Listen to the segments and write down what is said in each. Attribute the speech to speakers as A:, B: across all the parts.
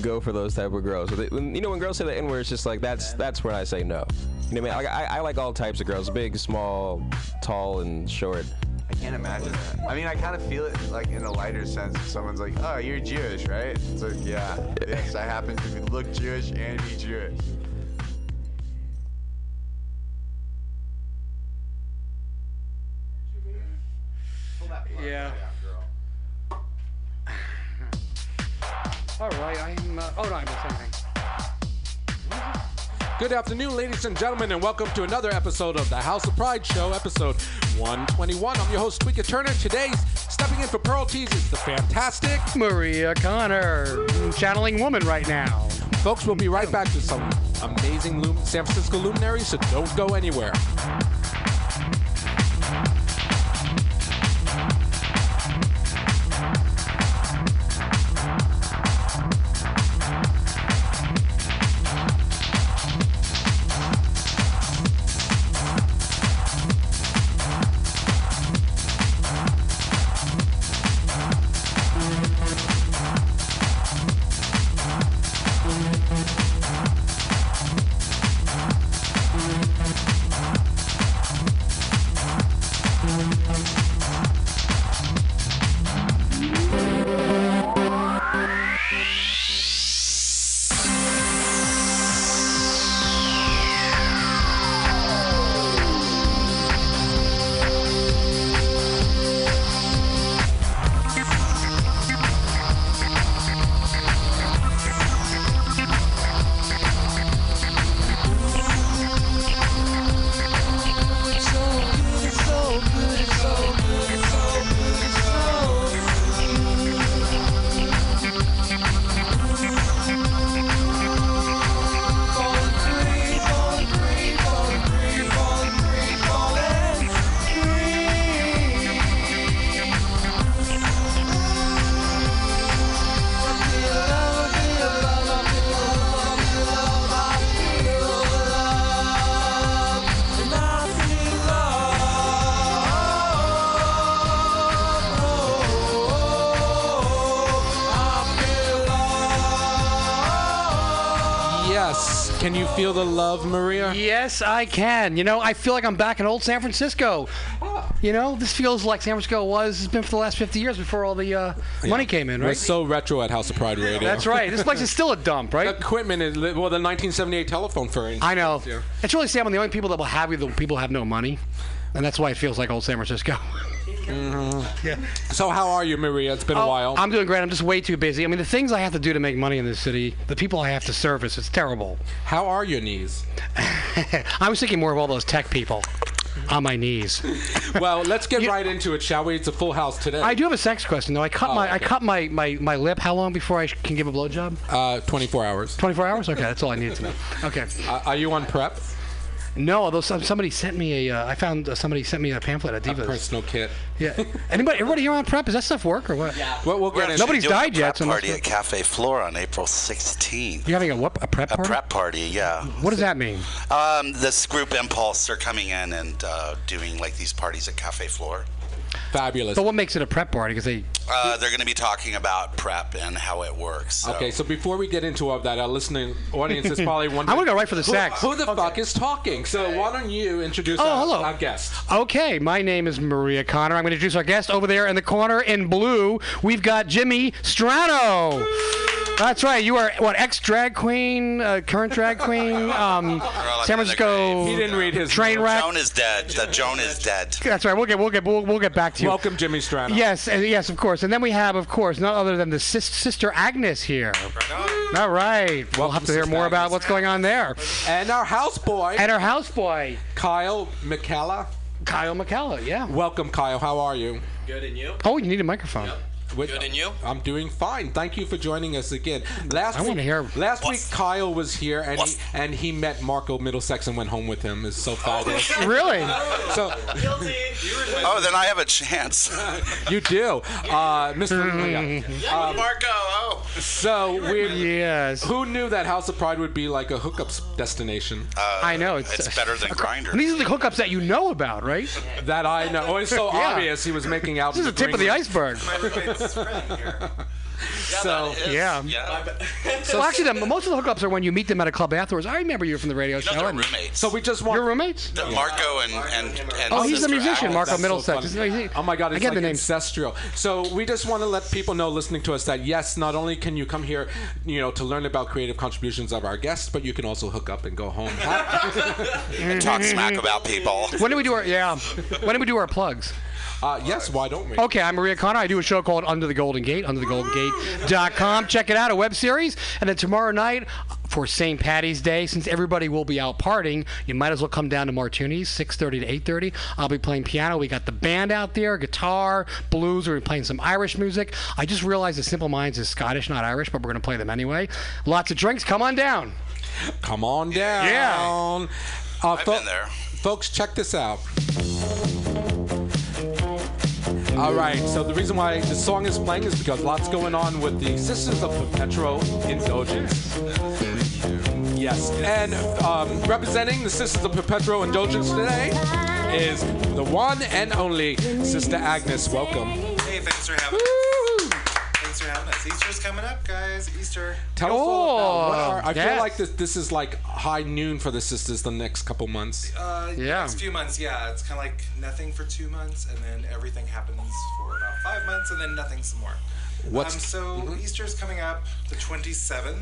A: go for those type of girls. They- when- you know, when girls say the N word, it's just like that's that's where I say no. You know what I mean? I, I, I like all types of girls, big, small, tall, and short.
B: I can't imagine that. I mean, I kind of feel it like in a lighter sense. If someone's like, "Oh, you're Jewish, right?" It's like, yeah, yes, I happen to look Jewish and be Jewish.
C: Yeah. All right, I'm. Uh, oh no, I'm not saying anything.
D: Good afternoon, ladies and gentlemen, and welcome to another episode of the House of Pride Show, episode 121. I'm your host, Tweaker Turner. Today's stepping in for Pearl Tees is the fantastic.
C: Maria Connor, Mm, channeling woman right now.
D: Folks, we'll be right back to some amazing lum- San Francisco luminaries, so don't go anywhere. Yes. Can you feel the love, Maria?
C: Yes, I can. You know, I feel like I'm back in old San Francisco. You know, this feels like San Francisco was has been for the last 50 years before all the uh, money came in,
D: We're
C: right?
D: so retro at House of Pride Radio.
C: That's right. This place is still a dump, right?
D: Equipment is li- well, the 1978 telephone for instance.
C: I know.
D: Yeah.
C: It's really sad when the only people that will have you, the people who have no money, and that's why it feels like old San Francisco.
D: Mm-hmm. So how are you, Maria? It's
C: Oh,
D: been a while.
C: I'm doing great. I'm just way too busy. I mean, the things I have to do to make money in this city, the people I have to service, it's terrible.
D: how are your knees?
C: I was thinking more of all those tech people on my knees.
D: well, let's get right into it, shall we? It's a full house today.
C: I do have a sex question though. I cut my I
D: Oh, okay.
C: cut my, my, my lip. How long before I sh- can give a blowjob?
D: Uh, 24 hours.
C: 24 hours. Okay, that's all I needed to know. Okay.
D: Uh, are you on prep?
C: No, although some, somebody sent me a uh, I found uh, somebody sent me a pamphlet at Divas.
D: Personal kit.
C: Yeah. Anybody everybody here on prep? Is that stuff work or what? Yeah.
D: Well, we'll get
E: We're
D: into
C: Nobody's
E: actually doing
C: died
E: a
C: yet,
E: prep
C: so
E: party
C: must-
E: at Cafe Floor on April 16th.
C: You're having a what? A prep
E: A
C: party?
E: prep party, yeah.
C: What does that mean?
E: Um, this group Impulse, they're coming in and uh, doing like these parties at Cafe Floor.
D: fabulous.
C: But what makes it a prep party? Because they
E: Uh, they're going to be talking about prep and how it works. So.
D: Okay, so before we get into all that, our listening audience is probably wondering.
C: I wanna go right for the
D: who,
C: sex.
D: Who the fuck is talking? So why don't you introduce
C: Oh,
D: our,
C: hello.
D: our guest?
C: Okay, my name is Maria Connor. I'm going to introduce our guest over there in the corner in blue. We've got Jimmy Strano. That's right. You are what ex drag queen, uh, current drag queen, um,
E: up
C: San
E: in the grave.
D: He
C: Francisco
D: didn't read his
C: train
D: notes.
C: wreck.
E: Joan is dead. The Joan is dead.
C: That's right. We'll get we'll get we'll, we'll get back to you.
D: Welcome, Jimmy Strano.
C: Yes, and yes, of course. And then we have, of course, none other than the sis- sister Agnes here. All right. we'll have to hear
D: Sister
C: more about
D: Agnes.
C: what's going on there.
D: And our houseboy,
C: And our houseboy,
D: Kyle McKella.
C: Kyle McCalla. Yeah.
D: Welcome, Kyle. How are you?
F: Good and you?
C: Oh, you need a microphone.
D: With-
F: Good and you?
D: I'm doing fine. Thank you for joining us again. Last
C: I
D: week,
C: wanna hear-
D: last week Kyle was here and he,
E: Woof.
D: and he met Marco Middlesex and went home with him. It's so fabulous.
C: Really?
D: so
F: Guilty. You were
E: Oh, then I have a chance.
D: you do, uh, Mr.
C: Mm.
D: yeah.
F: Marco. Oh.
D: So we.
C: Yes.
D: Who knew that House of Pride would be like a hookups destination?
C: I know it's,
E: Uh, It's better than Grinder.
C: And these are the hookups that you know about, right?
D: that I know. Oh, it's so
C: Yeah.
D: obvious. He was making out.
C: This is the
D: with
C: tip of the
D: green-
C: iceberg.
F: My roommate's friend here.
D: so
E: That is-
C: Yeah.
E: yeah.
C: well, actually, the, most of the hookups are when you meet them at a club afterwards. I remember you from the radio
E: No,
C: show.
E: they're
C: and-
E: roommates.
D: so we just want
C: Your roommates?
E: The Marco and and, and
C: Oh, he's a
E: sister
C: musician,
E: Alice.
C: Marco
D: That's so
C: Middlesex.
D: funny.
C: Isn't he-
D: oh my God,
C: I
D: it's
C: get
D: like
C: the name.
D: ancestral. So we just want to let people know, listening to us, that yes, not only can you come here, you know, to learn about creative contributions of our guests, but you can also hook up and go home.
E: and talk
D: Mm-hmm.
E: smack about people.
C: When do we do our yeah? When do we do our plugs?
D: uh, yes, why don't we?
C: Okay, I'm Maria Connor. I do a show called Under the Golden Gate, underthegolden.gate.com. Check it out, a web series. And then tomorrow night for St. Patty's Day, since everybody will be out partying, you might as well come down to Martini's, 6.30 to 8.30. I'll be playing piano. We got the band out there, guitar, blues. We're playing some Irish music. I just realized that Simple Minds is Scottish, not Irish, but we're going to play them anyway. Lots of drinks. Come on down.
D: Come on down.
C: Yeah.
D: Uh,
E: I've
D: fol-
E: been there.
D: Folks, check this out. All right, so the reason why the song is playing is because lots going on with the Sisters of Perpetual Indulgence. Yes, and um, representing the Sisters of Perpetual Indulgence today is the one and only Sister Agnes. Welcome.
F: Hey, thanks for having Thanks for having us. Easter's coming up, guys. Easter.
D: Tell us all about what
C: Oh,
D: are, I feel
C: yes.
D: like this, this is like high noon for the sisters the next couple months.
F: Uh,
C: Yeah.
F: Next few months, yeah. It's kind of like nothing for two months, and then everything happens for about five months, and then nothing some more.
D: What's-
F: um, so
C: Mm-hmm.
F: Easter's coming up the 27th.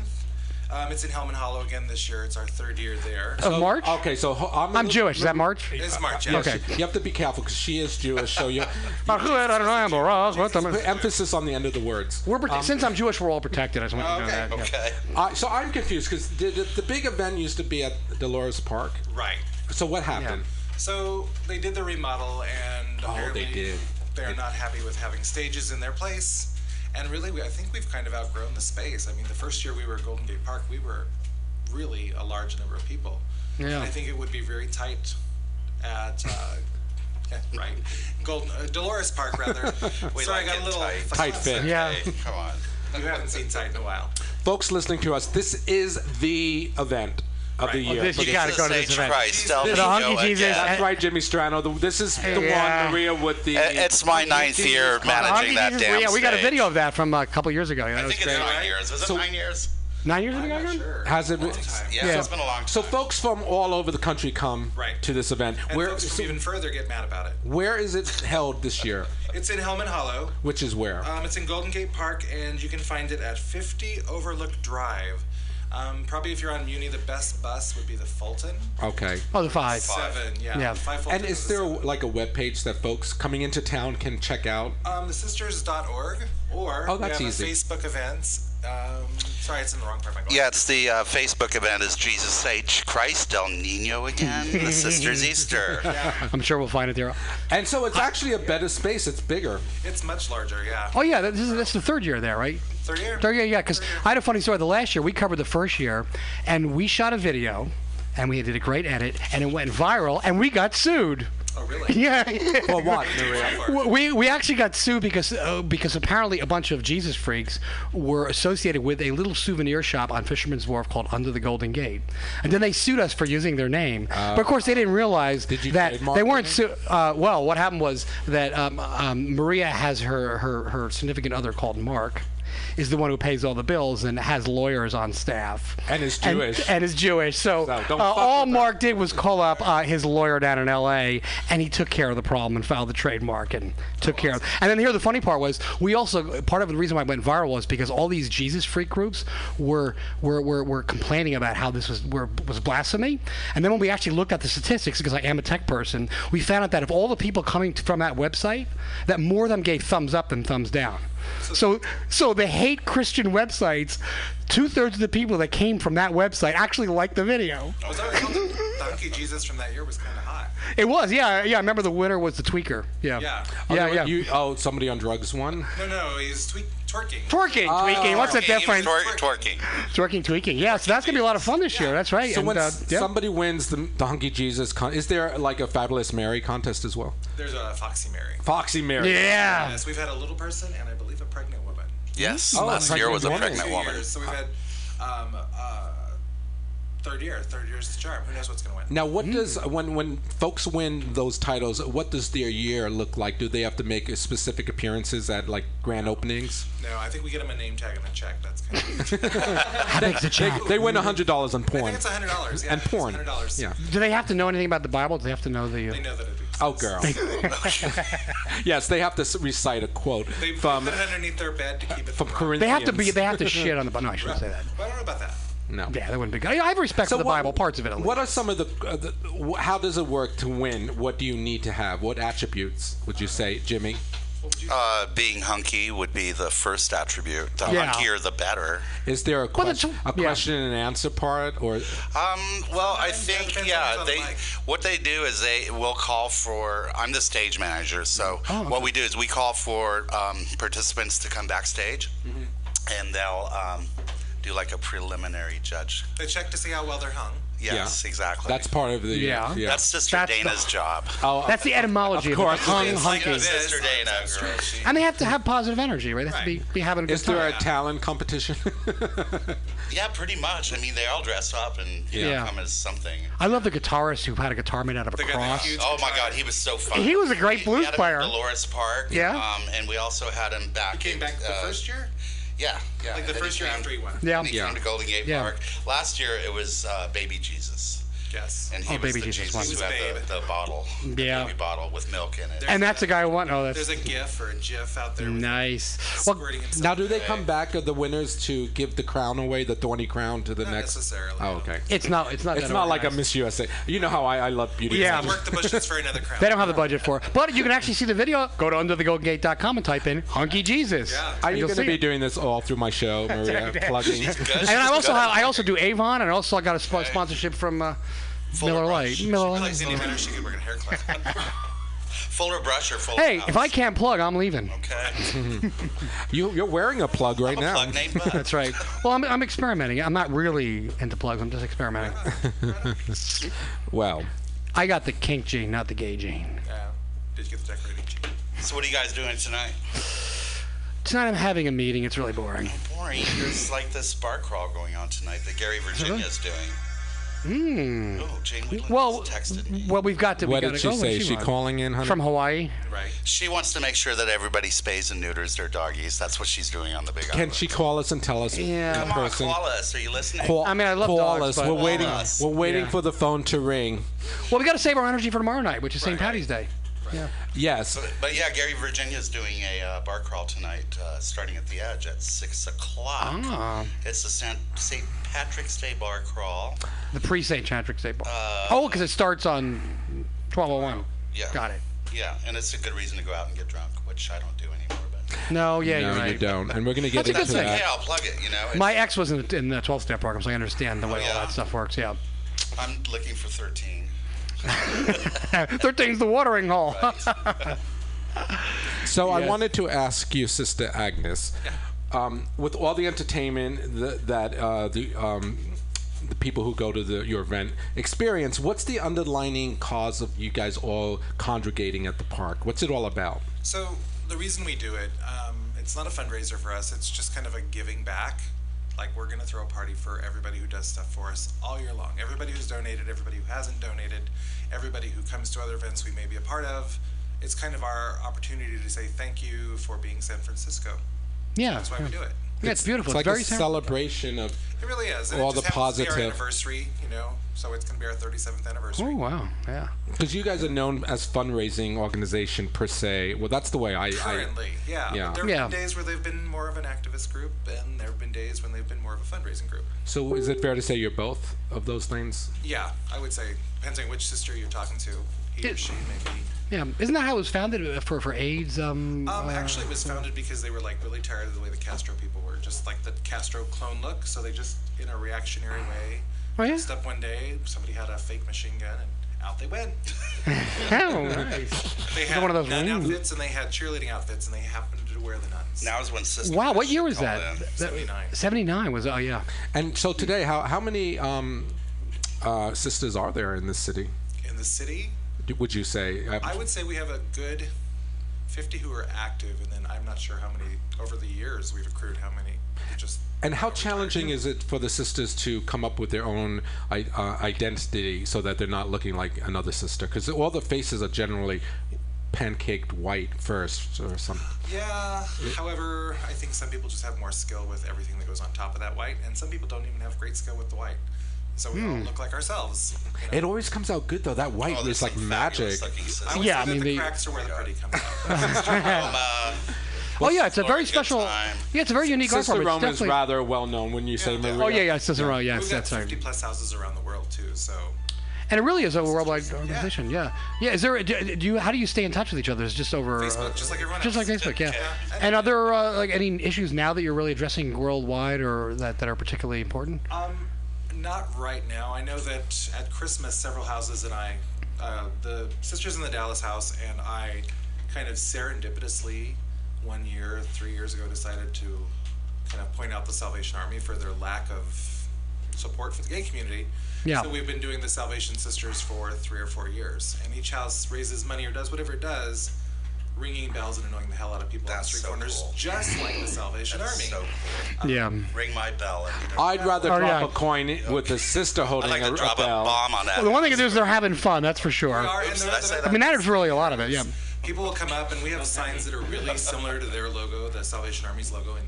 F: Um, it's in Hellman Hollow again this year. It's our third year there.
C: Of March?
D: Okay, so ho- I'm, a
C: I'm
D: little-
C: Jewish. Is that March?
F: It's March. Yeah.
C: Okay.
D: You have to be careful because she is Jewish, so you put emphasis on the end of the words. Um,
C: We're, prote- since I'm Jewish, we're all protected. I just want you to know
F: Okay,
E: Okay.
C: that. yeah.
D: Uh, so I'm confused because the, the, the big event used to be at Dolores Park.
F: Right.
D: So what happened?
F: So they did the remodel, and
E: Oh,
F: apparently
D: they did.
F: They're not happy with having stages in their place, and really, we, I think we've kind of outgrown the space. I mean, the first year we were at Golden Gate Park, we were really a large number of people.
C: Yeah.
F: And I think it would be very tight at. Uh, yeah, right, Golden uh, Dolores Park rather.
E: We like
F: Sorry, I got
E: it
F: a little
E: tight.
D: Tight fit.
C: Yeah.
E: Hey, come on.
F: You haven't seen tight in a while.
D: Folks listening to us, this is the event of the year.
C: this- You
E: Jesus
C: gotta go to this
E: H.
C: event.
E: Christ, tell
C: The
E: me
C: hunky
E: go
C: Jesus.
E: again.
D: That's right, Jimmy Strano. The, this is the
C: Yeah.
D: one Maria with the.
E: It- It's my ninth year managing that
C: Honky Jesus-
E: damn
C: yeah, we got a
E: stage.
C: video of that from uh, a couple years ago. Yeah, that
E: I
C: was
E: think it's
C: great.
E: nine years. Was it
D: So-
E: nine years?
C: Nine years ago. Aaron?
F: Sure.
D: Has it?
E: Yeah,
C: Yeah.
E: it's been a long time.
D: So folks from all over the country come
F: Right.
D: to this event.
F: And
D: where
F: folks from
D: so
F: even further get mad about it.
D: where is it held this year?
F: It's in Hellman Hollow.
D: Which is where?
F: Um, it's in Golden Gate Park, and you can find it at 50 Overlook Drive. Um, probably if you're on Muni, the best bus would be the Fulton.
D: okay.
C: Oh, the five.
F: Seven, yeah.
C: Yeah.
F: Five Fulton
D: And is
F: the
D: there like a web page that folks coming into town can check out?
F: seven. Um, thesisters.org, or
D: Oh, that's
F: we have
D: easy.
F: a Facebook events. Um, sorry, it's in the wrong part of my going.
E: Yeah, it's the uh, Facebook event. Is Jesus H. Christ El Nino again? the Sisters Easter.
C: I'm sure we'll find it there.
D: And so it's actually a better space. It's bigger.
F: It's much larger, yeah.
C: Oh yeah, this is that's the third year there, right?
F: Third year?
C: Third year, yeah. Because I had a funny story. The last year we covered the first year, and we shot a video, and we did a great edit, and it went viral, and we got sued.
F: Oh, really?
C: Yeah.
D: For what, Maria?
C: W- We, we actually got sued because uh, because apparently a bunch of Jesus freaks were associated with a little souvenir shop on Fisherman's Wharf called Under the Golden Gate, and then they sued us for using their name. but of course, they didn't realize
D: Uh, Did you
C: that
D: trademark
C: they weren't.
D: it?
C: Su- uh, well, what happened was that um, um, Maria has her, her her significant other called Mark. Is the one who pays all the bills and has lawyers on staff,
D: And is Jewish.
C: and, is Jewish. So,
D: So don't
C: uh,
D: fuck
C: all
D: with her.
C: Mark Mark did was call up uh, his lawyer down in L.A. and he took care of the problem and filed the trademark and took care of. And then here the funny part was we also part of the reason why it went viral was because all these Jesus freak groups were were, were, were complaining about how this was were, was blasphemy. And then when we actually looked at the statistics, because I am a tech person, we found out that of all the people coming t- from that website, that more of them gave thumbs up than thumbs down. So, so the hate Christian websites, two thirds of the people that came from that website actually liked the video.
F: I was already told the Donkey Jesus from that year was kind of hot.
C: It was, yeah, yeah. I remember the winner was the tweaker. Yeah,
F: Yeah.
C: yeah,
D: Oh,
C: yeah.
D: You, oh, somebody on drugs won.
F: No,
D: Oh.
F: no, he's tweak- twerking. Oh.
C: twerking, tweaking. What's the
E: Okay, he was
C: difference?
E: twer- twerking.
C: twerking, tweaking. Yeah, so that's gonna be a lot of fun this year. That's right.
D: So
C: and,
D: when
C: uh,
D: s-
C: yeah.
D: somebody wins the, the Hunky Jesus, con- is there like a Fabulous Mary contest as well?
F: There's a Foxy Mary.
D: Foxy Mary.
C: yeah,
F: Yes, we've had a little person and I believe a pregnant woman.
E: Yes,
D: Oh,
E: last year was a
D: pregnant
E: pregnant
D: woman.
F: two
E: woman.
F: years. So we've had um, uh, third year. Third year's the charm. Who knows what's going to win?
D: Now,
C: Hmm.
D: what does when when folks win those titles? What does their year look like? Do they have to make specific appearances at like grand openings?
F: No, I think we get him a name tag and a check. That's kind of.
C: Thanks, a check.
D: They win hundred dollars on
F: I
D: porn.
F: think it's hundred dollars. Yeah,
D: And porn.
F: Hundred dollars.
D: Yeah.
C: Do they have to know anything about the Bible? Do they uh, have to know the?
F: They know that it exists.
D: Oh, girl. yes, they have to s- recite a quote
F: They
D: from
F: put it underneath their bed to keep it
D: from
F: alive.
D: Corinthians.
C: They have to be. They have to shit on the. Bible. No, I shouldn't say that.
F: But I don't know about that.
D: no.
C: Yeah, that wouldn't be good. I have respect for the
D: what-
C: Bible, parts of it. At least.
D: What are some of the, uh, the wh- how does it work to win? What do you need to have? What attributes would you say, Jimmy?
E: Uh, being hunky would be the first attribute. The
C: Yeah.
E: hunkier, the better.
D: Is there a,
C: that's-
D: question, a
C: yeah.
D: question and answer part or
E: Um, well, I
F: Sometimes it
E: think
F: depends on
E: yeah.
F: what
E: They
F: like.
E: what they do is they will call for. I'm the stage manager, so
F: Oh,
E: what we do is we call for um, participants to come backstage,
C: Mm-hmm.
E: and they'll um, do like a preliminary judge.
F: They check to see how well they're hung.
E: Yes,
D: Yeah.
E: exactly.
D: that's part of the
C: Yeah.
E: that's Sister
C: That's the-
E: Dana's job.
D: oh,
C: That's the etymology.
D: Of
C: it.
D: course.
C: Hung,
E: It's like
C: hunky.
E: this, Sister Dana. girl.
C: And they have to have positive energy, right? They have to be, be having a good
D: is there a
C: time.
D: talent competition?
E: Yeah, pretty much. I mean, they all dress up and you
C: Yeah.
E: know, come as something.
C: I love the guitarist who had a guitar made out of a
F: They got the
C: cross.
F: huge-
E: Oh my God, he was so fun.
C: He was a great
E: We- we
C: blues
E: had him at
C: player.
E: Dolores Park.
C: Yeah.
E: Um, and we also had him back.
F: Came
E: in,
F: back the
E: uh,
F: first year,
E: Yeah. Yeah.
F: like
E: and
F: the
E: then
F: first year
E: came-
F: after he won.
C: Yeah.
E: And he
D: Yeah.
E: came to Golden Gate
C: Yeah.
E: Park. Last year it was uh, Baby Jesus.
F: Yes.
E: And he
C: Oh,
E: was
C: Baby
E: the
C: Jesus
E: Jesus,
C: one.
E: who
F: He was
E: had
F: Babe.
E: the, the bottle. the
C: Yeah.
E: baby bottle with milk in it.
C: And that's the guy who won. Oh,
F: There's
C: that's
F: a GIF or a GIF out there. with
C: nice. Well,
F: squirting himself.
D: now, do they come back of the winners to give the crown away, the thorny crown to the
F: Not
D: next?
F: necessarily.
D: Oh, okay.
C: it's not. It's not.
D: It's
C: that
D: not like a
C: organized.
D: Miss USA. You know how I, I love beauty.
C: Yeah.
D: pageants.
F: Work the bushes for another crown.
C: They don't have the budget for it. But you can actually see the video. Go to underthegolden.gate.com and type in "hunky Jesus."
F: Yeah.
D: Are
C: And you'll
D: you going to
C: see
D: be
C: it.
D: doing this all through my show, Maria? plugging.
E: Good.
C: And I also have, I also do Avon, and also I got a sp- sponsorship from uh, Miller
E: Rush.
C: Lite. Miller
F: I like
C: Lite.
F: Cindy Better. She could work in a hair class.
E: Fuller brush or fuller
C: Hey,
E: house?
C: if I can't plug, I'm leaving.
E: Okay.
D: You, you're wearing a plug right
E: I'm a
D: now.
E: plug named Bud.
C: That's right. Well, I'm, I'm experimenting. I'm not really into plugs. I'm just experimenting.
D: Well,
C: I got the kink gene, not the gay gene.
F: yeah. Did you get the decorating? check?
E: So what are you guys doing tonight?
C: Tonight I'm having a meeting. It's really boring.
E: Boring. There's like this bar crawl going on tonight that Gary Virginia's doing. Hmm. Oh, Jane Whelan
C: Well,
E: just texted me.
C: Well, we've got to. we
D: what did
C: gotta
D: she
C: go. What
D: say?
C: does
D: She
C: want?
D: calling in, honey?
C: from Hawaii.
F: Right.
E: She wants to make sure that everybody spays and neuters their doggies. That's what she's doing on the Big
D: Can
E: Island.
D: she call us and tell us
C: Yeah.
D: in
E: Come on,
D: person?
E: call us. Are you listening?
D: Call-
C: I mean, I love
D: call
C: dogs,
D: us.
C: but-
D: We're waiting.
E: Call us.
D: We're waiting
C: Yeah.
D: for the phone to ring.
C: Well, we got to save our energy for tomorrow night, which is St. Patty's Day.
D: Yes.
E: But yeah, Gary Virginia's doing a uh, bar crawl tonight, uh, starting at the Edge at six o'clock.
C: Ah.
E: It's the San- St. Patrick's Day bar crawl.
C: The pre St. Patrick's Day ball. oh, because it starts on 1201.
E: Uh, Yeah.
C: Got it.
E: Yeah, and it's a good reason to go out and get drunk, which I don't do anymore. But
C: No, yeah,
D: no,
C: you're right.
D: you don't. And we're gonna get
C: That's a good
D: into
C: thing.
E: yeah,
D: that.
E: I'll plug it. You know, It's- Oh,
C: My ex was in, in the 12 step program, so I understand the way all
E: yeah.
C: that stuff works. Yeah.
E: I'm looking for thirteen.
C: 13's the watering hole.
D: So I
C: Yes.
D: wanted to ask you, Sister Agnes, um, with all the entertainment th- that uh, the um, the people who go to the, your event experience, what's the underlining cause of you guys all congregating at the park? What's it all about?
F: So the reason we do it, um, it's not a fundraiser for us. It's just kind of a giving back. Like we're gonna throw a party for everybody who does stuff for us all year long. Everybody who's donated, everybody who hasn't donated, everybody who comes to other events we may be a part of. It's kind of our opportunity to say thank you for being San Francisco.
C: yeah.
F: That's why we do it.
C: Yeah, it's beautiful.
D: It's
C: It's,
D: like
C: very
D: a
C: simple.
D: celebration of
F: It really is. And
D: All
F: it just
D: the
F: happens to be
D: positive.
F: Our anniversary, you know. So it's gonna be our 37th anniversary.
C: Oh, wow. Yeah.
D: Because you guys are known as fundraising organization per se. Well, that's the way I. I
F: Currently, yeah.
D: Yeah.
F: There have
C: Yeah.
F: been days where they've been more of an activist group, and there have been days when they've been more of a fundraising group.
D: so is it fair to say you're both of those things?
F: Yeah, I would say, depends on which sister you're talking to, he or
C: It-
F: she maybe.
C: Yeah. Isn't that how it was founded uh, for, for AIDS? Um,
F: Um,
C: uh,
F: actually, it was founded because they were like really tired of the way the Castro people were, just like the Castro clone look. So they just, in a reactionary way,
C: Oh, yeah?
F: just up one day, somebody had a fake machine gun, and out they went.
C: oh, nice.
F: They had
C: one of those
F: nun
C: rings?
F: outfits, and they had cheerleading outfits, and they happened to wear the nuns.
E: Now is when sister.
C: Wow, what year was
E: called
C: that?
F: uh,
E: in.
C: That-
F: 79.
C: 79 was, oh, yeah.
D: And so today, how how many um, uh, sisters are there in this city?
F: In the city,
D: d- Would you say? Uh,
F: I would say we have a good 50 who are active, and then I'm not sure how many over the years we've accrued how many who just
D: And how challenging is it for the sisters to come up with their own i- uh, identity so that they're not looking like another sister? Because all the faces are generally pancaked white first or something.
F: Yeah. However, I think some people just have more skill with everything that goes on top of that white, and some people don't even have great skill with the white. So we
C: Hmm.
F: all look like ourselves. you know?
D: It always comes out good though. That white
E: Oh,
D: is
E: there's
D: like
E: some
D: magic.
E: fabulous looking
F: I
E: sisters.
F: would
C: Yeah,
F: say
C: I
F: that
C: mean,
F: the
C: they-
F: cracks are where the pretty comes out.
E: Um, uh,
C: Oh yeah, it's a very
E: Good
C: special.
E: time.
C: Yeah, it's a very unique art
D: Sister
C: form. It's
D: Roma is
C: definitely.
D: rather well known when you say Maria.
C: Oh yeah, yeah, Sister Roma. Yes,
F: We've got
C: that's right.
F: 50 plus houses around the world too. So
C: And it really is a worldwide organization. Yeah. Yeah. Is there? Do, do you? How do you stay in touch with each other? Is it just over uh,
F: Facebook, just like everyone
C: Just like
F: else.
C: Facebook, yeah.
F: Yeah.
C: And are there uh, like any issues now that you're really addressing worldwide, or that, that are particularly important?
F: Um, not right now. I know that at Christmas, several houses and I, uh, the sisters in the Dallas house and I, kind of serendipitously, one year, three years ago, decided to kind of point out the Salvation Army for their lack of support for the gay community.
C: Yeah.
F: So we've been doing the Salvation Sisters for three or four years, and each house raises money or does whatever it does, ringing bells and annoying the hell out of people
E: That's
F: on the street
E: so
F: corners,
E: cool.
F: just like the Salvation Army. Um,
E: so cool.
C: yeah.
E: Ring my bell. And, you know,
D: I'd rather
C: Oh,
D: drop
C: yeah.
D: a coin i- with a sister
E: I'd
D: holding
E: like
D: a,
E: to
D: a
E: drop a,
D: bell.
E: bomb on that.
C: Well, the one thing is they're having fun. That's for
F: We
C: are.
F: are, and
E: Oops,
F: the-
E: did I say
F: the-
E: that?
C: I mean, that is really a lot of it. Yeah.
F: people will come up and we have signs that are really similar to their logo, the Salvation Army's logo, and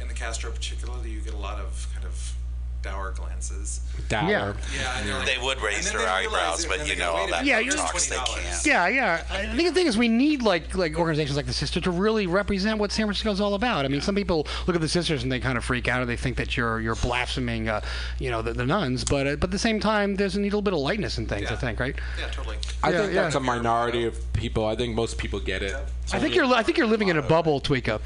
F: in the Castro particularly, you get a lot of kind of dour glances.
D: Dower.
C: Yeah.
F: Yeah, and they're like,
E: They would raise
F: and then
E: their
F: they
E: eyebrows,
F: realize it,
E: but
F: and
E: you
F: they
E: know
F: go,
E: all
F: "Wait a
E: that
F: minute,
C: Yeah,
E: talks they
F: $20."
E: can't.
C: Yeah, yeah. I think the thing is, we need like like organizations like the Sisters to really represent what San Francisco's all about. I mean, some people look at the Sisters and they kind of freak out, or they think that you're you're blaspheming, uh, you know, the, the nuns. But uh, but at the same time, there's a little bit of lightness in things. I
F: Yeah.
C: think, right?
F: Yeah, totally.
D: I
C: Yeah,
D: think
C: yeah.
D: that's a minority of people. I think most people get it.
C: I think you're li- I think you're living in a bubble, Tweeka.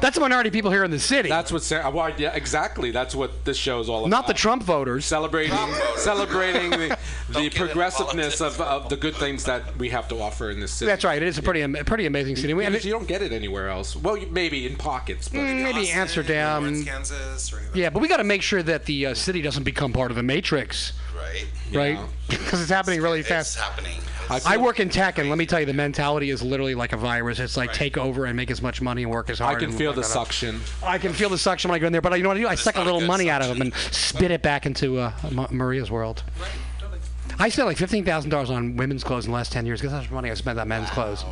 C: That's a minority of people here in the city,
D: That's what. Sarah, well, yeah, exactly. That's what this show is all about.
C: not the Trump voters.
D: celebrating celebrating the, the
E: Don't get
D: progressiveness of,
E: involved.
D: of the good things that we have to offer in this city.
C: That's right. It is a pretty am- pretty amazing city. We, and
D: Because
C: it-
D: you don't get it anywhere else. Well, you- maybe in pockets, but
C: Mm, maybe
F: Austin,
C: Amsterdam.
F: Lawrence, Kansas, or anything.
C: yeah, but we got to make sure that the uh, city doesn't become part of the matrix,
E: Right.
C: right? Because it's happening really
E: It's
C: fast.
E: happening.
C: I work in tech, and let me tell you, the mentality is literally like a virus. It's like take over and make as much money and work as
D: I
C: hard.
D: can
C: and
D: feel
C: like
D: the
C: that.
D: suction.
C: I can feel the suction when I go in there, but you know what I do? I suck a
E: not a
C: little
E: good
C: money out of them and spit it back into uh, Ma- Maria's world.
F: Right, totally.
C: I spent like fifteen thousand dollars on women's clothes in the last ten years. Guess how much money I spent on men's clothes?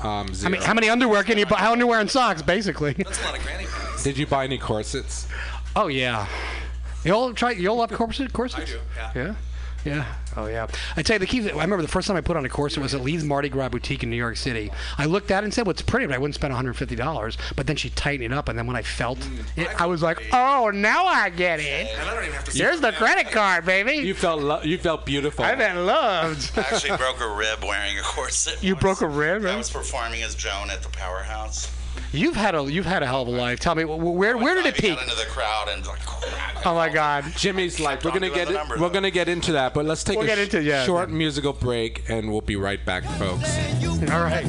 D: Um,
C: I
D: zero.
C: mean, how many underwear can you buy? How underwear and socks, basically.
F: That's a lot of granny panties.
D: Did you buy any corsets?
C: Oh yeah. You'll try. You'll love corset corsets.
F: I do, yeah.
C: Yeah. Yeah. Oh yeah. I tell you the key. I remember the first time I put on a corset was at Lee's Mardi Gras boutique in New York City. I looked at it and said, "Well, it's pretty, but I wouldn't spend 150 dollars." But then she tightened it up, and then when I felt
F: Mm.
C: it, I was like, "Oh, now I get it.
F: And I don't even have to.
C: Here's the credit card,
D: You
C: baby.
D: felt lo- you felt beautiful.
C: I've been loved."
E: I actually broke a rib wearing a corset.
C: You
E: once.
C: broke a rib,
E: I
C: right?
E: was performing as Joan at the powerhouse.
C: You've had a you've had a hell of a life. Tell me, wh- wh- where where did it
E: Diving
C: peak?
E: out into the crowd and like. crap.
C: Oh my God.
D: Jimmy's like, we're
E: on
D: gonna
E: doing
D: get
E: the
D: it,
E: number,
D: we're
E: though."
D: gonna get into that, but let's take
C: We'll
D: a
C: get
D: sh-
C: into it, yeah.
D: short musical break, and we'll be right back, folks.
C: All right.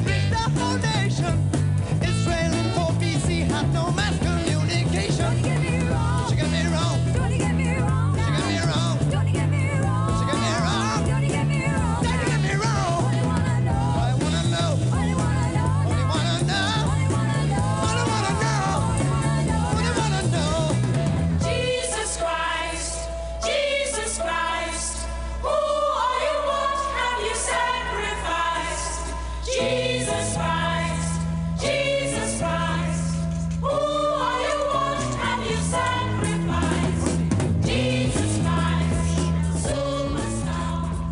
G: Jesus Christ, Jesus Christ, who are you? What have you sacrificed? Jesus Christ, Jesus Christ, who are you? What have you sacrificed? Jesus Christ,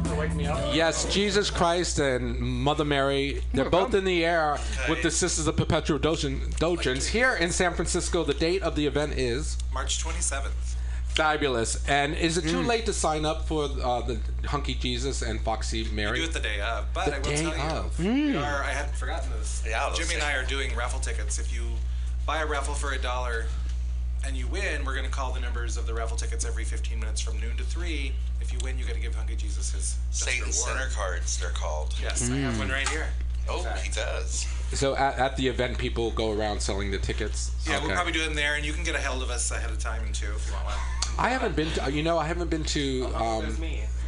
G: superstar.
D: Yes, Jesus Christ and Mother Mary, they're both in the air with the Sisters of Perpetual Dogen- Dojans here in San Francisco. The date of the event is
F: March 27th.
D: fabulous. And is it
F: Hmm.
D: too late to sign up for uh, the Hunky Jesus and Foxy
F: We do
D: Mary?
F: it the day of, but I will
D: day
F: tell you,
D: of. Hmm.
F: we
C: Mm.
F: are, I hadn't forgotten this.
E: Yeah, those
F: Jimmy and I are doing raffle tickets. If you buy a raffle for a dollar and you win, we're going to call the numbers of the raffle tickets every 15 minutes from noon to 3. If you win, you got to give Hungry Jesus his just
E: Satan
F: reward.
E: Center cards, they're called.
F: Yes, I have one right here.
E: Oh, he does.
D: So at, at the event, people go around selling the tickets.
F: Yeah,
D: Okay.
F: we'll probably do it in there, and you can get a hold of us ahead of time too if you want one. Oh,
D: I haven't been. To, you know, I haven't been to. Um,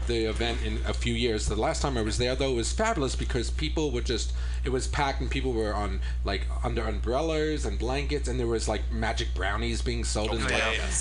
D: the event in a few years. The last time I was there, though, it was fabulous because people were just it was packed and people were on like under umbrellas and blankets and there was like magic brownies being sold
F: Oh,
D: in like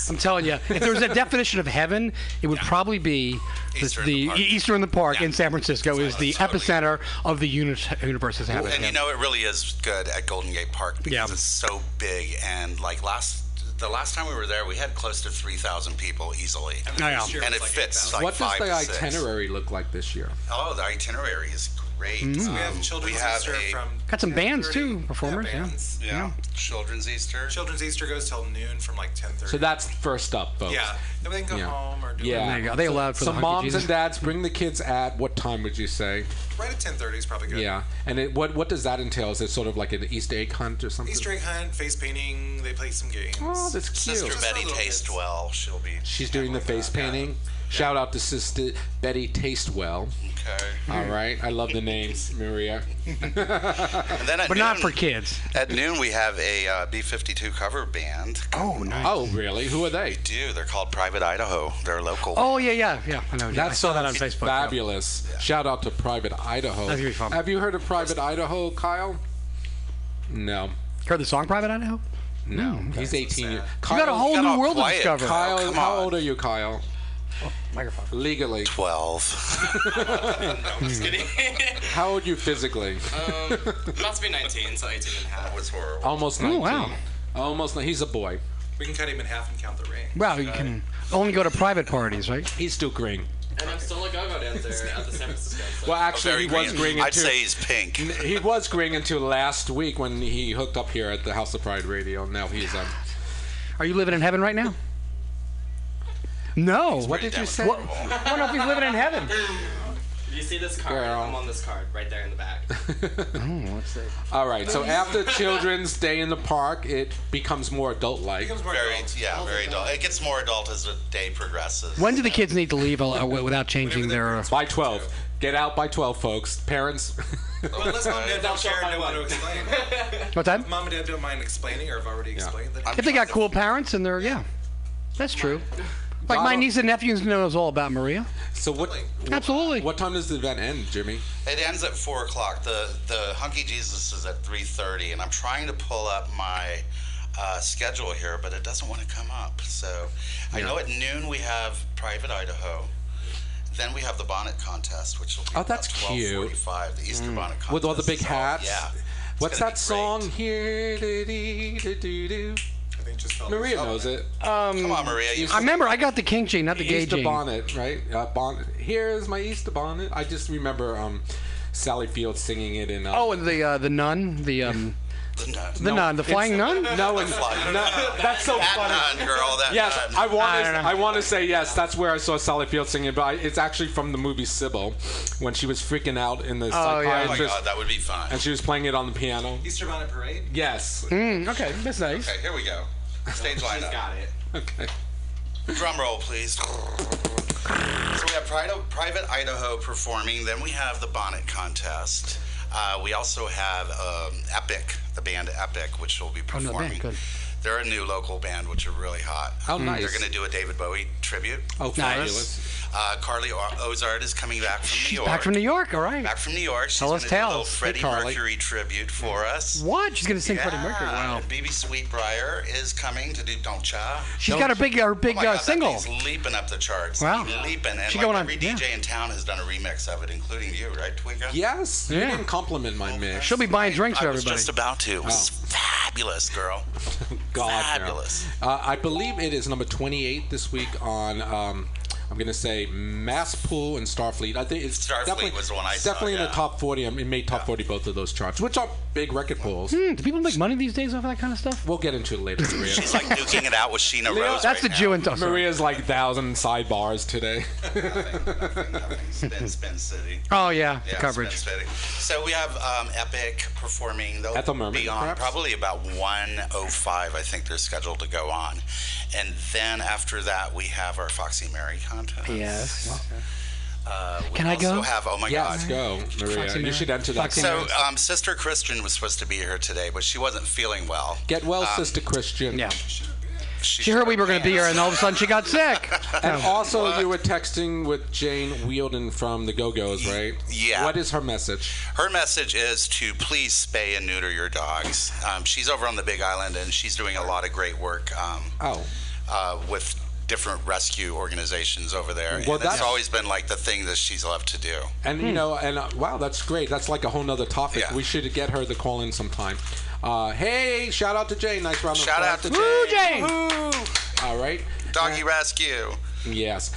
C: I'm telling you, if there was a definition of heaven, it would probably be the,
E: Easter in the
C: the,
E: Park.
C: Easter in the Park
E: Yeah.
C: in San Francisco is the
E: Totally.
C: epicenter of the uni- universe is heaven.
E: And you know, it really is good at Golden Gate Park because
C: Yeah.
E: it's so big. And like last, the last time we were there, we had close to three thousand people easily.
C: I know.
E: And it fits like
D: what does
E: five
D: the
E: to six.
D: itinerary look Mm. like this year?
E: Oh, the itinerary is great.
F: We have
E: Um,
F: Children's
E: we have
F: Easter
E: a-
F: from
C: Got some bands, too,
F: 10:30.
C: performers, yeah.
F: bands.
E: yeah, Children's Easter.
F: Children's Easter goes till noon from like 10:30.
D: So that's first up, folks.
F: yeah. Then we can go
D: Yeah.
F: home or do
D: Yeah.
C: There you go. Are they allowed for
D: So
C: the
D: moms
C: moms
D: and dads bring the kids at what time would you say?
F: right at 10:30 is probably good.
D: Yeah, and it, what what does that entail? Is it sort of like an Easter egg hunt or something?
F: Easter egg hunt, face painting. They play some games.
D: Oh, that's cute.
E: Sister
F: Just for
E: Betty
F: little kids.
E: Tastewell. She'll be.
D: She's doing the face painting. Shout out to Sister Betty Tastewell.
E: Okay.
D: All right, I love the names, Maria.
E: And then at
C: but not
E: noon-
C: for kids.
E: At noon, we have a uh, B52 cover band.
C: Oh, nice.
D: Oh, really? Who are they?
E: Do they're called Private Idaho? They're local.
C: Oh, yeah, yeah, yeah. I know. yeah. I saw that on
D: sounds
C: Facebook. yeah.
D: Fabulous. Shout out to Private Idaho.
C: That's gonna be fun.
D: Oh. Have you heard of Private Idaho, Kyle? No,
C: Heard the song Private Idaho?
D: no. He's 18 years.
C: Mm, You got a whole
E: got
C: new
E: all
C: world
E: quiet.
C: to discover. Oh,
E: Kyle,
D: Kyle,
E: come
D: how
E: on.
D: old are you, Kyle?
C: Microphone.
D: Legally,
E: Twelve.
H: Just kidding.
D: how old are you physically?
I: Um,
H: About to Um, be 19, so 18 and a half.
E: was horrible.
D: Almost 19.
C: Oh, wow.
D: Almost. He's a boy.
F: We can cut him in half and count the ring.
C: Wow, you can only go to private parties, right?
D: He's still green.
H: And I'm still a go-go dancer at the San Francisco. So.
D: Well, actually, he was green.
E: I'd
D: until-
E: say he's pink.
D: he was green until last week when he hooked up here at the House of Pride Radio. Now he's um.
C: Are you living in heaven right now? No.
D: What did you say?
C: What? I don't know if he's living in heaven.
H: You see this card?
D: Girl.
H: I'm on this card right there in the back.
D: All right. So after Children's Day in the Park, it becomes more adult-like.
E: Very, yeah, very adult. It gets more adult as the day progresses.
C: When do the kids need to leave uh, uh, without changing their? Uh,
D: By 12. Get out by 12, folks. Parents.
F: Well, unless mom and dad don't
H: That's
F: care
H: what
F: and
H: I
F: want to
H: want.
F: explain.
C: what time?
F: mom and dad don't mind explaining, or have already explained that.
E: I'm
C: If they
E: trying
C: got
E: to-
C: cool parents and they're yeah, that's true. Like my niece and nephews knows all about Maria.
D: so what?
C: Absolutely.
D: What time does the event end, Jimmy?
E: It ends at four o'clock. The the Hunky Jesus is at three thirty, and I'm trying to pull up my uh, schedule here, but it doesn't want to come up. So I know at noon we have Private Idaho. Then we have the bonnet contest, which will be
D: Oh, that's
E: about
D: cute. Mm.
E: 12:45. The Easter bonnet contest
D: With all the big
E: So,
D: hats.
E: yeah. It's
D: What's
E: gonna
D: that
E: be
D: song?
E: great.
D: Here, do, do, do, do, do.
F: I think just felt
D: Maria knows it.
E: Um, Come on, Maria. You
C: I remember I got the king gene, not the gay
D: Easter
C: gene.
D: bonnet, right? Uh, bonnet. Here's my Easter bonnet. I just remember um, Sally Field singing it in. Uh,
C: Oh, and the uh, the nun, the um, the
E: no,
C: nun, the flying nun.
D: no, in,
E: fly.
D: no, that's so
E: that
D: funny.
E: nun, girl. That
D: Yes,
E: nun.
D: I
C: I
D: want
C: don't
D: to.
C: know.
D: I want to say yes. That's where I saw Sally Field singing, but I, it's actually from the movie Sybil, when she was freaking out in the
C: Oh, yeah.
E: oh my
D: psychiatrist,
E: God, that would be fun.
D: and she was playing it on the piano.
F: Easter bonnet parade.
D: Yes.
C: Mm, okay, that's nice.
E: Okay, here we go. Stage lineup.
H: Got it.
D: Okay.
E: Drum roll, please. So we have Pride- Private Idaho performing. Then we have the Bonnet Contest. Uh, we also have um, Epic, the band Epic, which will be
J: Oh,
C: no,
E: performing.
C: band, good.
E: They're a new local band, which are really hot.
D: Oh, nice.
E: They're going to do a David Bowie tribute.
D: Oh, fabulous.
E: Uh, Carly o- Ozard is coming back from New York.
C: Back from New York. All right.
E: Back from New York. She's
C: Tell us
E: gonna do a little
C: tales. Hey,
E: Freddie
C: Carly.
E: Mercury tribute for us.
C: What? She's gonna sing Freddie Mercury.
E: Yeah,
C: Wow.
E: and BB Sweetbriar is coming to do Don't Cha.
C: She's got her big her big
E: Oh my
C: uh,
E: God, that
C: single.
E: thing's leaping up the charts.
C: Wow.
E: Leaping. And
C: She
E: like
C: going on-
E: every
C: yeah.
E: DJ in town has done a remix of it, including you, right, Twinka?
D: Yes. You
C: Yeah.
D: didn't compliment my mix. Oh,
C: She'll be buying drinks
E: I
C: for
E: was
C: everybody. Oh.
E: just about to. It was fabulous, girl.
D: God, no.
E: Fabulous.
D: Uh, I believe it is number 28 this week on. Um, I'm gonna say Mass Pool and Starfleet. I think it's
E: Starfleet
D: definitely
E: was the one I
D: it's
E: saw,
D: definitely in
E: yeah.
D: the top 40. I mean, it made top 40 both of those charts, which are big record pulls.
C: Hmm, do people make money these days off of that kind of stuff?
D: We'll get into it later, Maria.
E: She's like duking it out with Sheena Rose.
C: That's the
E: right
C: Jew
E: now.
C: in us.
D: Maria's like thousand sidebars today.
E: Nothing, nothing. Spin, spin City.
C: Oh yeah, the
E: Yeah,
C: coverage.
E: Spin City. So we have um, Epic performing. They'll
D: At the moment,
E: be on
D: perhaps?
E: probably about 105, I think they're scheduled to go on. And then after that, we have our Foxy Mary contest.
C: Yes.
E: Uh, we
C: Can I
E: also
C: go?
E: have, oh my
D: Yes,
E: God.
D: go, Maria.
C: Foxy
D: you
C: Mary.
D: should enter that.
C: Foxy
D: contest.
E: So, um, Sister Christian was supposed to be here today, but she wasn't feeling well. Um,
D: get well, Sister Christian.
C: Yeah. She heard we were going to be here, and all of a sudden she got sick.
D: And also, you were texting with Jane Wielden from the Go Go's, right?
E: yeah.
D: What is her message?
E: Her message is to please spay and neuter your dogs. Um, she's over on the Big Island and she's doing a lot of great work um,
D: Oh.
E: uh, with different rescue organizations over there.
D: Well,
E: and that's
D: that's-
E: always been like the thing that she's loved to do.
D: And you know, and uh, wow, that's great. That's like a whole nother topic.
E: Hmm. Yeah.
D: We should get her to call in sometime. Uh, hey, shout out to Jane. Nice round of
E: Shout out to
D: applause.
C: Woo,
E: Jane.
C: Jane!
D: All right.
E: Doggy Rescue.
D: Yes.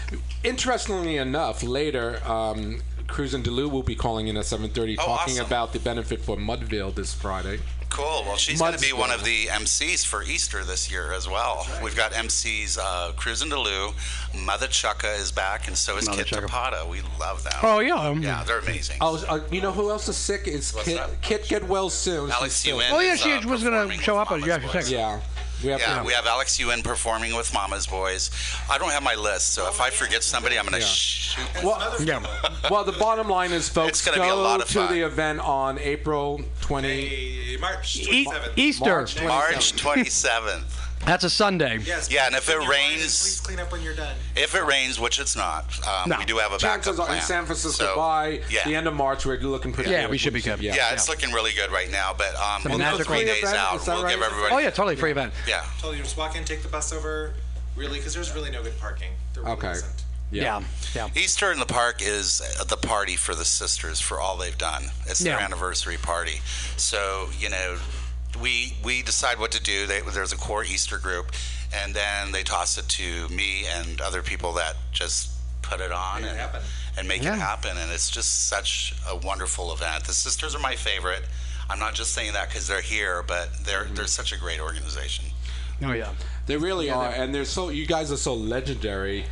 D: Interestingly enough, later, um, Cruz and Delu will be calling in at 7:30,
E: Oh,
D: talking
E: awesome.
D: about the benefit for Mudville this Friday.
E: Cool. Well, she's going to be
D: Mudsville.
E: one of the MCs for Easter this year as well. We've got MCs uh, Cruz and Delu, Mother Chucka is back, and so is
K: Mother
E: Kit
K: Chucka.
E: Tapata. We love them.
C: Oh yeah.
E: Yeah, they're amazing.
D: Oh, uh, you know who else is sick? It's Kit,
E: up?
D: Kit. Get well soon.
E: Alex
D: She's sick.
E: Ewan.
C: Oh, yeah,
E: is,
C: she
E: uh,
C: was gonna
E: performing
C: show
E: with
C: up,
E: Mama's
C: yeah, she
E: Boys.
C: said-
D: Yeah. We have
E: Yeah,
D: to.
E: we have Alex Ewan performing with Mama's Boys. I don't have my list, so if I forget somebody, I'm going to shoot.
D: Well, well, the bottom line is, folks,
E: It's gonna
D: go
E: be a lot of
D: to
E: fun.
D: the event on April 20.
F: Hey, March
C: E-
F: 27th.
C: Easter.
D: March 20
E: March 27th.
C: That's a Sunday.
F: Yes.
E: Yeah, and if
F: when
E: it
F: you want
E: rains-
F: please clean up when you're done.
E: If it rains, which it's not, um,
C: No.
E: we do have a backup
D: Chances are
E: plan.
D: in San Francisco
E: So,
D: by
E: yeah.
D: the end of March, we're looking pretty
C: Yeah,
D: good.
C: we should be good.
D: Yeah.
E: yeah, it's looking really good right now, but um, we'll go
C: magical
E: three
D: event,
E: days out.
D: is that
E: We'll give
D: right?
E: everybody.
C: Oh yeah, totally free event.
E: Yeah.
F: Told you just walk in, take the bus over. Really, because there's really no good parking. There really
D: Okay.
F: isn't.
C: Yeah. Yeah.
E: Easter in the Park is uh, the party for the sisters for all they've done. It's their
C: Yeah.
E: anniversary party. So, you know, we we decide what to do. They, there's a core Easter group, and then they toss it to me and other people that just put it on and,
F: happen.
E: and make
C: Yeah.
E: it happen. And it's just such a wonderful event. The sisters are my favorite. I'm not just saying that because they're here, but they're
C: Mm-hmm.
E: they're such a great organization.
C: Oh yeah.
D: They really are, and they're so. You guys are so legendary.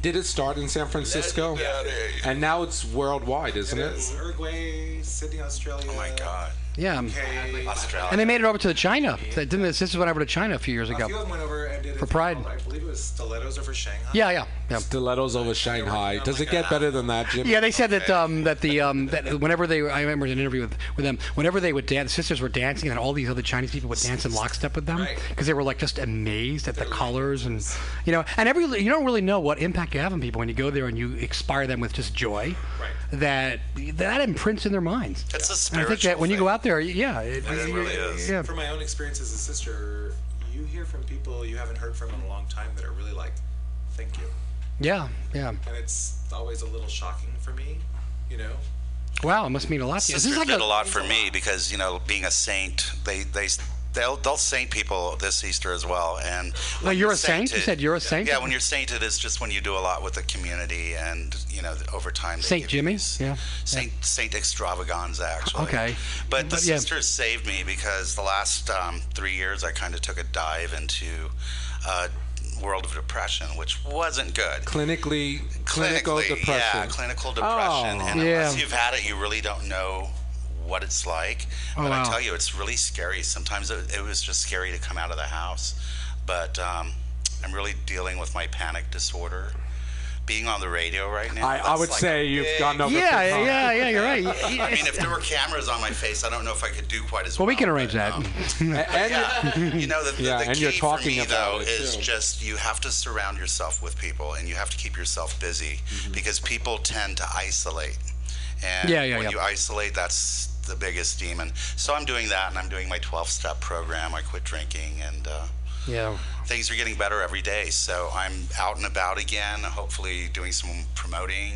D: Did it start in San Francisco?
E: Legendary.
D: And now it's worldwide, isn't it?
F: It's Uruguay, Sydney, Australia.
E: Oh my God,
C: Yeah.
F: Okay.
E: Australia!
C: And they made it over to China. They didn't the sisters went over to China a few years
F: A few of
C: ago?
F: them went over and did a
C: For
F: thing
C: Pride.
F: called, I believe it was Stilettos over Shanghai.
C: Yeah, yeah, yeah.
D: Stilettos over Shanghai. Does it get better than that, Jim?
C: Yeah, they said that um, that the um, that whenever they I remember an interview with, with them whenever they would dance, sisters were dancing, and all these other Chinese people would dance in lockstep with them
F: Right.
C: because they were like just amazed at the colors and you know and every you don't really know what impact you have on people when you go there and you inspire them with just joy
F: Right.
C: that that imprints in their minds.
E: It's a
C: And I
E: spiritual.
C: think that when you go
E: thing.
C: out there, yeah, it,
E: It
C: you-
E: really is.
C: Yeah.
F: From my own experience as a sister, you hear from people you haven't heard from in a long time that are really like, thank you.
C: yeah, yeah.
F: And it's always a little shocking for me, you know?
C: Wow, it must mean a lot to you. Is
E: sisters
C: this like
E: did
C: a-
E: a, lot for me because you know being a saint they they they'll, they'll saint people this easter as well and
C: No,
E: when
C: you're a saint? You said you're a saint?
E: yeah when you're sainted it's just when you do a lot with the community and you know over time they
C: Saint
E: give you
C: Jimmy?
E: these-
C: Yeah.
E: saint saint extravaganza actually
C: Okay.
E: but the
C: But, yeah.
E: sisters saved me because the last um, three years i kind of took a dive into uh, world of depression which wasn't good
D: Clinically, clinical
E: Clinically,
D: depression.
E: Yeah, clinical depression.
D: Oh.
E: and
C: Yeah.
E: unless you've had it, you really don't know what it's like.
C: Oh,
E: but
C: wow.
E: I tell you, it's really scary. Sometimes it, it was just scary to come out of the house. But um, I'm really dealing with my panic disorder. Being on the radio right now.
D: I, I
E: that's
D: would
E: like
D: say
E: a
D: you've
E: big-
D: gotten over.
C: yeah,
D: Tupac.
C: yeah, yeah, you're right.
E: I mean, if there were cameras on my face, I don't know if I could do quite as well.
C: well, we can
E: but,
C: arrange that.
E: um,
D: And,
E: you know, the, the,
D: Yeah,
E: the
D: and
E: key
D: you're
E: for
D: talking
E: me,
D: about
E: though,
D: it,
E: is
D: too.
E: just you have to surround yourself with people and you have to keep yourself busy because people tend to isolate. And
C: Mm-hmm. Yeah, yeah,
E: when
C: yeah.
E: you isolate, that's the biggest demon. So I'm doing that and I'm doing my 12 step program. I quit drinking and uh,
C: yeah.
E: things are getting better every day. So I'm out and about again, hopefully doing some promoting,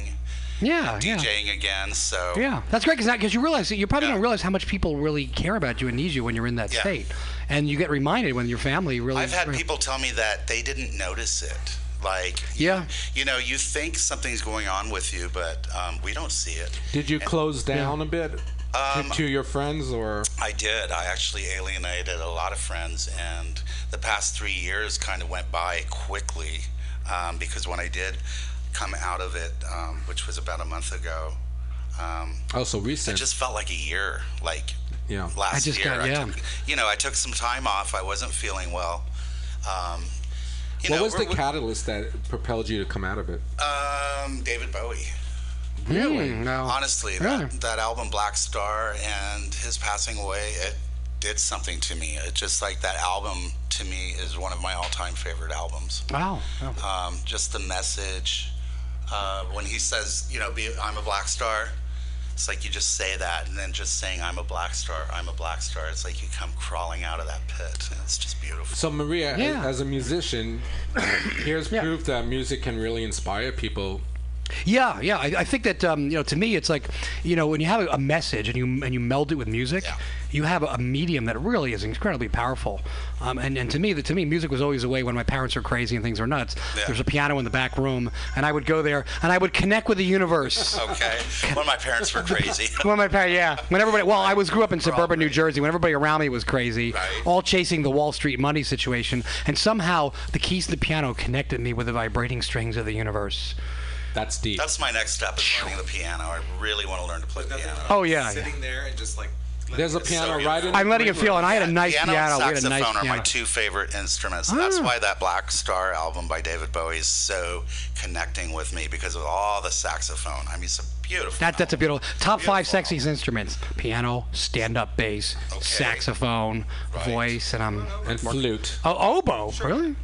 C: Yeah, yeah.
E: DJing again. So
C: Yeah, that's great because you realize that you probably
E: Yeah.
C: don't realize how much people really care about you and need you when you're in that
E: Yeah.
C: state, and you get reminded when your family really.
E: I've had people tell me that they didn't notice it. Like, you-
C: Yeah.
E: you know, you think something's going on with you, but um, we don't see it.
D: did you close down a bit to-
E: Um,
D: to your friends, or
E: I did. I actually alienated a lot of friends, and the past three years kind of went by quickly um, because when I did come out of it, um, which was about a month ago, um,
D: oh, so
E: it
D: recent?
E: just felt like a year. Like
D: yeah.
E: last
C: I just
E: year,
C: got- yeah.
E: took, you know, I took some time off. I wasn't feeling well. Um, you
D: What
E: know,
D: was the
E: we're- we're-
D: catalyst that propelled you to come out of it?
E: Um, David Bowie.
C: really Mm, no.
E: Honestly,
C: Really?
E: that, that album Black Star and his passing away, it did something to me. It just like that album to me is one of my all-time favorite albums.
C: Wow. Oh.
E: Um, just the message uh, when he says, you know, be, I'm a black star. It's like you just say that, and then just saying, "I'm a black star. I'm a black star." It's like you come crawling out of that pit, and it's just beautiful.
D: So Maria, a-
C: Yeah.
D: as a musician, here's proof that music can really inspire people.
C: Yeah, yeah. I, I think that um, you know, to me, it's like you know, when you have a, a message and you and you meld it with music, you have a, a medium that really is incredibly powerful. Um, and, and to me, that to me, music was always a way when my parents were crazy and things were nuts. There's a piano in the back room, and I would go there and I would connect with the universe.
E: Okay, when my parents were crazy.
C: When my parents, yeah. When everybody, well, I was grew up in suburban New Jersey. When everybody around me was crazy, all chasing the Wall Street money situation, and somehow the keys to the piano connected me with the vibrating strings of the universe.
D: That's deep.
E: That's my next step is learning the piano. I really want to learn to play the piano.
C: Oh yeah, yeah.
F: Sitting there and just like. letting
D: There's a
F: it
D: piano
E: beautiful.
D: right in.
C: I'm letting it feel, and I had a nice piano.
E: piano,
C: we
E: and
C: had a
E: saxophone
C: nice
E: are
C: piano.
E: my two favorite instruments. and That's
C: Ah.
E: why that Black Star album by David Bowie is so connecting with me because of all the saxophone. I mean, it's a beautiful.
C: That, that's a
E: album.
C: beautiful top five
E: Beautiful.
C: sexiest instruments: piano, stand-up bass, saxophone, voice, and I'm
D: and flute
C: oh oboe. Really?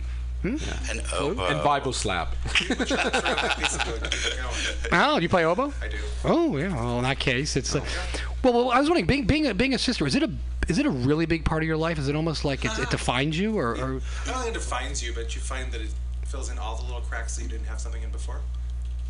C: Hmm?
E: An oboe.
D: and Bible slap.
C: Oh, you play oboe?
F: I do.
C: Oh yeah. Well, in that case, it's uh, well, well. I was wondering, being being a, being a sister, is it a is it a really big part of your life? Is it almost like it, it defines you, or, or
F: Not only defines you, but you find that it fills in all the little cracks that you didn't have something in before.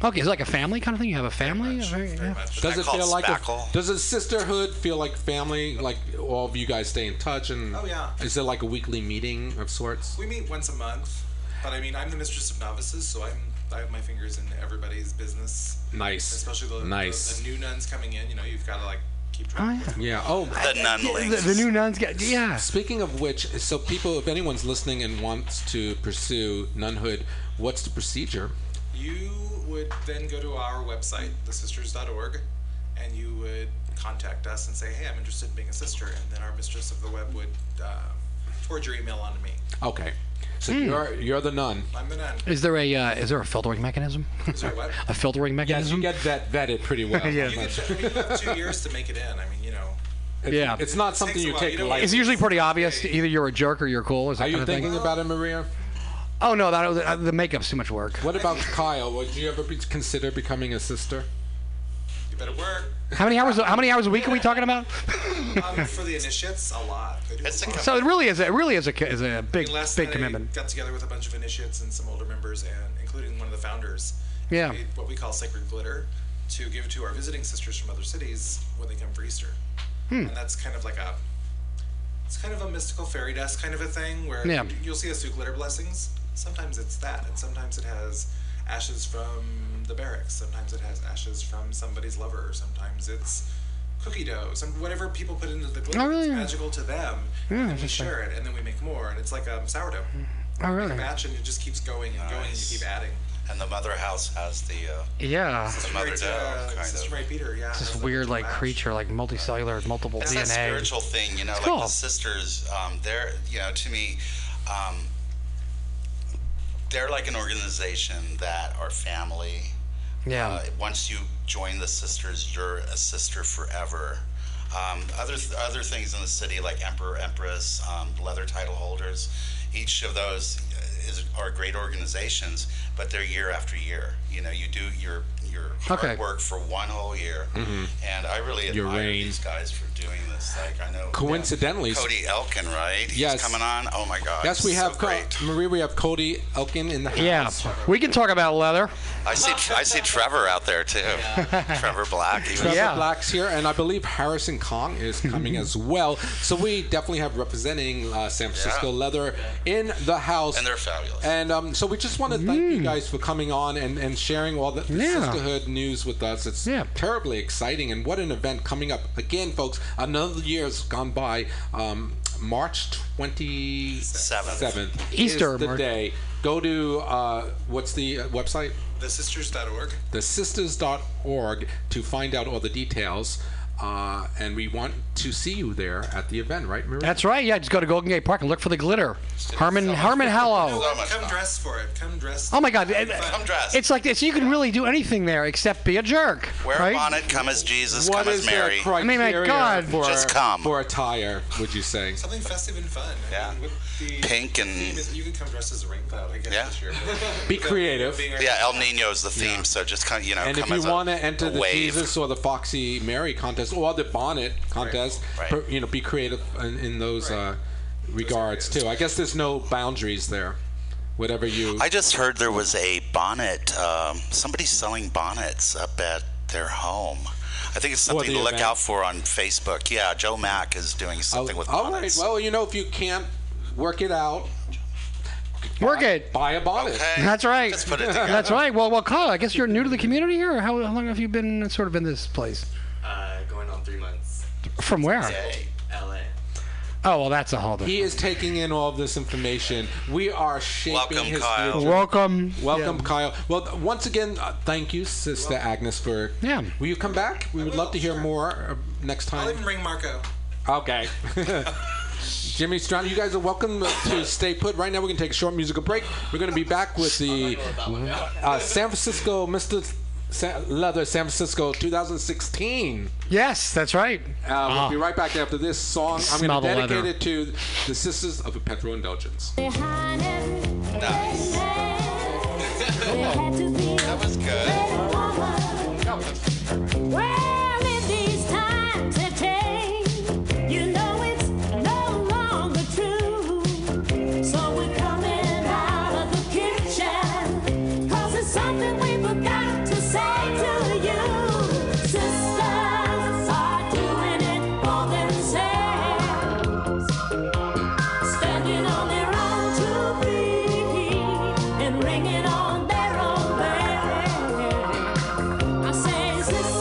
C: okay, is it like a family kind of thing? You have a family? Very-
F: Very
C: yeah.
F: much.
D: Does
E: that
D: it feel
E: called
D: like a,
E: spackle?
D: does a sisterhood feel like family? Like all of you guys stay in touch and
F: Oh, yeah.
D: Is it like a weekly meeting of sorts?
F: We meet once a month, but I mean, I'm the mistress of novices, so I'm I have my fingers in everybody's business,
D: Nice.
F: especially the the-
D: Nice.
F: the, new nuns coming in. You know, you've got to like keep track.
C: Oh, yeah.
D: Yeah. Oh,
E: the nun
C: The,
E: links.
C: the new nuns get yeah.
D: Speaking of which, so people, if anyone's listening and wants to pursue nunhood, what's the procedure?
F: You would then go to our website, thesisters.org, and you would contact us and say, "Hey, I'm interested in being a sister," and then our mistress of the web would um, forward your email onto me.
D: Okay. So you're you're the nun.
F: I'm the nun.
C: Hmm. Is there a uh, is there a filtering mechanism?
F: Sorry, what?
C: a filtering
D: Yes,
C: mechanism?
D: you get vet, vetted pretty well.
C: Yeah.
F: You, get, I mean, you have two years to make it in. I mean, you know.
C: yeah.
D: It's not something
F: Takes a
D: you
F: while.
D: take
F: You don't-
D: lightly.
C: It's usually pretty obvious. Either you're a jerk or you're cool. Is that
D: Are
C: kind
D: you
C: of thing?
D: thinking about it, Maria?
C: Oh no, that uh, the makeup's too much work.
D: What about Kyle? Would you ever be, consider becoming a sister?
F: You better work.
C: How many hours? How many hours a week are we talking about?
F: Um, for the initiates, a lot. They do a
E: It's a
F: lot.
E: com-
C: So it really is. A, it really is a co- is a big
F: Last
C: big
F: night,
C: commitment.
F: I got together with a bunch of initiates and some older members, and including one of the founders. and
C: Yeah.
F: made what we call sacred glitter to give to our visiting sisters from other cities when they come for Easter.
C: Hmm.
F: And that's kind of like a, it's kind of a mystical fairy dust kind of a thing where
C: Yeah.
F: you'll see us do glitter blessings. Sometimes it's that, and sometimes it has ashes from the barracks. Sometimes it has ashes from somebody's lover. Sometimes it's cookie dough. Some whatever people put into the glitter,
C: Oh, really?
F: it's magical to them.
C: Yeah,
F: and then we
C: interesting.
F: share it, and then we make more, and it's like um, sourdough.
C: Oh really?
F: Match and it just keeps going and going, and you keep adding.
E: and the mother house has the uh,
C: Yeah.
E: the mother
F: Right,
E: dough
F: uh,
E: kind
F: Sister
E: of.
F: Mary Peter, yeah.
C: This
F: has that
C: weird
F: little
C: like
F: ash.
C: creature, like multicellular, multiple
E: It's that
C: DNA.
E: spiritual thing, you know, like
C: cool.
E: the sisters. Um, they're you know to me. Um, they're like an organization that are family.
C: Yeah.
E: Uh, once you join the sisters, you're a sister forever. Um, other other things in the city like emperor, empress, um, leather title holders, each of those uh, is, are great organizations, but they're year after year. You know, you do your your hard
C: Okay.
E: work for one whole year, and I really
D: Mm-hmm. Your
E: admire
D: reign.
E: these guys for doing this. Like I know
D: Coincidentally,
E: Cody Elkin, right? He's
D: Yes.
E: coming on. Oh my God!
D: yes, we
E: he's
D: have
E: so
D: Co-
E: great.
D: Maria. We have Cody Elkin in the house.
C: Yeah. We can talk about leather.
E: I see I see Trevor out there too. Trevor Black. He was
D: Trevor
C: Yeah.
D: Black's here, and I believe Harrison Kong is coming as well. So we definitely have representing uh, San Francisco
E: Yeah.
D: Leather in the house.
E: And they're fabulous.
D: And um, so we just want to thank you guys for coming on and, and sharing all the, the
C: Yeah.
D: sisterhood news with us. It's
C: Yeah.
D: terribly exciting, and what an event coming up. Again, folks, another year has gone by. Um, March 27th
C: Easter,
D: is the
C: March.
D: day. Go to, uh, what's the uh, website?
F: Thesisters.org.
D: thesisters.org to find out all the details. Uh, and we want to see you there at the event, right, Maria?
C: That's right. Yeah, just go to Golden Gate Park and look for the glitter. Harmon Harmon Hallow.
E: So much
F: Come
E: fun.
F: dress for it. Come dress.
C: Oh my God! it-
E: Come dressed.
C: It's like this. You can really do anything there except be a jerk,
E: Wear
C: right?
E: a bonnet, come as Jesus,
D: What
E: come
D: is
E: as Mary.
D: the criteria
C: mean, my God.
D: for
E: Just come.
D: for attire? Would you say?
F: Something festive and fun. I
E: Yeah.
F: mean, with the
E: Pink
F: theme
E: and
F: is- you can come dressed as a rain cloud, I guess.
E: Yeah.
F: This year.
D: Be creative.
F: Being
E: yeah, El Nino is the theme, so just come, you know,
D: And if
E: come
D: you
E: as a-
D: want to enter
E: a
D: the
E: wave.
D: Jesus or the Foxy Mary contest or the Bonnet contest,
E: Right.
D: per- you know, be creative in, in those uh, regards too. I guess there's no boundaries there. Whatever you,
E: I just heard there was a bonnet. Um, somebody's selling bonnets up at their home. I think it's
D: What,
E: something
D: the
E: to look
D: event?
E: out for on Facebook. Yeah, Joe Mack is doing something with
D: all right.
E: bonnets.
D: Well, you know, if you can't work it out,
C: Work it.
D: buy a bonnet.
E: okay.
C: That's right.
E: Just put it together.
C: That's right. Well, well, Kyle, I guess you're new to the community here. Or how, how long have you been sort of in this place?
H: Uh, going on three months.
C: From where?
H: LA.
C: Oh, well, that's a whole different.
D: He is taking in all of this information. We are shaping
E: Welcome,
D: his
E: Kyle.
D: future.
C: Welcome.
D: Welcome, Kyle. Well, th- once again, uh, thank you, Sister Agnes, for.
C: Yeah.
D: Will you come back? We would love to hear more uh, next
F: I'll
D: time.
F: even ring Marco.
D: Okay. Jimmy Strong, you guys are welcome to stay put. Right now, we're going to take a short musical break. We're going to be back with the uh, San Francisco, Mr. Sa- Leather, San Francisco 2016.
C: Yes, that's right.
D: Uh, We'll be right back after this song. I'm
C: Ah. Smell the
D: going to dedicate
C: leather.
D: it to the Sisters of Perpetual Indulgence.
E: Nice.
D: Uh,
E: That was good.
G: Well, in these times of change, you know it's no longer true. So we're coming out of the kitchen, cause it's something we forgot to say to you. Sisters are doing it for themselves, standing on their own two feet and ringing on their own bells. I say, sister,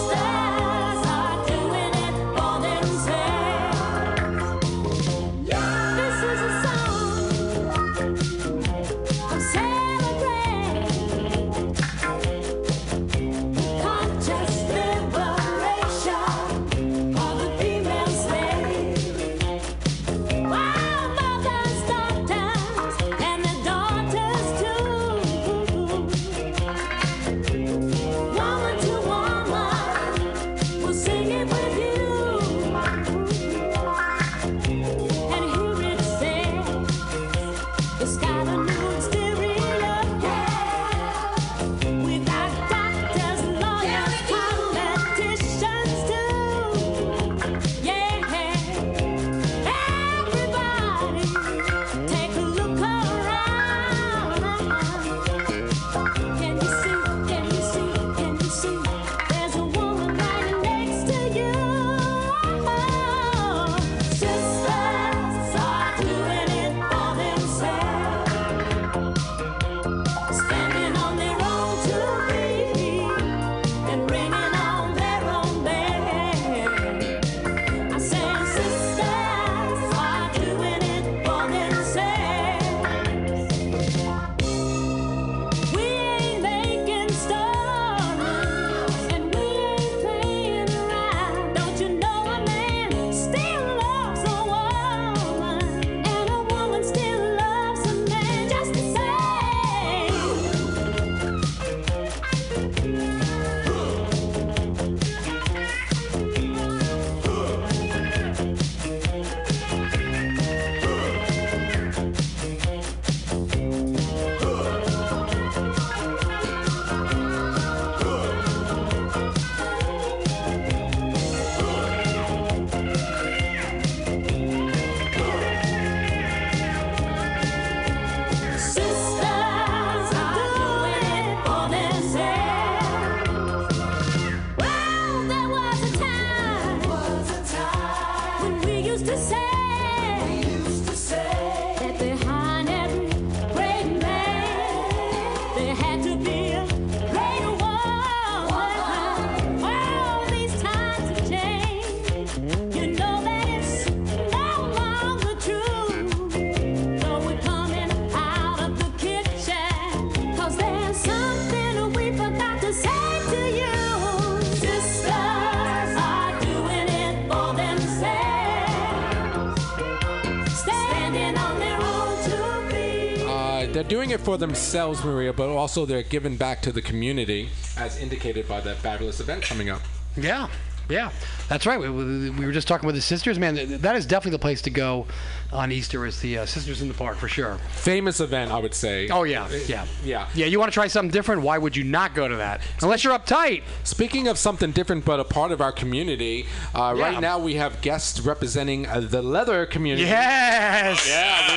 D: They're doing it for themselves, Maria, but also they're giving back to the community, as indicated by that fabulous event coming up.
C: Yeah, yeah, that's right. We, we, we were just talking with the sisters, man. th- That is definitely the place to go on Easter. Is the uh, sisters in the park for sure.
D: Famous event, I would say.
C: Oh yeah, yeah,
D: Yeah.
C: yeah. You want to try something different? Why would you not go to that? Unless you're uptight.
D: Speaking of something different, but a part of our community, uh,
C: Yeah.
D: right now we have guests representing uh, the leather community.
C: Yes.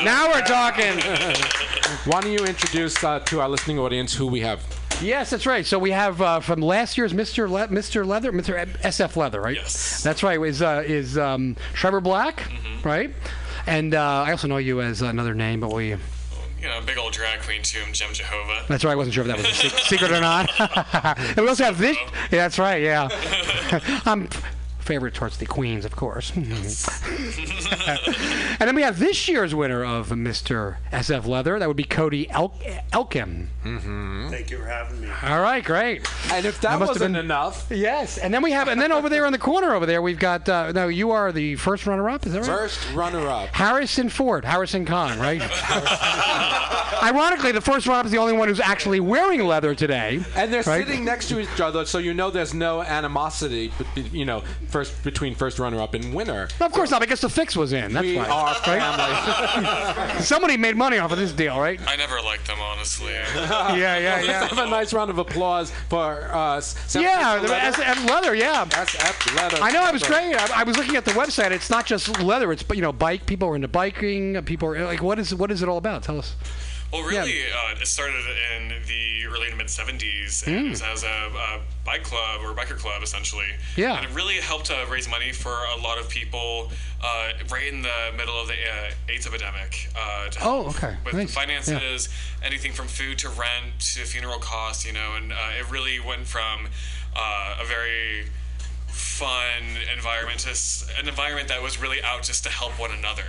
C: now we're talking.
D: Why don't you introduce uh, to our listening audience who we have?
C: Yes, that's right. So we have uh, from last year's Mr. Le- Mr. Leather, Mr. M- SF Leather, right?
H: Yes.
C: That's right. Is uh, is um, Trevor Black, right? And uh, I also know you as another name, but we.
H: You know, big old drag queen too. I'm Jem Jehovah.
C: That's right. I wasn't sure if that was a se- secret or not. and we also have this. Yeah, that's right. Yeah. I'm f- favorite towards the queens, of course. and then we have this year's winner of Mr. SF Leather. That would be Cody El- Elkin.
K: Thank you for having me.
C: All right, great.
D: And if that,
C: must have
D: wasn't
C: been-
D: enough,
C: Yes, and then we have, and then over there in the corner over there, we've got. Uh, no, you are the first runner-up. Is that right?
D: first runner-up.
C: Harrison Ford, Harrison Khan, right? Ironically, the first runner-up is the only one who's actually wearing leather today.
D: And they're
C: right?
D: sitting next to each other, so you know there's no animosity, be- be- you know, first between first runner-up and winner.
C: Of course not, because the fix was in. That's
D: We
C: why.
D: are family.
C: Somebody made money off of this deal, right?
H: I never liked them, honestly.
C: yeah, yeah,
D: Let's have
C: yeah.
D: a nice round of applause for uh, S- San
C: Yeah, the
D: Francisco leather.
C: SF leather. Yeah.
D: SF leather.
C: I know. I was great. I, I was looking at the website. It's not just leather. It's you know, bike. People are into biking. People are like, what is what is it all about? Tell us.
K: Well, really, uh, it started in the early to mid 70s and it
C: Hmm.
K: was as a, a bike club or biker club, essentially.
C: Yeah.
K: And it really helped uh, raise money for a lot of people uh, right in the middle of the uh, AIDS epidemic. Uh, to
C: Oh,
K: help
C: okay.
K: With
C: Nice.
K: finances, anything from food to rent to funeral costs, you know, and uh, it really went from uh, a very fun environment to s- an environment that was really out just to help one another.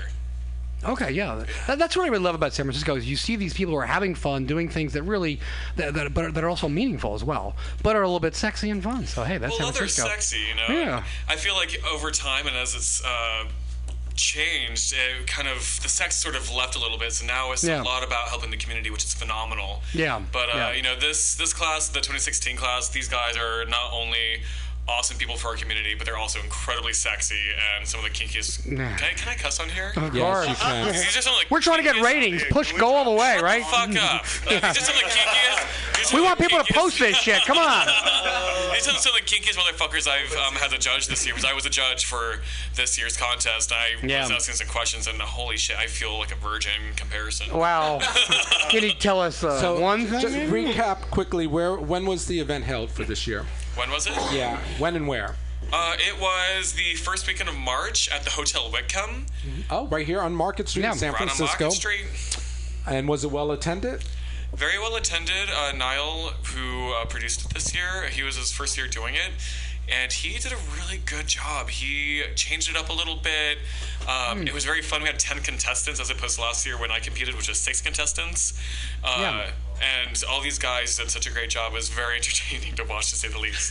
C: Okay, yeah, that, that's what I really love about San Francisco is you see these people who are having fun, doing things that really, that, that but are, that are also meaningful as well, but are a little bit sexy and fun. So hey, that's
K: well,
C: San
K: leather's
C: Francisco.
K: sexy, you know.
C: Yeah.
K: I feel like over time and as it's uh, changed, it kind of the sex sort of left a little bit. So now it's
C: Yeah.
K: a lot about helping the community, which is phenomenal.
C: Yeah,
K: But uh,
C: yeah.
K: you know, this this class, the 2016 class, these guys are not only awesome people for our community, but they're also incredibly sexy and some of the kinkiest. Can
C: Nah.
K: I, can I cuss on here?
D: Yes, you can.
K: These are some of the
C: We're trying to get
K: kinkiest-
C: ratings. Push
K: Can we-
C: go all the way,
K: Shut
C: right?
K: fuck up. Uh, these are some of the kinkiest. these are
C: We want
K: the
C: people to
K: kinkiest-
C: post this shit. Come on.
K: these are some of the kinkiest motherfuckers I've um, had to judge this year because I was a judge for this year's contest. I
C: Yeah.
K: was asking some questions, and holy shit, I feel like a virgin in comparison.
C: Wow. Can you tell us uh,
D: So
C: one
D: just
C: thing?
D: recap quickly. Where when was the event held for this year?
K: When was it?
D: Yeah, when and where?
K: Uh, it was the first weekend of March at the Hotel Whitcomb,
D: Oh, right here on Market Street
C: Yeah.
D: in San
K: right on
D: Francisco.
K: Market Street.
D: And was it well attended?
K: Very well attended. Uh, Niall, who uh, produced it this year, he was his first year doing it, and he did a really good job. He changed it up a little bit. Um,
C: Hmm.
K: It was very fun. We had 10 contestants as opposed to last year when I competed, which was six contestants. Uh,
C: Yeah.
K: And all these guys did such a great job. It was very entertaining to watch, to say the least.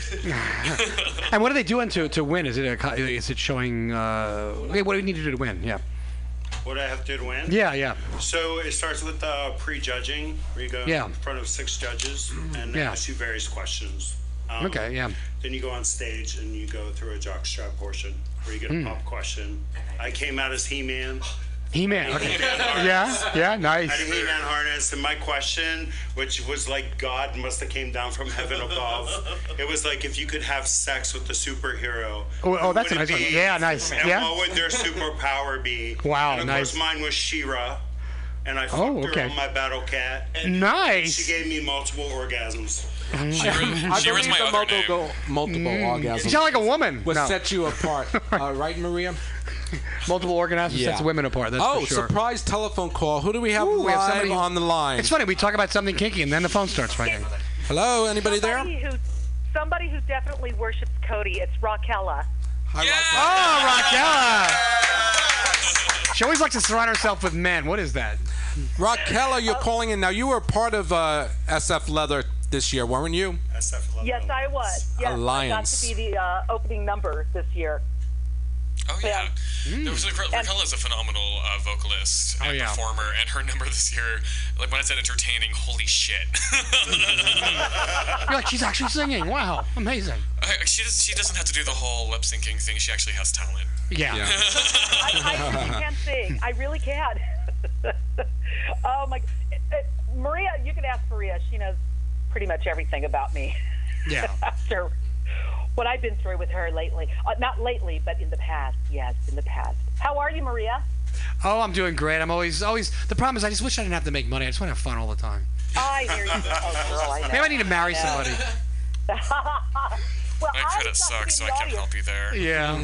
C: And what are they doing to, to win? Is it a, co- is it showing? Uh, okay, what do we need to do to win? Yeah.
K: What I have to do win?
C: Yeah, yeah.
K: So it starts with uh, prejudging, where you go
C: Yeah.
K: in front of six judges and they
C: Yeah.
K: ask you various questions. Um,
C: Okay, yeah.
K: Then you go on stage and you go through a jockstrap portion where you get a
C: Hmm.
K: pop question. I came out as He-Man.
C: He Man. Okay. Yeah, yeah.
K: I did
C: Nice.
K: He-Man harness, and my question, which was like God must have came down from heaven above, it was like if you could have sex with the superhero.
C: Oh, oh,
K: who
C: that's a
K: would it
C: nice one.
K: be?
C: Yeah, nice.
K: And
C: Yeah.
K: what would their superpower be?
C: Wow,
K: and of
C: nice.
K: course, mine was She-Ra, and I fucked
C: Oh, okay.
K: her on my battle cat. And She
C: Nice. Mm.
K: gave me multiple orgasms.
D: I believe the multiple, multiple
C: You
D: orgasms
C: sound like a woman.
D: would
C: No.
D: set you apart. uh, right, Maria?
C: Multiple organisms
D: Yeah.
C: sets women apart. That's
D: oh,
C: for sure.
D: surprise telephone call. Who do we have
C: Ooh,
D: live
C: we have somebody-
D: on the line?
C: It's funny. We talk about something kinky, and then the phone starts ringing.
D: Hello, anybody there?
L: somebody who somebody who definitely worships Cody. It's Raquella.
D: Hi,
C: Oh,
D: Ah,
C: Raquel! She always likes to surround herself with men. What is that?
D: Raquel. Raquel, you're calling in. Now, you were part of uh, SF Leather this year, weren't you?
L: Yes, I was. Yes, I got
D: Alliance.
L: to be the uh, opening number this year.
K: Oh yeah, there was Rick-
L: And-
K: Raquel is a phenomenal uh, vocalist and
C: Oh, yeah.
K: performer, and her number this year, like when I said entertaining, holy shit!
C: You're like, she's actually singing. Wow, amazing.
K: I- she does, she doesn't have to do the whole lip syncing thing. She actually has talent.
C: Yeah.
L: I, I really can sing. I really can. oh my! uh, Maria, you can ask Maria. She knows pretty much everything about me.
C: Yeah.
L: After what I've been through with her lately, uh, not lately, but in the past. Yes, in the past. How are you, Maria?
C: Oh, I'm doing great. I'm always, always. The problem is, I just wish I didn't have to make money. I just want to have fun all the time.
L: I hear you. Oh, girl, I know.
C: Maybe I need to marry somebody.
L: well,
K: I
L: I
K: could have
L: got to be in
K: sucked, so I
L: the
K: can't
L: audience.
K: help you there.
C: Yeah.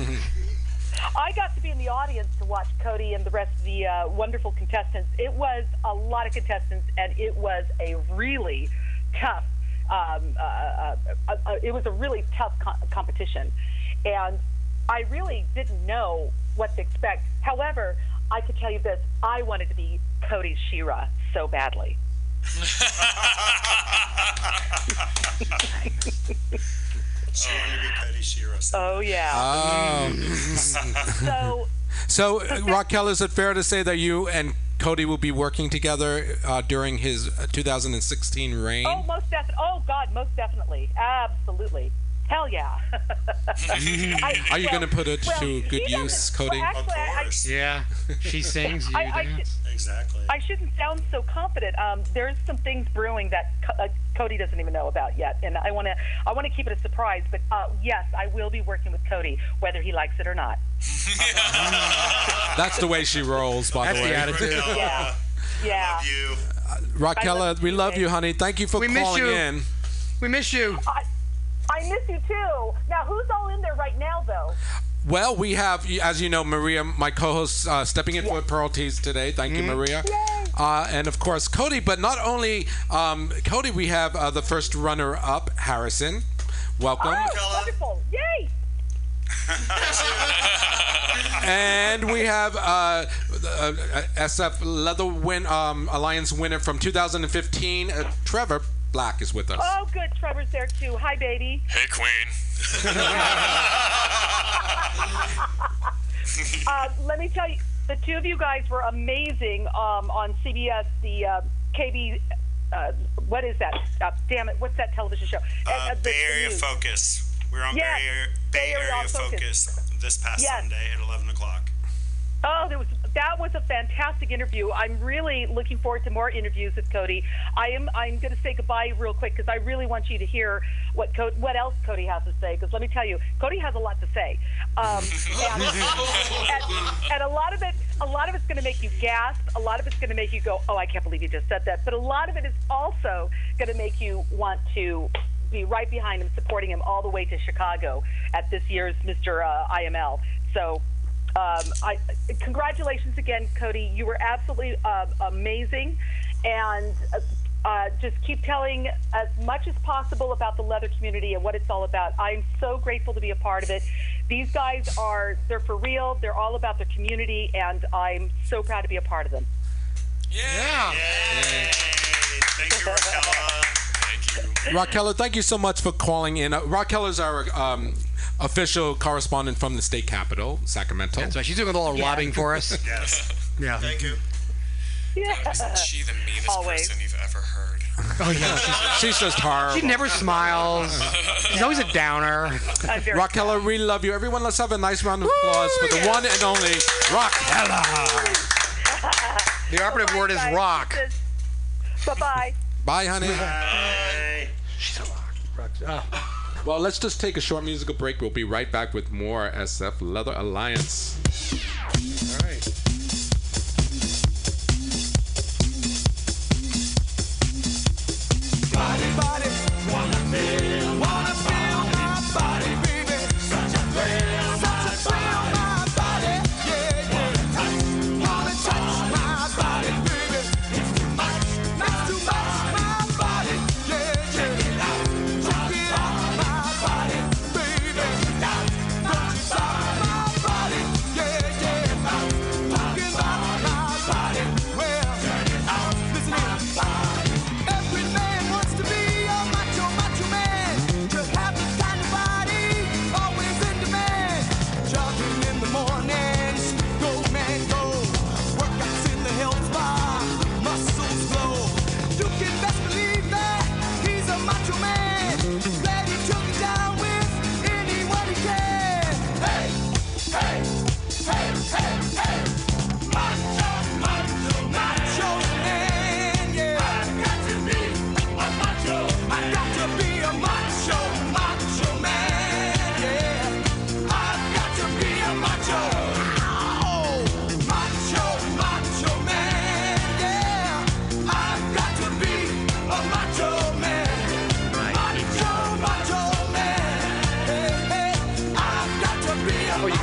L: I got to be in the audience to watch Cody and the rest of the uh, wonderful contestants. It was a lot of contestants, and it was a really tough. Um, uh, uh, uh, uh, it was a really tough co- competition, and I really didn't know what to expect. However, I could tell you this: I wanted to be Cody's Shira so badly.
J: She wanted to be Cody Shiro. So
L: Oh yeah.
D: Oh.
L: Um, so
D: So uh, Raquel, is it fair to say that you and Cody will be working together uh, during his uh, 2016 reign?
L: Oh, most definitely. Oh, God, most definitely. Absolutely. Hell yeah. I-
D: Are you
L: well-
D: gonna put it
L: well,
D: to good
L: he
D: use,
L: doesn't-
D: Cody?
L: Well,
J: of
L: actually, I, I-
J: course.
C: Yeah. She sings. You
L: I- I-
C: dance.
J: Exactly.
L: I shouldn't sound so confident. Um, there's some things brewing that Co- uh, Cody doesn't even know about yet, and I want to I want to keep it a surprise. But uh, yes, I will be working with Cody, whether he likes it or not.
D: That's the way she rolls, by
C: That's
D: the way.
C: the attitude.
J: Raquel,
L: Yeah. Yeah.
J: you.
D: Raquel,
L: I love
D: uh, we
L: you,
D: love
L: babe.
D: you, honey. Thank you for
C: We miss
D: calling
C: you.
D: in.
C: We miss you.
L: I, I miss you too. Now, who's all in there right now, though?
D: Well, we have, as you know, Maria, my co-host, uh, stepping in for Pearl Tees today. Thank
C: Mm-hmm.
D: you, Maria. Uh, and of course, Cody. But not only um, Cody, we have uh, the first runner-up, Harrison. Welcome.
L: Oh, wonderful! Yay!
D: And we have uh, the, uh, SF Leather win, um, Alliance winner from 2015, uh, Trevor Black, is with us.
L: Oh, good. Trevor's there too. Hi, baby.
K: Hey, Queen.
L: Uh, let me tell you, the two of you guys were amazing um, on CBS, the uh, KB. Uh, what is that? Uh, damn it! What's that television show? Uh,
J: Uh,
L: uh, the-
J: Bay
L: the
J: Area
L: news.
J: Focus. We're on
L: Yeah,
J: Bay Area, Bay Area, Focus. this past
L: Yes.
J: Sunday at 11 o'clock.
L: Oh, there was that was a fantastic interview. I'm really looking forward to more interviews with Cody. I am. I'm going to say goodbye real quick because I really want you to hear what Co- what else Cody has to say. Because let me tell you, Cody has a lot to say, um, and, and, and a lot of it, a lot of it's going to make you gasp. A lot of it's going to make you go, "Oh, I can't believe you just said that." But a lot of it is also going to make you want to be right behind him, supporting him all the way to Chicago at this year's Mr. Uh, IML. So um, I, congratulations again, Cody. You were absolutely uh, amazing, and uh, uh, just keep telling as much as possible about the leather community and what it's all about. I'm so grateful to be a part of it. These guys are—they're for real. They're all about their community, and I'm so proud to be a part of them.
C: Yeah.
J: Yay! Thank you, Raquel.
K: Thank you.
D: Raquel, thank you so much for calling in. Uh, Raquel is our um, official correspondent from the state capital, Sacramento.
C: That's right. She's doing all the lobbying for us.
J: Yes.
C: Yeah.
J: Thank you.
K: Isn't she the meanest
L: Always.
K: person you've ever heard?
C: Oh yeah.
D: She's just horrible.
C: She never smiles. She's always a downer.
L: I'm very
D: Raquel, I really love you. Everyone, let's have a nice round of applause for the one and only Raquel.
C: The operative word is rock.
L: Bye bye.
D: Bye, honey.
J: Bye.
C: She's a rock. rock. Oh.
D: Well, let's just take a short musical break. We'll be right back with more SF Leather Alliance.
C: All right.
G: Yeah.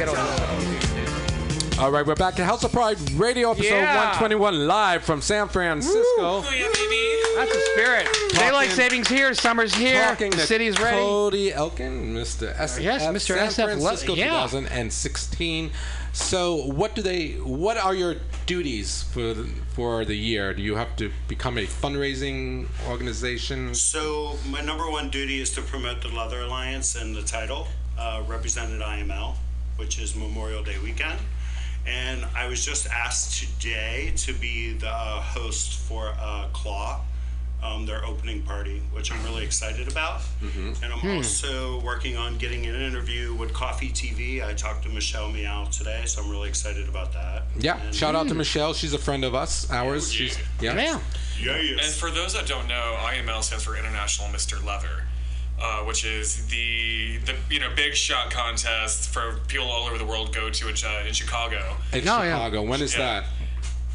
C: Oh,
D: All right, we're back at House of Pride Radio episode
C: Yeah.
D: 121 live from San Francisco.
C: That's the spirit. Daylight savings here, summer's here.
D: Talking
C: the
D: to
C: city's ready.
D: Cody Elkin, Mr. SF,
C: Yes, Mr.
D: San
C: SF, lo-
D: Francisco,
C: yeah.
D: 2016. So, what do they? What are your duties for the, for the year? Do you have to become a fundraising organization?
J: Um, So my number one duty is to promote the Leather Alliance and the title uh, represented IML, which is Memorial Day weekend. And I was just asked today to be the uh, host for uh, Claw, um, their opening party, which I'm really excited about. And I'm
M: Hmm.
J: also working on getting an interview with Coffee TV. I talked to Michelle Meow today, so I'm really excited about that.
D: Yeah,
J: And- Hmm.
D: shout
C: Hmm.
D: out to Michelle. She's a friend of us, ours. She's yeah.
K: And for those that don't know, IML stands for International Mr. Leather, uh, which is the the you know big shot contest for people all over the world go to in, Chi- in Chicago.
D: In Chicago. When is that?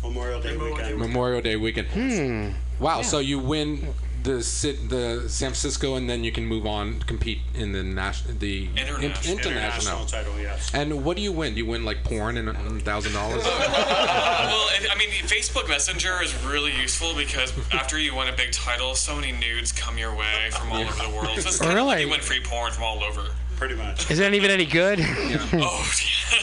J: Memorial Day weekend.
D: Memorial Day weekend.
C: Hmm.
D: Wow. So you win the sit the San Francisco, and then you can move on compete in the national the in-
J: International. International title, yes.
D: And what do you win? Do you win like porn and a thousand dollars?
K: Uh, well, and, I mean, Facebook Messenger is really useful because after you win a big title, so many nudes come your way from all over the world. So it's kind of like
C: Really?
K: you win free porn from all over.
J: Pretty much.
C: Is it even any good?
K: Oh,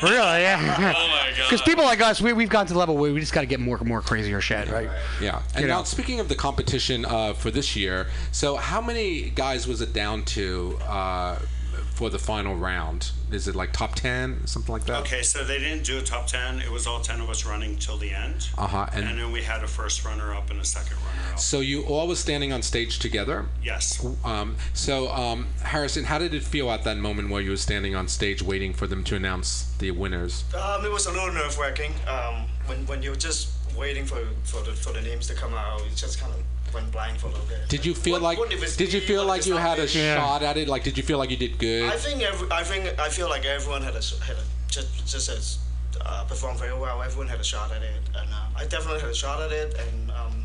C: really? Yeah.
K: Oh, my God.
C: Because people like us, we, we've gotten to the level where we just got to get more and more crazier shit, right?
D: Yeah. And
C: You
D: now
C: know.
D: speaking of the competition uh, for this year, so how many guys was it down to uh, for the final round? Is it like top ten, something like that?
J: Okay, so they didn't do a top 10. It was all 10 of us running till the end.
D: Uh-huh, and-
J: And, then we had a first runner up and a second runner up.
D: So you all was standing on stage together.
J: Yes.
D: Um, so um, Harrison, how did it feel at that moment while you were standing on stage waiting for them to announce the winners?
M: Um, it was a little nerve wracking. Um, when, when you're just waiting for, for, the, for the names to come out, you just kind of went blind for a little bit.
D: Did you feel
M: What-
D: like
M: what if it's
D: did you
M: me?
D: feel
M: What if
D: like
M: it's
D: you
M: not
D: had a
M: me?
D: shot at it? Like did you feel like you did good?
M: I think every, I think I feel like everyone had a s- had a, just just as uh, performed very well. Everyone had a shot at it, and um, I definitely had a shot at it, and um,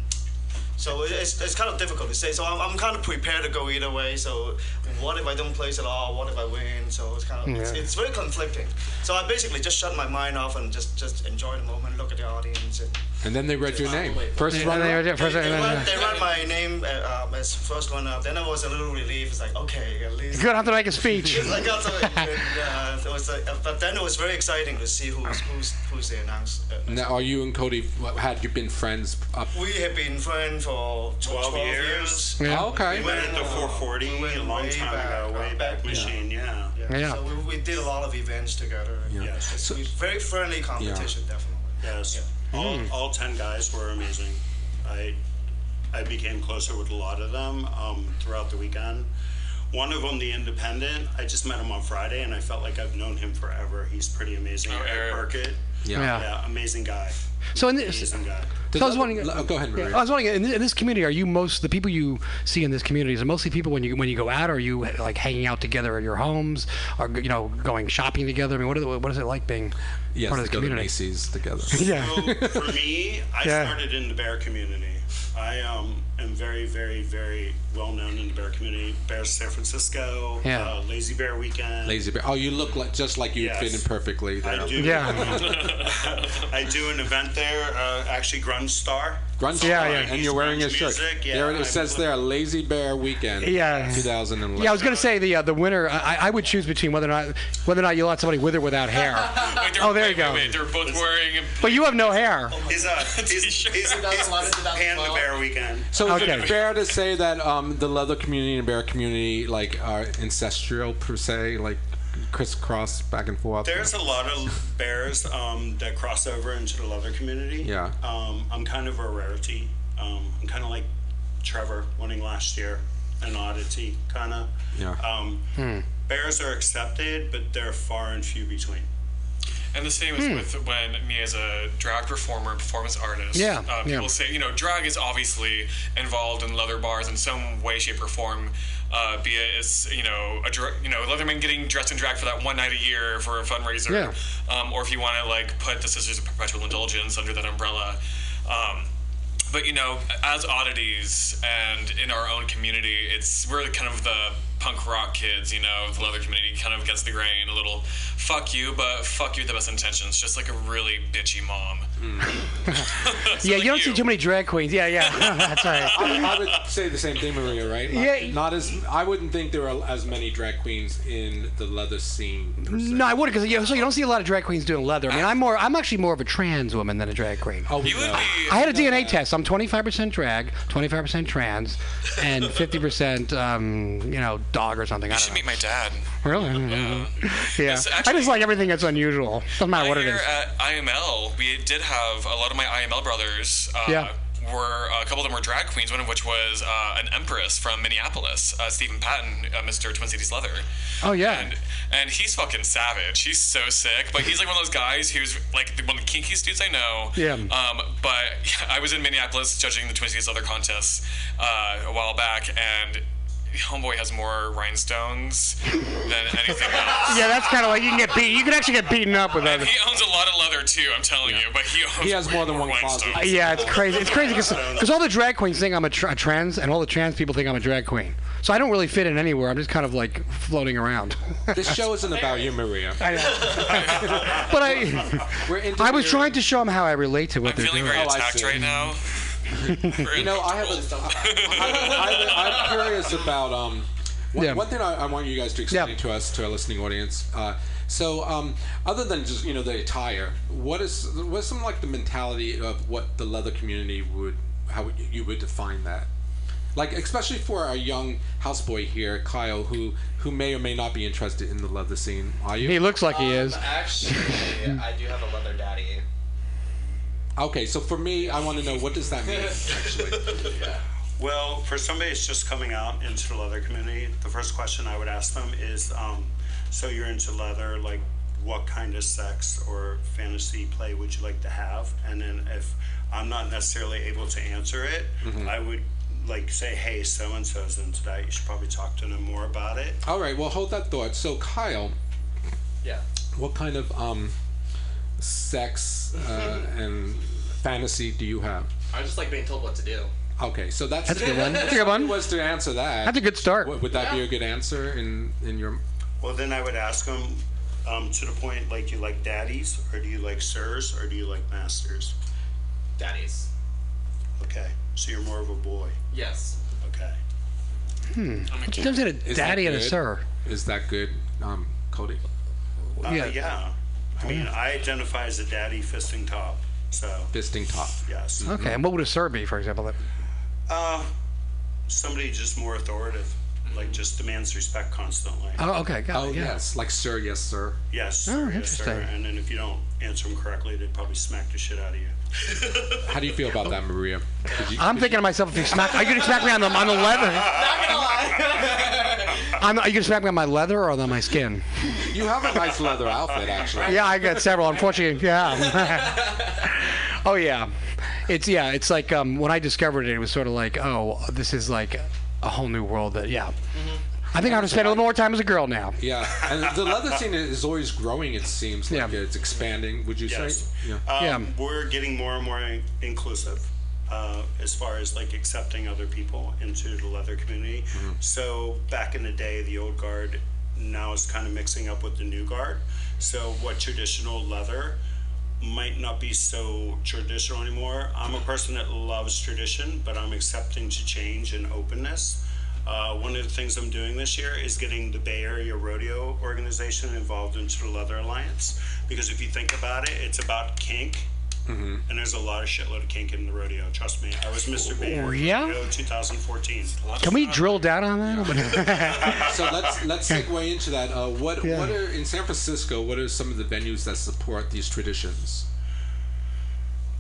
M: so it- it's, it's kind of difficult to say. So I'm, I'm kind of prepared to go either way. So what if I don't place at all? What if I win? So it's kind of it's,
J: Yeah.
M: it's very conflicting. So I basically just shut my mind off and just just enjoy the moment, look at the audience, and
D: and then they read your name. First
C: Yeah,
D: runner.
C: they read it first,
M: they,
C: and
M: they
C: then-
M: read, they read my name uh, um, as first one up. Then I was a little relieved. It's like okay, at least
C: You're gonna have to make a speech.
M: Yes, I got some. yeah, uh, it was like, but then it was very exciting to see who's who's who's the announced. Uh,
D: Now, are you and Cody had you been friends
C: Uh,
D: up
M: we have been friends for twelve, years.
D: Yeah. Oh, okay.
M: We
J: We went
M: went
J: into 440 a long time ago, way back machine, yeah.
M: uh, Yeah. So we, we did a lot of events together.
J: Yeah.
M: Yes. It's we- very friendly competition, definitely.
J: Yes. All,
D: Hmm.
J: all 10 guys were amazing. I, I became closer with a lot of them um, throughout the weekend. One of them, the independent, I just met him on Friday and I felt like I've known him forever. He's pretty amazing. Eric Burkett.
C: Yeah. Yeah.
J: amazing guy.
C: So in this,
J: Amazing guy.
C: so I was wondering.
D: oh, go ahead,
C: I was wondering in this, in this community, are you most the people you see in this community? Is it mostly people when you when you go out? Or are you like hanging out together at your homes? Or you know going shopping together? I mean, what are the, what is it like being
D: yes,
C: part of
D: they
C: this
D: go to
C: community?
D: Macy's together?
C: Yeah.
J: So for me, I
C: Yeah.
J: started in the bear community. I um, am very, very, very well known in the bear community. Bears San Francisco,
D: Yeah.
J: uh, Lazy Bear Weekend.
D: Lazy bear. Oh, you look like just like you
J: Yes.
D: fit in perfectly there.
J: I do. I do an event there. Uh, actually, Grunge Star.
D: Grunge
J: So,
D: yeah,
J: uh,
D: yeah, and
J: he's
D: you're wearing a
J: grunge
D: shirt.
J: music, yeah,
D: there it
J: I'm-
D: says there, Lazy Bear Weekend,
C: Yeah.
D: 2011.
C: Yeah, I was gonna say the uh, the winner. I, I would choose between whether or not whether or not you let somebody with or without hair. oh, there you go.
K: Wait, they're both wearing.
C: But you have no hair.
J: He's a he's, he's, he's Pan the Bear Weekend.
D: So is
C: Okay.
D: it fair to say that um, the leather community and bear community like are ancestral per se, like crisscross back and forth?
J: There's a lot of bears um, that cross over into the leather community.
D: Yeah.
J: Um, I'm kind of a rarity. Um, I'm kind of like Trevor winning last year, an oddity, kind of.
D: Yeah.
J: Um,
D: Hmm.
J: Bears are accepted, but they're far and few between.
K: And the same is
J: Hmm.
K: with when me as a drag performer, performance artist.
J: Yeah,
K: Uh,
J: yeah.
K: people say, you know, drag is obviously involved in leather bars in some way, shape, or form. Uh, be it as you know, a dra- you know, leatherman getting dressed in drag for that one night a year for a fundraiser,
D: Yeah.
K: um, or if you want to like put the Sisters of Perpetual Indulgence under that umbrella. Um, but you know, as oddities and in our own community, it's we're kind of the punk rock kids, you know, the leather community, kind of against the grain, a little fuck you, but fuck you with the best intentions, just like a really bitchy mom.
C: yeah, you don't see too many drag queens. Yeah, yeah, that's
D: I,
C: right.
D: I would say the same thing, Maria. Right?
C: Yeah.
D: Not as I wouldn't think there are as many drag queens in the leather scene.
C: No, I wouldn't, because you, so you don't see a lot of drag queens doing leather. I mean, I'm more, I'm actually more of a trans woman than a drag queen.
D: Oh, you would
C: I, I had a DNA test. I'm 25% drag, 25% trans, and 50% um, you know dog or something. I
K: You
C: don't
K: should meet my dad.
C: know. Really? Yeah.
K: It's
C: I just like everything that's unusual. Doesn't matter what it
K: Here
C: is.
K: at IML, we did have a lot of my IML brothers. Uh,
C: Yeah.
K: Were a couple of them were drag queens. One of which was uh, an empress from Minneapolis, uh, Stephen Patton, uh, Mr. Twin Cities Leather,
C: Oh yeah.
K: and he's fucking savage. He's so sick, but he's like one of those guys who's like one of the kinkiest dudes I know.
C: Yeah.
K: Um, but I was in Minneapolis judging the Twin Cities Leather contest uh, a while back, and homeboy has more rhinestones than anything else.
C: yeah, that's kind of like you can get beat. You can actually get beaten up with
K: And
C: that.
K: he owns a lot of leather too. I'm telling you, but he owns
D: He has more than one closet.
C: Uh, Yeah, it's crazy. It's crazy because all the drag queens think I'm a, tra- a trans, and all the trans people think I'm a drag queen. So I don't really fit in anywhere. I'm just kind of like floating around.
D: This show isn't about you, Maria.
C: I know. but I,
D: We're into
C: I was
D: your-
C: trying to show them how I relate to what
K: I'm
C: they're
K: feeling
C: doing.
K: very
D: Oh, I
K: attacked
D: see.
K: right now.
D: You know, I have a, I, I, I'm curious about um, one,
C: Yeah.
D: one thing I, I want you guys to explain
C: Yeah.
D: to us, to our listening audience. Uh, so, um, other than just you know the attire, what is what's some like the mentality of what the leather community would how would- you would define that? Like especially for our young houseboy here, Kyle, who who may or may not be interested in the leather scene. Are you?
C: He looks like he is.
I: Um, Actually, I do have a leather daddy.
D: Okay, so for me, I want to know what does that mean actually.
J: Well, for somebody that's just coming out into the leather community, the first question I would ask them is, um, so you're into leather, like what kind of sex or fantasy play would you like to have? And then if I'm not necessarily able to answer it, I would like say, hey, so and so's into that. You should probably talk to them more about it.
D: All right, well, hold that thought. So, Kyle.
I: Yeah.
D: What kind of um, sex uh, and fantasy do you have?
I: I just like being told what to do.
D: Okay, so that's,
C: That's a good one. That's a good one.
D: Was to answer that.
C: That's a good start.
D: Would, would that be a good answer in in your?
J: Well, then I would ask them um, to the point, like, you like daddies, or do you like sirs, or do you like masters?
I: Daddies.
J: Okay, so you're more of a boy.
I: Yes.
J: Okay.
G: Hmm.
C: She does it a
D: Is
C: daddy
D: that
C: and a
D: good?
C: sir.
D: Is that good, um, Cody?
J: Uh,
C: Yeah.
J: yeah. I mean, I identify as a daddy fisting top. So,
D: Fisting Mm-hmm. top.
J: yes.
C: Okay, and what would a sir be, for example? That-
J: Uh, somebody just more authoritative, like just demands respect constantly.
C: Oh, okay, got
D: Oh
C: it. Yeah.
D: yes, like sir, yes sir.
J: yes.
C: Oh,
J: sir, yes, sir.
C: interesting.
J: And then if you don't answer them correctly, they'd probably smack the shit out of you.
D: How do you feel about that, Maria? Did you-
C: I'm thinking to myself, if you smack, are you gonna smack me on the on the leather? I'm, are you gonna smack me on my leather or on my skin?
D: you have a nice leather outfit, actually.
C: Yeah, I got several. Unfortunately, yeah. oh yeah, it's yeah. It's like um, when I discovered it, it was sort of like, oh, this is like a whole new world. That yeah. I think I'm gonna spend a little more time as a girl now.
D: Yeah, and the leather scene is always growing. It seems like
C: Yeah.
D: it's expanding. Would you
J: Yes.
D: say? Yeah.
C: Yeah.
J: Um, We're getting more and more in- inclusive uh, as far as like accepting other people into the leather community.
D: Mm-hmm.
J: So back in the day, the old guard now is kind of mixing up with the new guard. So what traditional leather might not be so traditional anymore. I'm a person that loves tradition, but I'm accepting to change and openness. Uh, one of the things I'm doing this year is getting the Bay Area Rodeo organization involved into the Leather Alliance because if you think about it, it's about kink.
C: Mm-hmm.
J: And there's a lot of shitload of kink in the rodeo. Trust me, I was Mr. Bay Area
C: Oh, Yeah?
J: Rodeo 2014.
C: Can we drill down on that?
D: So let's let's segue into that. Uh, what
C: Yeah.
D: what are in San Francisco? What are some of the venues that support these traditions?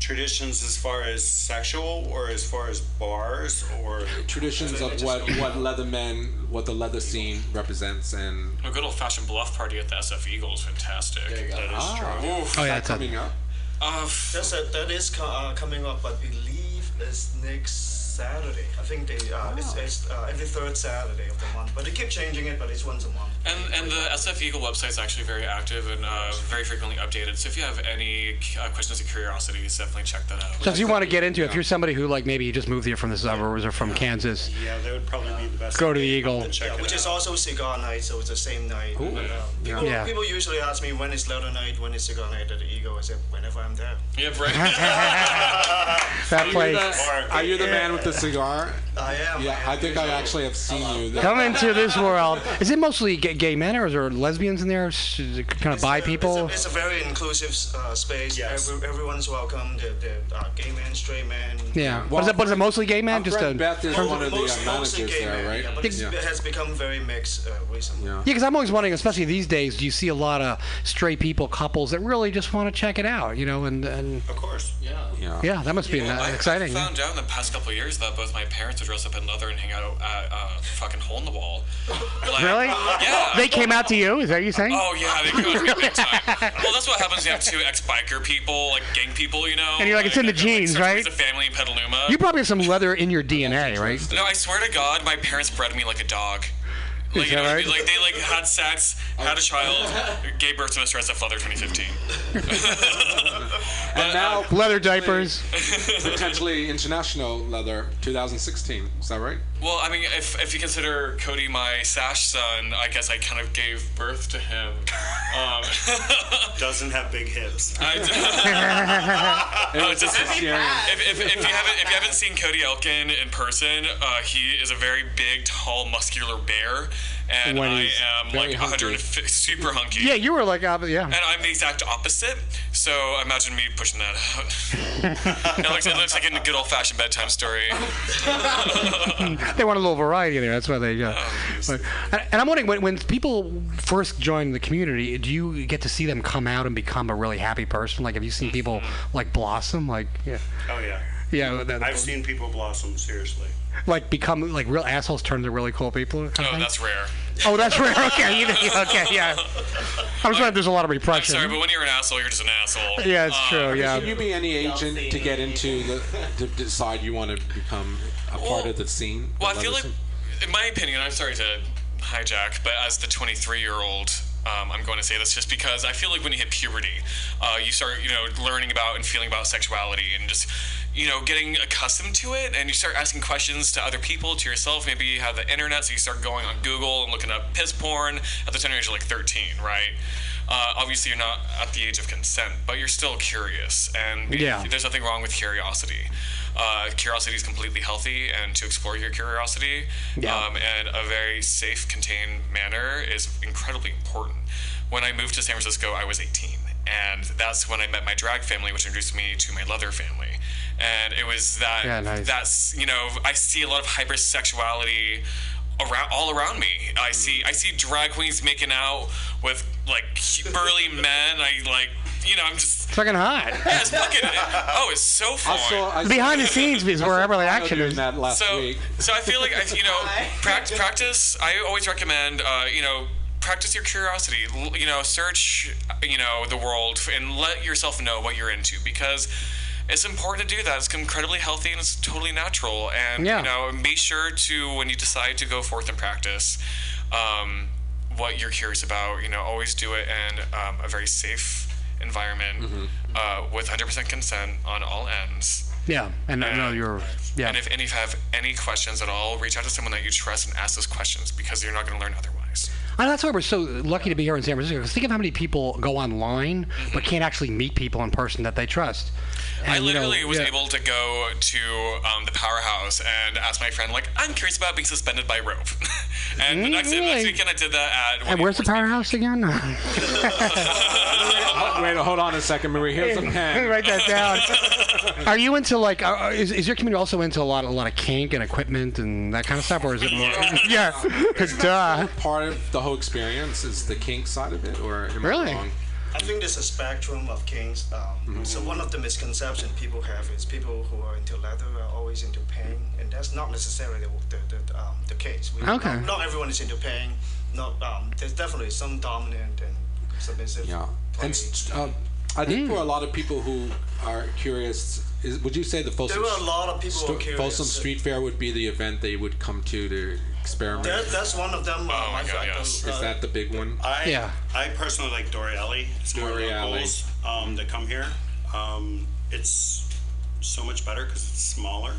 J: Traditions as far as sexual, or as far as bars, or
D: Traditions of what what leather men, what the leather scene represents, and
H: A good old fashioned bluff party at the SF Eagle is fantastic.
J: that is
D: ah,
H: Oof.
C: Oh,
D: is
C: yeah,
D: that
C: it's a-
D: coming up.
H: Uh, f-
M: That's a, that is co- uh, coming up, I believe, is next Saturday. I think they uh, it's, it's uh, every third Saturday of the month, but they keep changing it. But it's once a month.
K: And, and the SF Eagle website's actually very active and uh, very frequently updated. So if you have any uh, questions or curiosities, definitely check that out.
C: So if you want to get into it, if you're somebody who like maybe you just moved here from the suburbs or from Kansas,
J: Yeah, that would probably be the best.
C: Go to the Eagle.
J: Check
M: Yeah,
J: it
M: which is
J: out.
M: also cigar night, so it's the same night.
C: Cool.
M: And, uh,
C: Yeah.
M: people,
C: Yeah.
M: people usually ask me when is leather night, when is cigar night at the Eagle. I said whenever I'm there.
K: Yeah, right.
C: That
D: are
C: place.
D: You the, are you the man with the cigar?
M: I am.
D: Yeah, I think I actually have seen you. there.
C: come into this world. Is it mostly ga- gay men or is there lesbians in there? S- is it Kind of bi people?
M: It's a very inclusive uh, space.
J: Yes.
M: Every, everyone's welcome. The, the uh, gay man, straight man.
C: Yeah. But is it- but is it mostly gay men?
D: our
C: Just uh,
D: friend
C: a-
D: Beth is
C: Well,
D: one of the
M: Most-
D: uh,
M: mostly
D: managers
M: gay
D: there,
M: men.
D: right?
M: Yeah, but it's, it has become very mixed uh, recently.
D: Yeah.
C: Yeah, because I'm always wondering, especially these days, do you see a lot of straight people, couples that really just want to check it out, you know? And, and
J: Of course.
K: Yeah.
C: yeah, that must be
K: Well,
C: uh,
K: I-
C: exciting.
K: I found out in the past couple of years that both my parents would dress up in leather and hang out at uh, fucking hole in the wall. Like,
C: Really?
K: Yeah.
C: They came out to you? Is that what you're saying?
K: Oh yeah, they could be big time. Well, that's what happens. when You have two ex-biker people, like gang people, you know.
C: And you're like, it's in the jeans, right?
K: It's a family in Petaluma.
C: You probably have some leather in your DNA, right?
K: No, I swear to God, my parents bred me like a dog. Like,
C: Is
K: you
C: that
K: know,
C: right?
K: like they like had sex, had a child, gave birth to Mr. SF Leather 2015. uh,
D: And now
C: Leather diapers.
D: potentially international leather 2016. Is that right?
K: Well, I mean, if, if you consider Cody my sash son, I guess I kind of gave birth to him. Um,
J: Doesn't have big hips.
K: I-
D: It was
K: does
D: a
K: it-
D: Sicilian.
K: if, if, if you haven't if you haven't seen Cody Elkin in person, uh, he is a very big, tall, muscular bear, and
C: When
K: I
C: he's
K: am like
D: very hunky.
K: 150, super hunky.
C: Yeah, you were like, uh, yeah.
K: And I'm the exact opposite, so imagine me pushing that out. it, looks, it looks like a good old-fashioned bedtime story.
C: Oh, they want a little variety there. That's why they. Uh,
K: Oh,
C: but, and, and I'm wondering when, when people first join the community, do you get to see them come out and become a really happy person? Like, have you seen people
K: Mm-hmm.
C: like blossom? Like, yeah,
J: Oh yeah.
C: yeah, that-
J: I've seen people blossom seriously.
C: like become like real assholes turn into really cool people. kind of
K: Oh,
C: thing?
K: that's rare.
C: oh, that's rare. Okay, you, okay, yeah. I'm just wondering. There's a lot of
K: I'm
C: repression.
K: sorry, but when you're an asshole, you're just an asshole. Um,
C: yeah, it's true. Yeah.
D: Can Uh, you be any agent to get into the to decide you want to become a part of the scene? the
K: Well, I feel like,
D: leather scene?
K: in my opinion, I'm sorry to hijack, but as the 23 year old, um, I'm going to say this just because I feel like when you hit puberty, uh, you start, you know, learning about and feeling about sexuality and just, you know, getting accustomed to it. And you start asking questions to other people, to yourself. Maybe you have the internet, so you start going on Google and looking up piss porn. At the tender age of like 13, right? Uh, obviously, you're not at the age of consent, but you're still curious. And
C: Yeah.
K: there's nothing wrong with curiosity. Uh, curiosity is completely healthy, and to explore your curiosity
C: Yeah.
K: um, in a very safe, contained manner is incredibly important. When I moved to San Francisco, I was 18, and that's when I met my drag family, which introduced me to my leather family. And it was that
C: Yeah, nice.
K: that's you know I see a lot of hypersexuality around all around me. I
C: Mm.
K: see I see drag queens making out with like burly men. I like you know I'm just
C: Fucking hot.
K: yeah, it's fucking oh it's so fun.
D: I saw, I saw
C: Behind the scenes is where every
D: Lionel
C: action
D: doing
C: is.
D: that last
K: so,
D: week.
K: So I feel like I, you know, practice. Practice. I always recommend, uh, you know, practice your curiosity. L- You know, search, you know, the world and let yourself know what you're into because. It's important to do that. It's incredibly healthy and it's totally natural. And
C: Yeah.
K: you know, be sure to when you decide to go forth and practice, um, what you're curious about. You know, always do it in um, a very safe environment
D: Mm-hmm.
K: uh, with 100% consent on all ends.
C: Yeah, and I know you're. Yeah.
K: And if any have any questions at all, reach out to someone that you trust and ask those questions because you're not going to learn otherwise.
C: And that's why we're so lucky to be here in San Francisco. Because think of how many people go online but can't actually meet people in person that they trust.
K: Mm-hmm. I
C: And, you know,
K: literally was
C: yeah.
K: able to go to um, the powerhouse and ask my friend, like, I'm curious about being suspended by rope. and the next, the next
C: Really?
K: weekend, I did that at.
C: And where's the powerhouse again?
D: Oh, wait, hold on a second, Marie. Here's a pen.
C: Write that down. Are you into like? Uh, is, is your community also into a lot, a lot of kink and equipment and that kind of stuff, or is it more? yeah, 'cause duh.
D: Part of the whole experience is the kink side of it, or am I
C: Really?
D: wrong?
M: I think there's a spectrum of kings. Um,
D: Mm-hmm.
M: So one of the misconceptions people have is people who are into leather are always into pain, and that's not necessarily the, the, the, um, the case. We,
C: Okay.
M: Not, not everyone is into pain. Not um, there's definitely some dominant and submissive.
D: Yeah.
M: play.
D: And s- uh, I
C: Hmm.
D: think for a lot of people who are curious, is, would you say the Folsom?
M: There were a lot of people who were curious.
D: Folsom Street Fair would be the event they would come to to experiment.
M: That, that's one of them.
J: uh,
M: Oh my
D: God, yes. Is that the big one?
J: I
D: Yeah.
J: I personally like Dorielli. It's more
D: Dorielli.
J: locals um, that come here. Um, it's so much better because it's smaller,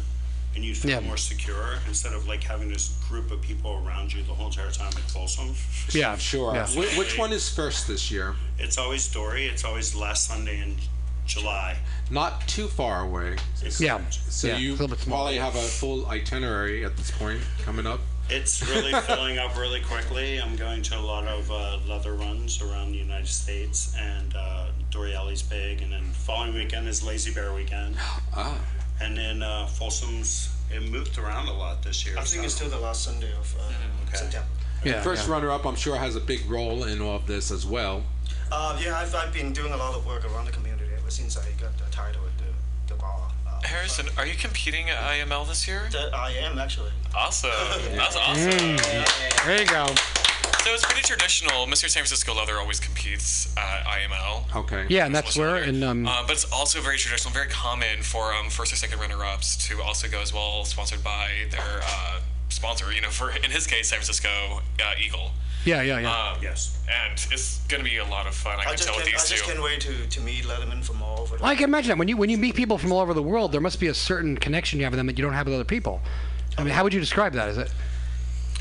J: and you feel
C: Yeah.
J: more secure instead of like having this group of people around you the whole entire time at Folsom.
C: Yeah,
D: sure.
C: yeah.
D: Wh- which one is first this year?
J: It's always Dory. It's always last Sunday in July.
D: Not too far away.
J: Yeah.
D: So
J: Yeah,
D: you
J: a little bit smaller.
D: probably have a full itinerary at this point coming up.
J: It's really filling up really quickly. I'm going to a lot of uh, leather runs around the United States, and uh, Dorielli's big, and then following weekend is Lazy Bear weekend.
D: Ah.
J: And then uh, Folsom's. It moved around a lot this year.
M: I think it's
J: so-
M: still the last Sunday of uh, September.
D: The first runner-up, I'm sure, has a big role in all of this as well.
M: Uh, yeah, I've, I've been doing a lot of work around the community ever since I got the title at the, the bar. Uh,
K: Harrison, are you competing at IML this year?
M: I am actually.
K: Awesome. That's awesome.
C: Mm. There you go.
K: So it's pretty traditional. Mr. San Francisco Leather always competes at IML.
D: Okay.
C: Yeah, and that's where and um.
K: Uh, but it's also very traditional, very common for um, first or second runner-ups to also go as well, sponsored by their uh, sponsor. You know, for in his case, San Francisco uh, Eagle.
C: Yeah, yeah, yeah.
K: Um,
J: yes.
K: And it's gonna be a lot of fun. I,
M: I
K: can
M: just
K: tell with
M: can't, I
K: these two.
M: just can't wait to, to meet Letterman from all over. The
C: I can imagine that when you when you meet people from all over the world, there must be a certain connection you have with them that you don't have with other people. I mean, how would you describe that? Is it?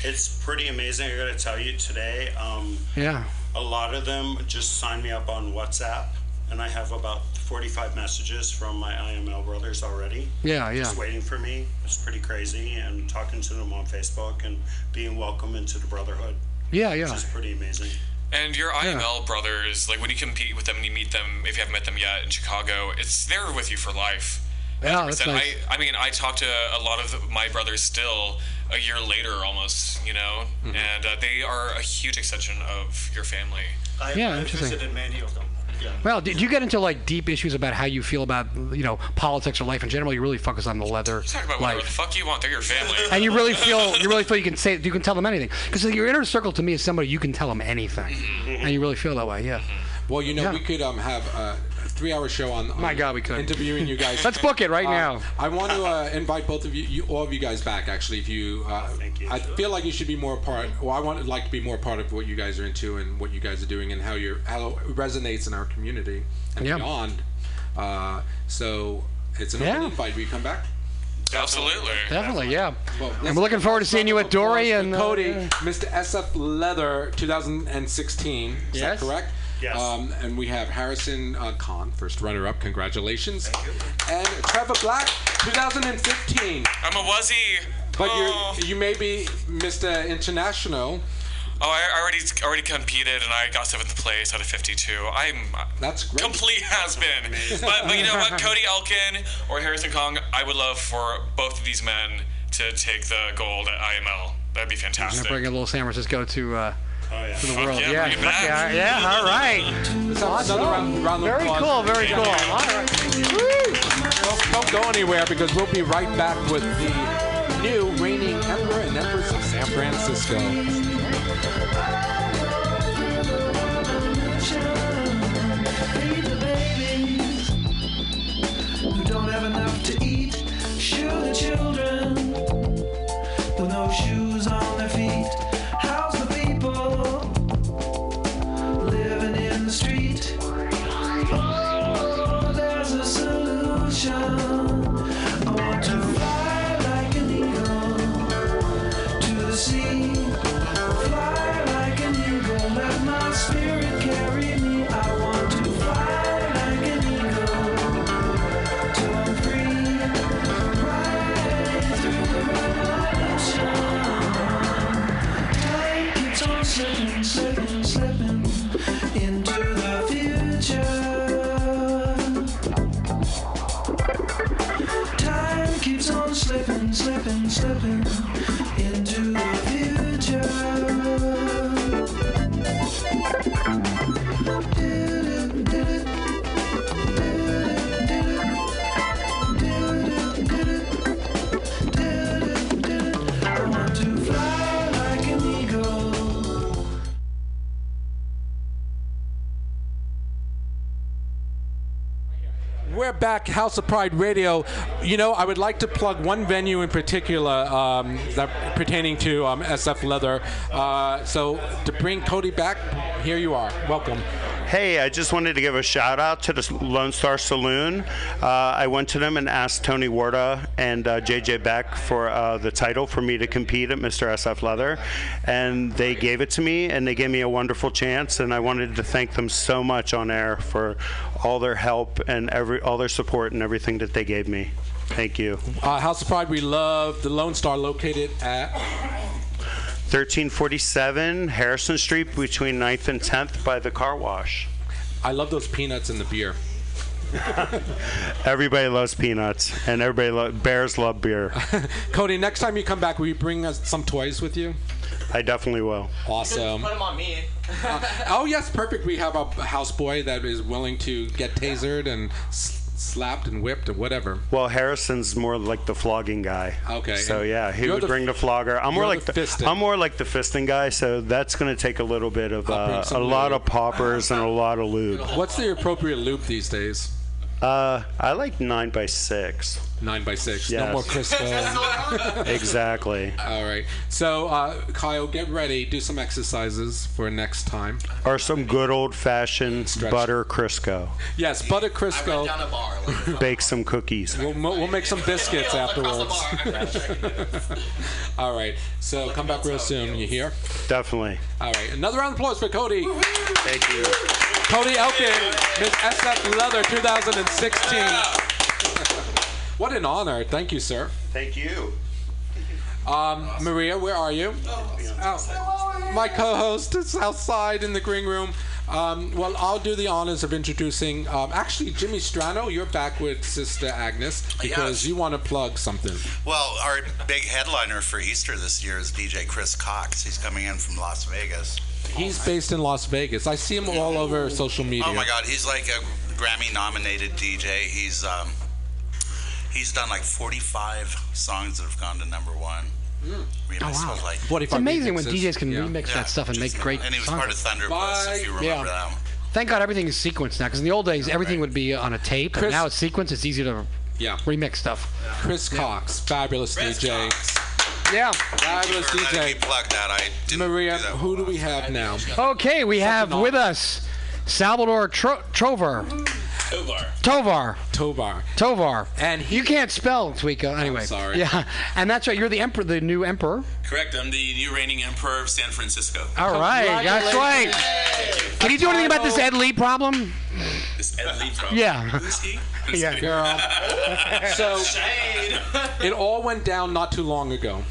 J: It's pretty amazing. I gotta tell you today. Um,
C: Yeah.
J: A lot of them just sign me up on WhatsApp, and I have about 45 messages from my IML brothers already.
C: Yeah, yeah.
J: Just waiting for me. It's pretty crazy. And talking to them on Facebook and being welcome into the brotherhood.
C: Yeah, yeah.
J: Which is pretty amazing.
K: And your IML brothers, like when you compete with them and you meet them, if you haven't met them yet in Chicago, it's they're with you for life.
C: Yeah, that's
K: 100%.
C: nice.
K: I, I mean, I talk to a lot of my brothers still a year later, almost, you know,
C: Mm-hmm.
K: and uh, they are a huge extension of your family.
M: I,
C: Yeah,
M: I
C: interesting.
M: visited many of them. Yeah.
C: Well, did you get into like deep issues about how you feel about you know politics or life in general? You really focus on the leather
K: Talk about whatever the
C: life,
K: fuck you want. They're your family.
C: and you really feel you really feel you can say you can tell them anything because your inner circle to me is somebody you can tell them anything,
K: Mm-hmm.
C: and you really feel that way. Yeah.
D: Well, you know, we could um, have a three-hour show on, on.
C: My God, we could.
D: interviewing you guys.
C: Let's book it right
D: Uh,
C: now.
D: I want to uh, invite both of you, you, all of you guys, back. Actually, if you, uh, I feel like you should be more a part. Well, I want like to be more a part of what you guys are into and what you guys are doing and how your how it resonates in our community and
C: Yeah.
D: beyond. Uh, so it's an open
C: Yeah.
D: invite. Will you come back?
K: Absolutely.
C: Definitely, yeah.
D: Well,
C: and we're looking forward to seeing you at Dory
D: applause for
C: and uh,
D: Cody, Mr. SF Leather, 2016. Is
C: Yes.
D: that correct?
C: Yes.
D: Um, and we have Harrison uh, Khan, first runner-up. Congratulations. And Trevor Black, 2015.
K: I'm a wuzzy.
D: But you you may be Mr. International.
K: Oh, I already already competed and I got seventh place out of 52. I'm
D: that's great.
K: complete has been. but, but you know what, Cody Elkin or Harrison Kong, I would love for both of these men to take the gold at IML. That'd be
C: I'm gonna
K: fantastic.
C: bring a little San Francisco to uh,
D: Oh,
C: to the
K: Fuck
C: world.
K: yeah,
C: yeah,
K: bring it
C: fuck
K: back.
C: yeah, yeah, All right.
D: Let's have
C: Awesome.
D: another round- round of
C: very
D: applause.
C: cool. Very
D: Yeah.
C: cool. All right.
D: Don't, don't go anywhere because we'll be right back with the new reigning emperor and empress of San Francisco.
G: Who don't have enough to eat? Shoe the children with no shoes on their feet. How's the people living in the street? Oh, there's a solution. I want to fly like an eagle to the sea. Fly like an eagle, let my spirit carry me. I want to fly like an eagle till I'm free. Rise through the moonlight shine. Time keeps on slipping, slipping, slipping into the future. Time keeps on slipping, slipping, slipping into the future. I want to fly like an eagle.
D: We're back, House of Pride Radio. You know, I would like to plug one venue in particular um, that pertaining to um, SF Leather. Uh, so to bring Cody back, here you are. Welcome.
J: Hey, I just wanted to give a shout out to the Lone Star Saloon. Uh, I went to them and asked Tony Warda and uh, JJ Beck for uh, the title for me to compete at Mr. SF Leather, and they gave it to me and they gave me a wonderful chance. And I wanted to thank them so much on air for all their help and every all their support and everything that they gave me. Thank you.
D: Uh, House of Pride, we love the Lone Star located at
J: 1347 Harrison Street between 9th and 10th by the car wash.
D: I love those peanuts in the beer.
J: Everybody loves peanuts, and everybody lo- bears love beer.
D: Cody, next time you come back, will you bring us some toys with you?
J: I definitely will.
D: Awesome.
I: Put them on me.
D: oh yes, perfect. We have a houseboy that is willing to get tasered and s- slapped and whipped and whatever.
J: Well, Harrison's more like the flogging guy.
D: Okay.
J: So yeah, he
D: You're
J: would
D: the-
J: bring the flogger. I'm more
D: you're
J: like
D: the
J: the,
D: fisting.
J: I'm more like the fisting guy. So that's going to take a little bit of
D: I'll bring
J: uh, a
D: some
J: lot
D: lube.
J: of poppers and a lot of lube.
D: What's the appropriate loop these days?
J: Uh, I like nine by six.
D: Nine by six.
J: Yes.
D: No more Crisco.
J: exactly.
D: All right. So uh, Kyle, get ready. Do some exercises for next time.
J: Or some good old fashioned butter Crisco.
D: Yes, butter Crisco.
J: Bake some cookies.
D: We'll, mo- we'll make some biscuits afterwards. All right. So come back real soon. You hear?
J: Definitely.
D: All right. Another round of applause for Cody.
J: Thank you.
D: Cody Elkin, Miss SF Leather 2016. What an honor. Thank you, sir.
J: Thank you.
D: Um, Maria, where are you? Oh, my co-host is outside in the green room. Um, well, I'll do the honors of introducing. Um, actually, Jimmy Strano, you're back with Sister Agnes because you want to plug something.
E: Well, our big headliner for Easter this year is DJ Chris Cox. He's coming in from Las Vegas.
D: He's based in Las Vegas. I see him all over social media.
E: Oh my God, he's like a Grammy-nominated DJ. He's um, he's done like 45 songs that have gone to number one.
D: Hmm.
E: Remixed
C: Oh, wow.
E: with, like
C: it's amazing when DJs can remix that stuff and make great
E: uh, And he was
C: songs.
E: part of Thunderpuss, if you remember that one.
C: Thank God everything is sequenced now, because in the old days, everything would be on a tape, and
D: Chris-
C: now it's sequenced. It's easier to
D: Yeah.
C: remix stuff.
D: Chris Cox, fabulous DJ.
C: Yeah.
D: Fabulous DJ.
E: Plug that. I
D: Maria, who do we have now?
C: Okay, we have with us Salvador Tro- Trover.
D: Tovar.
C: Tovar.
D: Tovar.
C: Tovar.
D: And
C: you can't spell Tweeka anyway.
N: sorry.
C: Yeah, and that's right. You're the emperor, the new emperor.
N: Correct. I'm the new reigning emperor of San Francisco.
C: All right, that's right. Can you do anything about this Ed Lee problem?
N: This Ed Lee problem.
C: Yeah.
N: Who's he?
C: Yeah, girl.
D: So-
N: Shade.
D: It all went down not too long ago.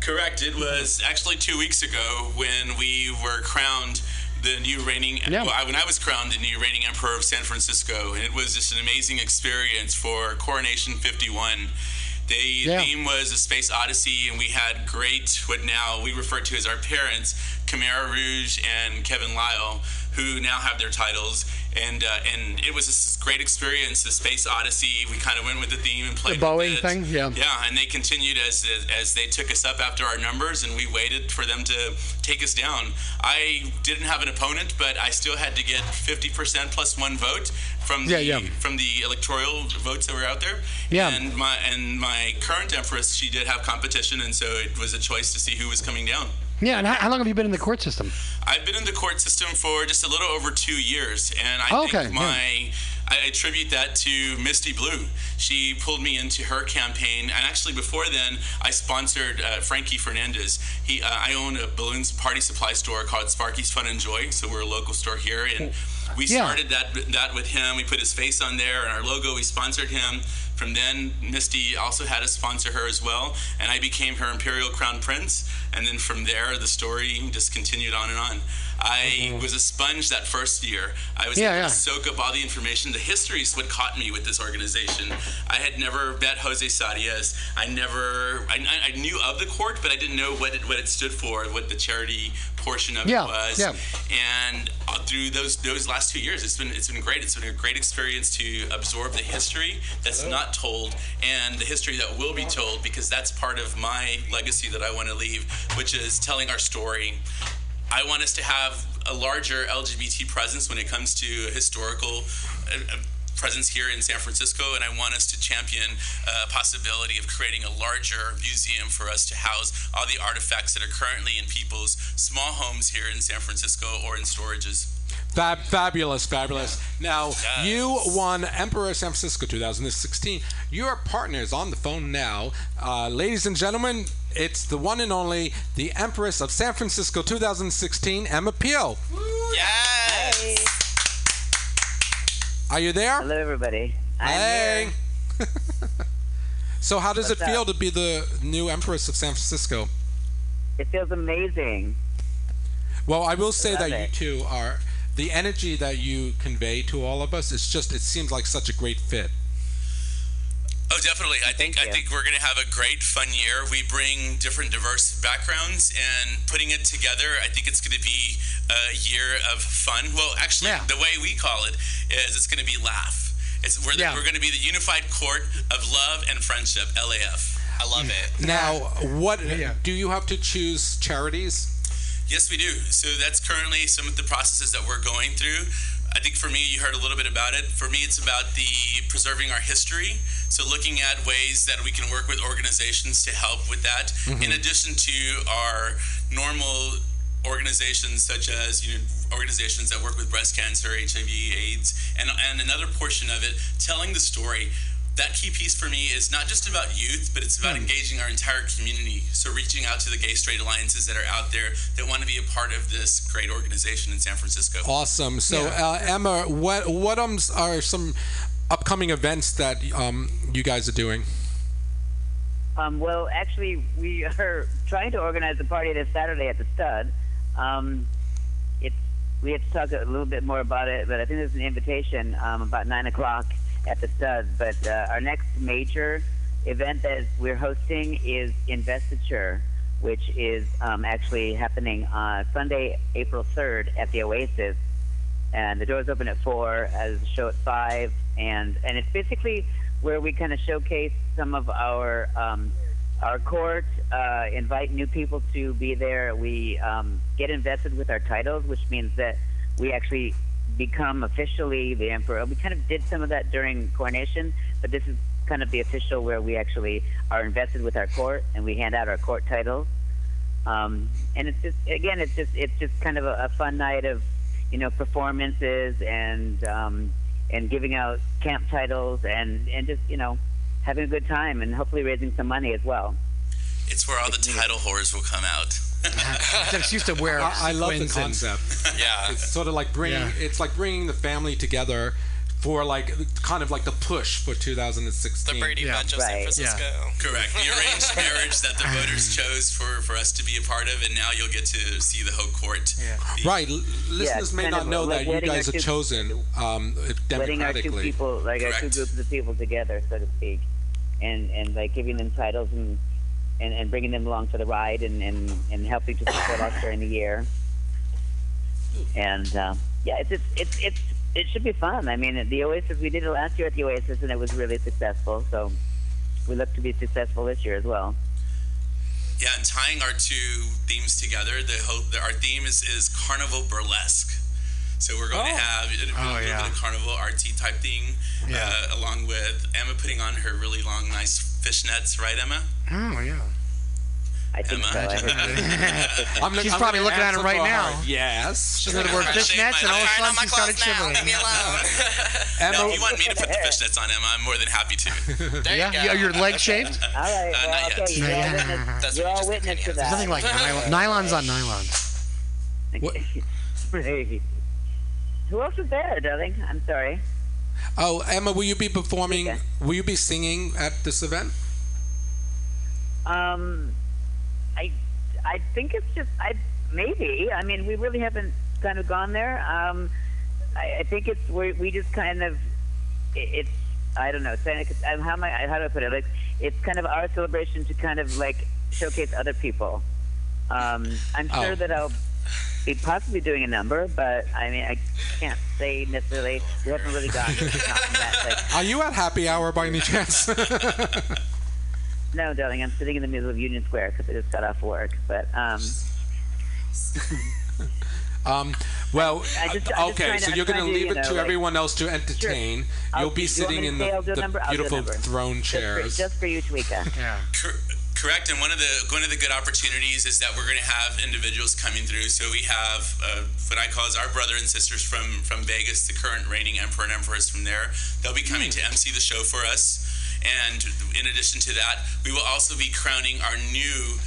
N: Correct. It was actually two weeks ago when we were crowned the new reigning.
C: Yeah.
N: Well, I, when I was crowned the new reigning emperor of San Francisco, and it was just an amazing experience for Coronation 51. The theme was a space odyssey, and we had great what now we refer to as our parents, Khmer Rouge and Kevin Lyle, who now have their titles. And uh, and it was this great experience, the space odyssey. We kind of went with the theme and
C: The
N: played with
C: Boeing
N: it.
C: thing. Yeah.
N: Yeah, and they continued as, as as they took us up after our numbers, and we waited for them to take us down. I didn't have an opponent, but I still had to get 50% plus one vote from the
C: Yeah, yeah.
N: from the electoral votes that were out there.
C: Yeah.
N: And my and my current empress, she did have competition, and so it was a choice to see who was coming down.
C: Yeah. And how, how long have you been in the court system?
N: I've been in the court system for just a little over two years, and I
C: Okay, yeah.
N: think my I attribute that to Misty Blue. She pulled me into her campaign, and actually before then, I sponsored uh, Frankie Fernandez. He uh, I own a balloons party supply store called Sparky's Fun and Joy, so we're a local store here, and we
C: Yeah.
N: started that that with him. We put his face on there and our logo. We sponsored him. From then, Misty also had us sponsor her as well, and I became her Imperial Crown Prince. And then from there, the story just continued on and on. I was a sponge that first year. I was
C: Mm-hmm. Yeah,
N: able
C: yeah.
N: to soak up all the information. The history is what caught me with this organization. I had never met Jose Sadias. I never, I, I- I knew of the court, but I didn't know what it, what it stood for, what the charity portion of
C: Yeah,
N: it was
C: yeah.
N: and uh, through those those last two years, it's been it's been great. It's been a great experience to absorb the history that's not told and the history that will be told because that's part of my legacy that I want to leave, which is telling our story. I want us to have a larger LGBT presence when it comes to historical. Uh, uh, presence here in San Francisco, and I want us to champion a possibility of creating a larger museum for us to house all the artifacts that are currently in people's small homes here in San Francisco or in storages.
D: Fab- fabulous, fabulous. Now, you won Emperor San Francisco 2016. Your partner is on the phone now. Uh, ladies and gentlemen, it's the one and only, the Empress of San Francisco 2016, Emma Peel.
O: Yes.
D: Are you there?
O: Hello, everybody.
D: hey. so, how does
O: What's
D: it feel
O: up?
D: to be the new Empress of San Francisco?
O: It feels amazing.
D: Well, I will say
O: love
D: that you
O: it.
D: two are the energy that you convey to all of us. It's just it seems like such a great fit.
N: Oh, definitely. I think I think we're going to have a great, fun year. We bring different, diverse backgrounds, and putting it together, I think it's going to be a year of fun. Well, actually, the way we call it is it's going to be laugh. It's we're, the-
D: Yeah.
N: we're going to be the unified court of love and friendship. LAF. I love it.
D: Now, what do you have to choose charities?
N: Yes, we do. So that's currently some of the processes that we're going through. I think for me, you heard a little bit about it. For me, it's about the preserving our history. So looking at ways that we can work with organizations to help with that,
P: Mhm.
N: in addition to our normal organizations such as you know organizations that work with breast cancer, HIV, AIDS, and and another portion of it, telling the story. That key piece for me is not just about youth, but it's about engaging our entire community. So reaching out to the gay straight alliances that are out there that want to be a part of this great organization in San Francisco.
D: Awesome. So, uh, Emma, what what um, are some upcoming events that um, you guys are doing?
O: Um, well, actually, we are trying to organize a party this Saturday at the Stud. Um, it's we have to talk a little bit more about it, but I think there's an invitation um, about nine o'clock at the Stud. But uh, our next major event that we're hosting is Investiture, which is um, actually happening uh, Sunday, April third, at the Oasis. and the doors open at four as the show at five and and it's basically where we kind of showcase some of our um, our court uh, invite new people to be there we um, get invested with our titles which means that we actually become officially the emperor we kind of did some of that during coronation but this is kind of the official where we actually are invested with our court and we hand out our court titles um, and it's just again it's just it's just kind of a, a fun night of you know performances and um, and giving out camp titles and and just you know having a good time and hopefully raising some money as well
N: It's where all the title whores will come out.
D: It's an
C: excuse to wear
D: I, I love the
C: sequins and-
D: concept.
N: yeah,
D: it's sort of like bringing
C: Yeah.
D: it's like bringing the family together for like kind of like the push for 2016.
N: The Brady Bunch of San Right. Francisco. Correct. The arranged marriage that the voters chose for, for us to be a part of, and now you'll get to see the whole court.
D: Right. L- listeners may
O: kind
D: not
O: of
D: know
O: like
D: that you
O: letting our
D: guys are
O: two-
D: chosen um,
O: letting our two
D: democratically.
O: people like our two groups of people together so to speak and and like giving them titles and and, and bringing them along for the ride and, and, and helping to support us during the year and uh, yeah it's, it's it's it's it should be fun i mean the oasis we did it last year at the oasis and it was really successful so we look to be successful this year as well
N: Yeah, and tying our two themes together, the hope that our theme is, is carnival burlesque. So we're going to have a, a
B: Oh,
N: little
B: yeah.
N: bit of carnival artsy type thing, uh, along with Emma putting on her really long, nice fishnets, right, Emma?
C: Oh yeah.
O: I
N: Emma.
C: I'm She's probably looking at it right now.
D: Yes.
C: She's going to wear fishnets, and all of a sudden she started shivering.
N: Now, if you want me to put the fishnets on Emma, I'm more than happy to.
C: There you Yeah? go. You- are your legs shaved?
O: all right
N: Uh,
O: well,
N: not yet.
O: okay you're all witness, you're all witness to that
C: There's nothing like nylon. Nylon's on nylon.
O: Hey. Who else is there, darling? I'm sorry.
D: Oh, Emma, will you be performing? Will you be singing at this event?
O: Um, I, I think it's just I maybe. I mean, we really haven't kind of gone there. Um, I, I think it's we we just kind of it, it's I don't know. It's kind of- um, How am I? How do I put it? Like it's kind of our celebration to kind of like showcase other people. Um, I'm
L: Oh.
O: sure that I'll be possibly doing a number, but I mean, I can't say necessarily. We haven't really gotten gotten that like
D: Are you at happy hour by any chance?
O: No, darling, I'm sitting in the middle of Union Square because I just got off work. But um,
D: Um, well, uh,
O: I just- I'm just
D: okay,
O: trying to-
D: so
O: I'm
D: you're going to
O: trying to,
D: leave
O: you
D: it
O: know,
D: to
O: like-
D: everyone else to entertain.
O: I'll-
D: You'll
O: do
D: be
O: you want
D: sitting
O: me to
D: in
O: say
D: the,
O: I'll do a
D: the
O: number? I'll do a
D: beautiful
O: number.
D: throne chairs.
O: Just for you, Tweeka.
C: Yeah.
N: Cor- Correct, and one of the one of the good opportunities is that we're going to have individuals coming through. So we have uh, what I call as our brother and sisters from from Vegas, the current reigning emperor and empress from there. They'll be coming to MC the show for us, and in addition to that, we will also be crowning our new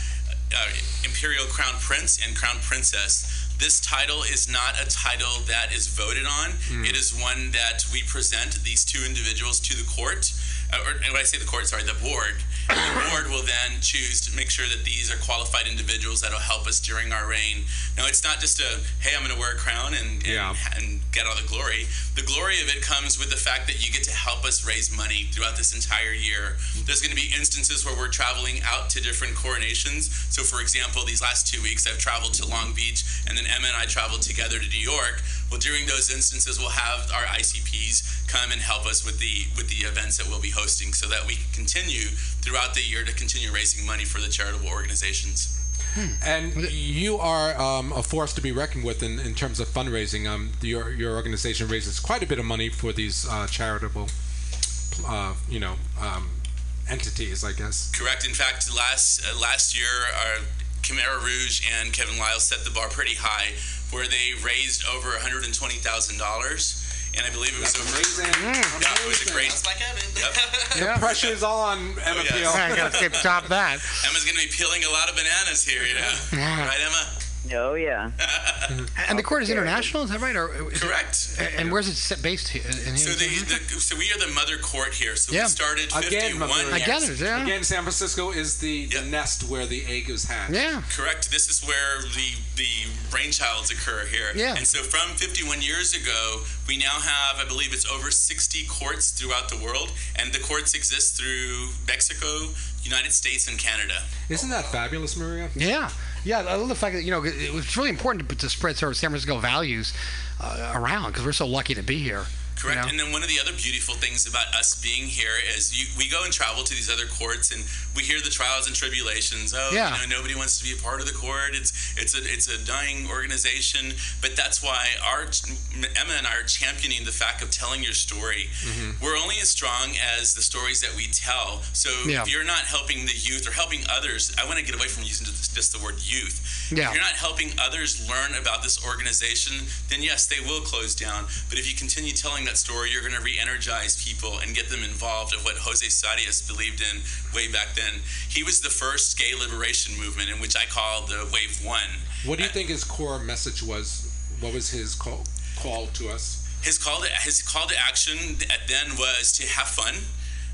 N: uh, imperial crown prince and crown princess. This title is not a title that is voted on. It is one that we present these two individuals to the court, uh, or and when I say the court, sorry, the board. And the board will then choose to make sure that these are qualified individuals that'll help us during our reign. Now, it's not just a hey, I'm going to wear a crown and and, and get all the glory. The glory of it comes with the fact that you get to help us raise money throughout this entire year. There's going to be instances where we're traveling out to different coronations. So, for example, these last two weeks I've traveled to Long Beach, and then Emma and I traveled together to New York. Well, during those instances, we'll have our ICPs come and help us with the with the events that we'll be hosting, so that we can continue throughout the year to continue raising money for the charitable organizations.
D: And you are um, a force to be reckoned with in, in terms of fundraising. Um, your your organization raises quite a bit of money for these uh, charitable, uh, you know, um, entities. I guess.
N: Correct. In fact, last uh, last year, our Khmer Rouge and Kevin Lyle set the bar pretty high, where they raised over one hundred and twenty thousand dollars, and I believe it was over.
D: Amazing.
C: Mm.
N: Yeah, it was a great. Yep.
D: The pressure is on.
N: Oh,
D: Emma
N: yes.
D: Peel.
C: I gotta top that.
N: Emma's gonna be peeling a lot of bananas here, you know.
C: Yeah.
N: Right, Emma?
O: Oh yeah.
C: And the court is international, is that right? Or is
N: Correct.
C: It, and where's it set based here? In
N: So
C: here?
N: the, the so we are the mother court here. So
C: Yeah.
N: we started
D: Again,
N: fifty-one.
D: Missouri.
C: I gathered, yeah.
D: Again, San Francisco is the, the nest where the egg is hatched.
C: Yeah.
N: Correct. This is where the the brainchilds occur here.
D: Yeah.
N: And so from 51 years ago, we now have, I believe, it's over 60 courts throughout the world, and the courts exist through Mexico, United States, and Canada.
D: Isn't that fabulous, Maria?
C: Yeah, yeah. I love the fact that you know it was really important to, to spread sort of San Francisco values uh, around because we're so lucky to be here. you
N: Correct.
C: know?
N: And then one of the other beautiful things about us being here is you, we go and travel to these other courts and we hear the trials and tribulations. Oh,
C: Yeah.
N: you know, nobody wants to be a part of the court. It's it's a it's a dying organization. But that's why our Emma and I are championing the fact of telling your story.
D: Mm-hmm.
C: Mm-hmm.
N: We're only as strong as the stories that we tell. So
C: Yeah.
N: if you're not helping the youth or helping others, I want to get away from using just just the word youth.
C: Yeah.
N: If you're not helping others learn about this organization, then yes, they will close down. But if you continue telling that story, you're going to re-energize people and get them involved of what Jose Sadias believed in way back then. He was the first gay liberation movement, in which I call the Wave One.
D: What do you think his core message was? What was his call, call to us?
N: His call to his call to action at then was to have fun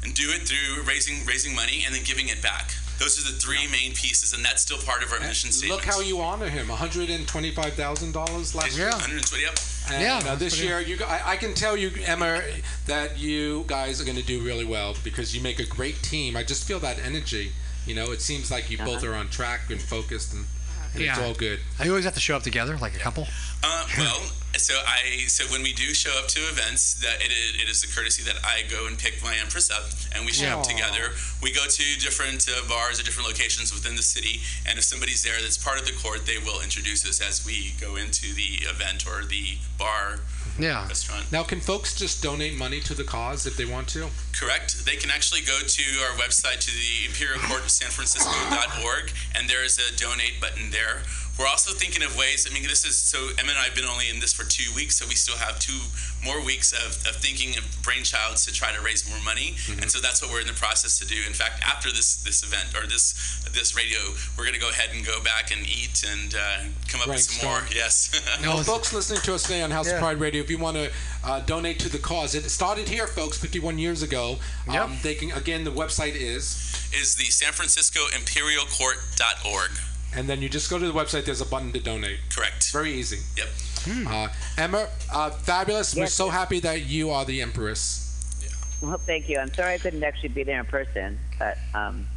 N: and do it through raising raising money and then giving it back. Those are the three main pieces, and that's still part of our mission statement.
D: Look how you honor him. One hundred and twenty-five thousand dollars last year.
N: 120 up.
D: And,
N: Yeah,
D: uh,
N: that's
D: this
N: pretty-
D: year, you gu- I, I can tell you, Emma, that you guys are going to do really well because you make a great team. I just feel that energy. You know, it seems like you both
C: Uh-huh.
D: are on track and focused, and, and it's
C: Yeah.
D: all good.
C: And you always have to show up together, like a couple.
N: Uh, well, so I so when we do show up to events, that it is, it is the courtesy that I go and pick my empress up, and we show up
D: Aw.
N: together. We go to different uh, bars or different locations within the city, and if somebody's there that's part of the court, they will introduce us as we go into the event or the bar.
D: Yeah.
N: Restaurant.
D: Now, can folks just donate money to the cause if they want to?
N: Correct. They can actually go to our website to the Imperial Court of San Francisco.org, and there is a donate button there. We're also thinking of ways. I mean, this is so Emma and I have been only in this for two weeks, so we still have two more weeks of, of thinking of brainchilds to try to raise more money, and so that's what we're in the process to do. In fact, after this this event or this this radio, we're going to go ahead and go back and eat and uh, come up with some more. Yes.
D: Now, folks listening to us today on House
N: Yeah.
D: of Pride Radio, if you want to uh, donate to the cause, it started here, folks, 51 years ago. Um, they can, again, the website is,
N: is the San Francisco Imperial Court.org.
D: and then you just go to the website. There's a button to donate.
N: Correct.
D: Very easy.
N: Yep.
D: Uh, Emma, uh, fabulous. We're
O: Yes,
D: so
O: yes.
D: happy that you are the empress.
O: Well, thank you. I'm sorry I couldn't actually be there in person, but um,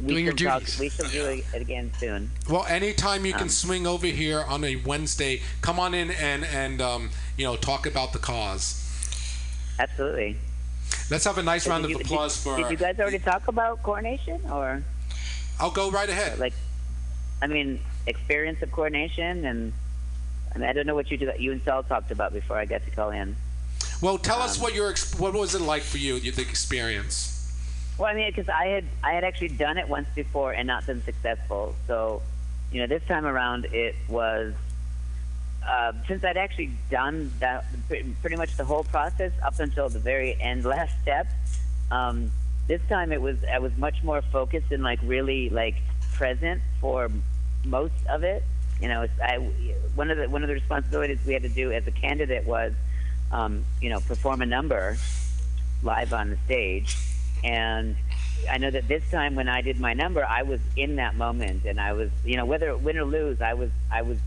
O: we
D: Doing your
O: shall talk.
D: duties.
O: We shall do it again soon.
D: Well, anytime you can
O: Um,
D: swing over here on a Wednesday, come on in and and um, you know talk about the cause.
O: Absolutely.
D: Let's have a nice round
O: did
D: of
O: you,
D: applause
O: did,
D: for.
O: Did you guys already talk about coronation, or?
D: I'll go right ahead.
O: Like, I mean, experience of coronation and I, mean, I don't know what you do, you and Sal talked about before I got to call in.
D: Well, tell us
O: um,
D: what your ex- what was it like for you? The experience.
O: Well, I mean, because I had I had actually done it once before and not been successful. So, you know, this time around it was uh, since I'd actually done that pre- pretty much the whole process up until the very end last step. Um, this time it was I was much more focused and like really like present for most of it. You know, it's, I one of the one of the responsibilities we had to do as a candidate was, um, you know, perform a number live on the stage. And I know that this time when I did my number, I was in that moment, and I was, you know, whether win or lose, I was, I was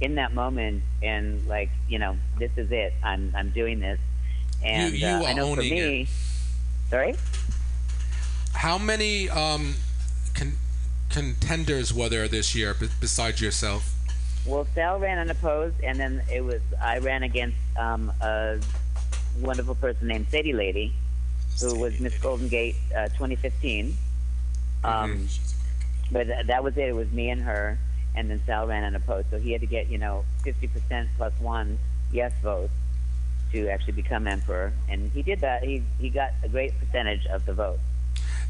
O: in that moment, and like, you know, this is it. I'm, I'm doing this. And
D: you
O: uh,
D: are
O: I know for
D: owning
O: me,
D: it.
O: sorry.
D: How many um, con- contenders were there this year b- besides yourself?
O: Well, Sal ran unopposed, and then it was I ran against um, a wonderful person named Sadie Lady, who was Miss Golden Gate uh, 2015. Um, But th- that was it. It was me and her, and then Sal ran unopposed, so he had to get you know 50% plus one yes vote to actually become emperor, and he did that. He he got a great percentage of the vote,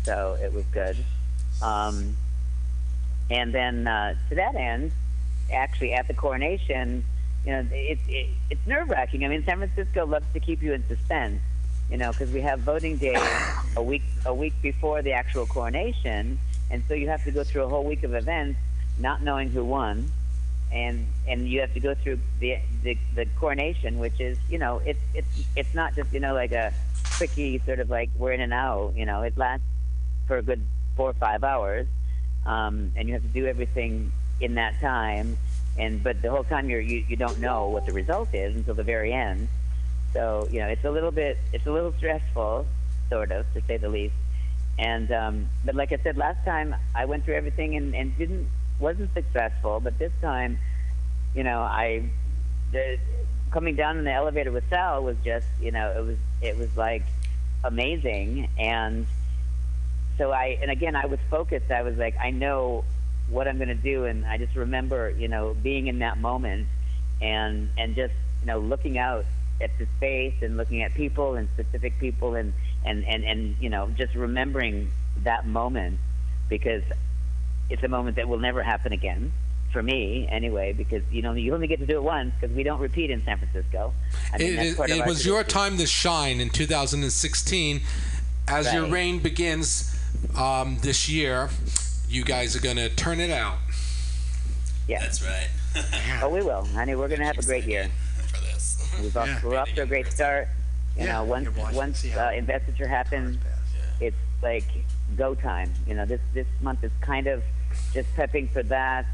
O: so it was good. Um, and then uh, to that end, actually at the coronation, you know, it, it, it's nerve wracking. I mean, San Francisco loves to keep you in suspense, you know, because we have voting day a week a week before the actual coronation, and so you have to go through a whole week of events not knowing who won, and and you have to go through the the, the coronation, which is you know it's it's it's not just you know like a quickie sort of like we're in and out. You know, it lasts for a good four or five hours, um, and you have to do everything in that time. And but the whole time you're you, you don't know what the result is until the very end. So you know it's a little bit it's a little stressful, sort of to say the least. And um, but like I said last time, I went through everything and, and didn't wasn't successful. But this time, you know, I the, coming down in the elevator with Sal was just you know it was it was like amazing and so I and again I was focused. I was like, I know what I'm going to do, and I just remember, you know, being in that moment, and and just you know looking out at the space and looking at people and specific people and and and and you know just remembering that moment because it's a moment that will never happen again for me anyway because you know you only get to do it once because we don't repeat in San Francisco. I mean,
D: it
O: that's
D: it-
O: part of
D: it
O: our
D: was your
O: tradition.
D: time to shine in 2016. As your
O: Right.
D: reign begins um, this year, you guys are going to turn it out.
O: Yeah. That's right. oh, we will, honey. We're gonna have a great year. For this. We've off,
D: Yeah.
O: We're off to a great start. You know, once once uh, investiture happens, it's like go time. You know, this this month is kind of just prepping for that,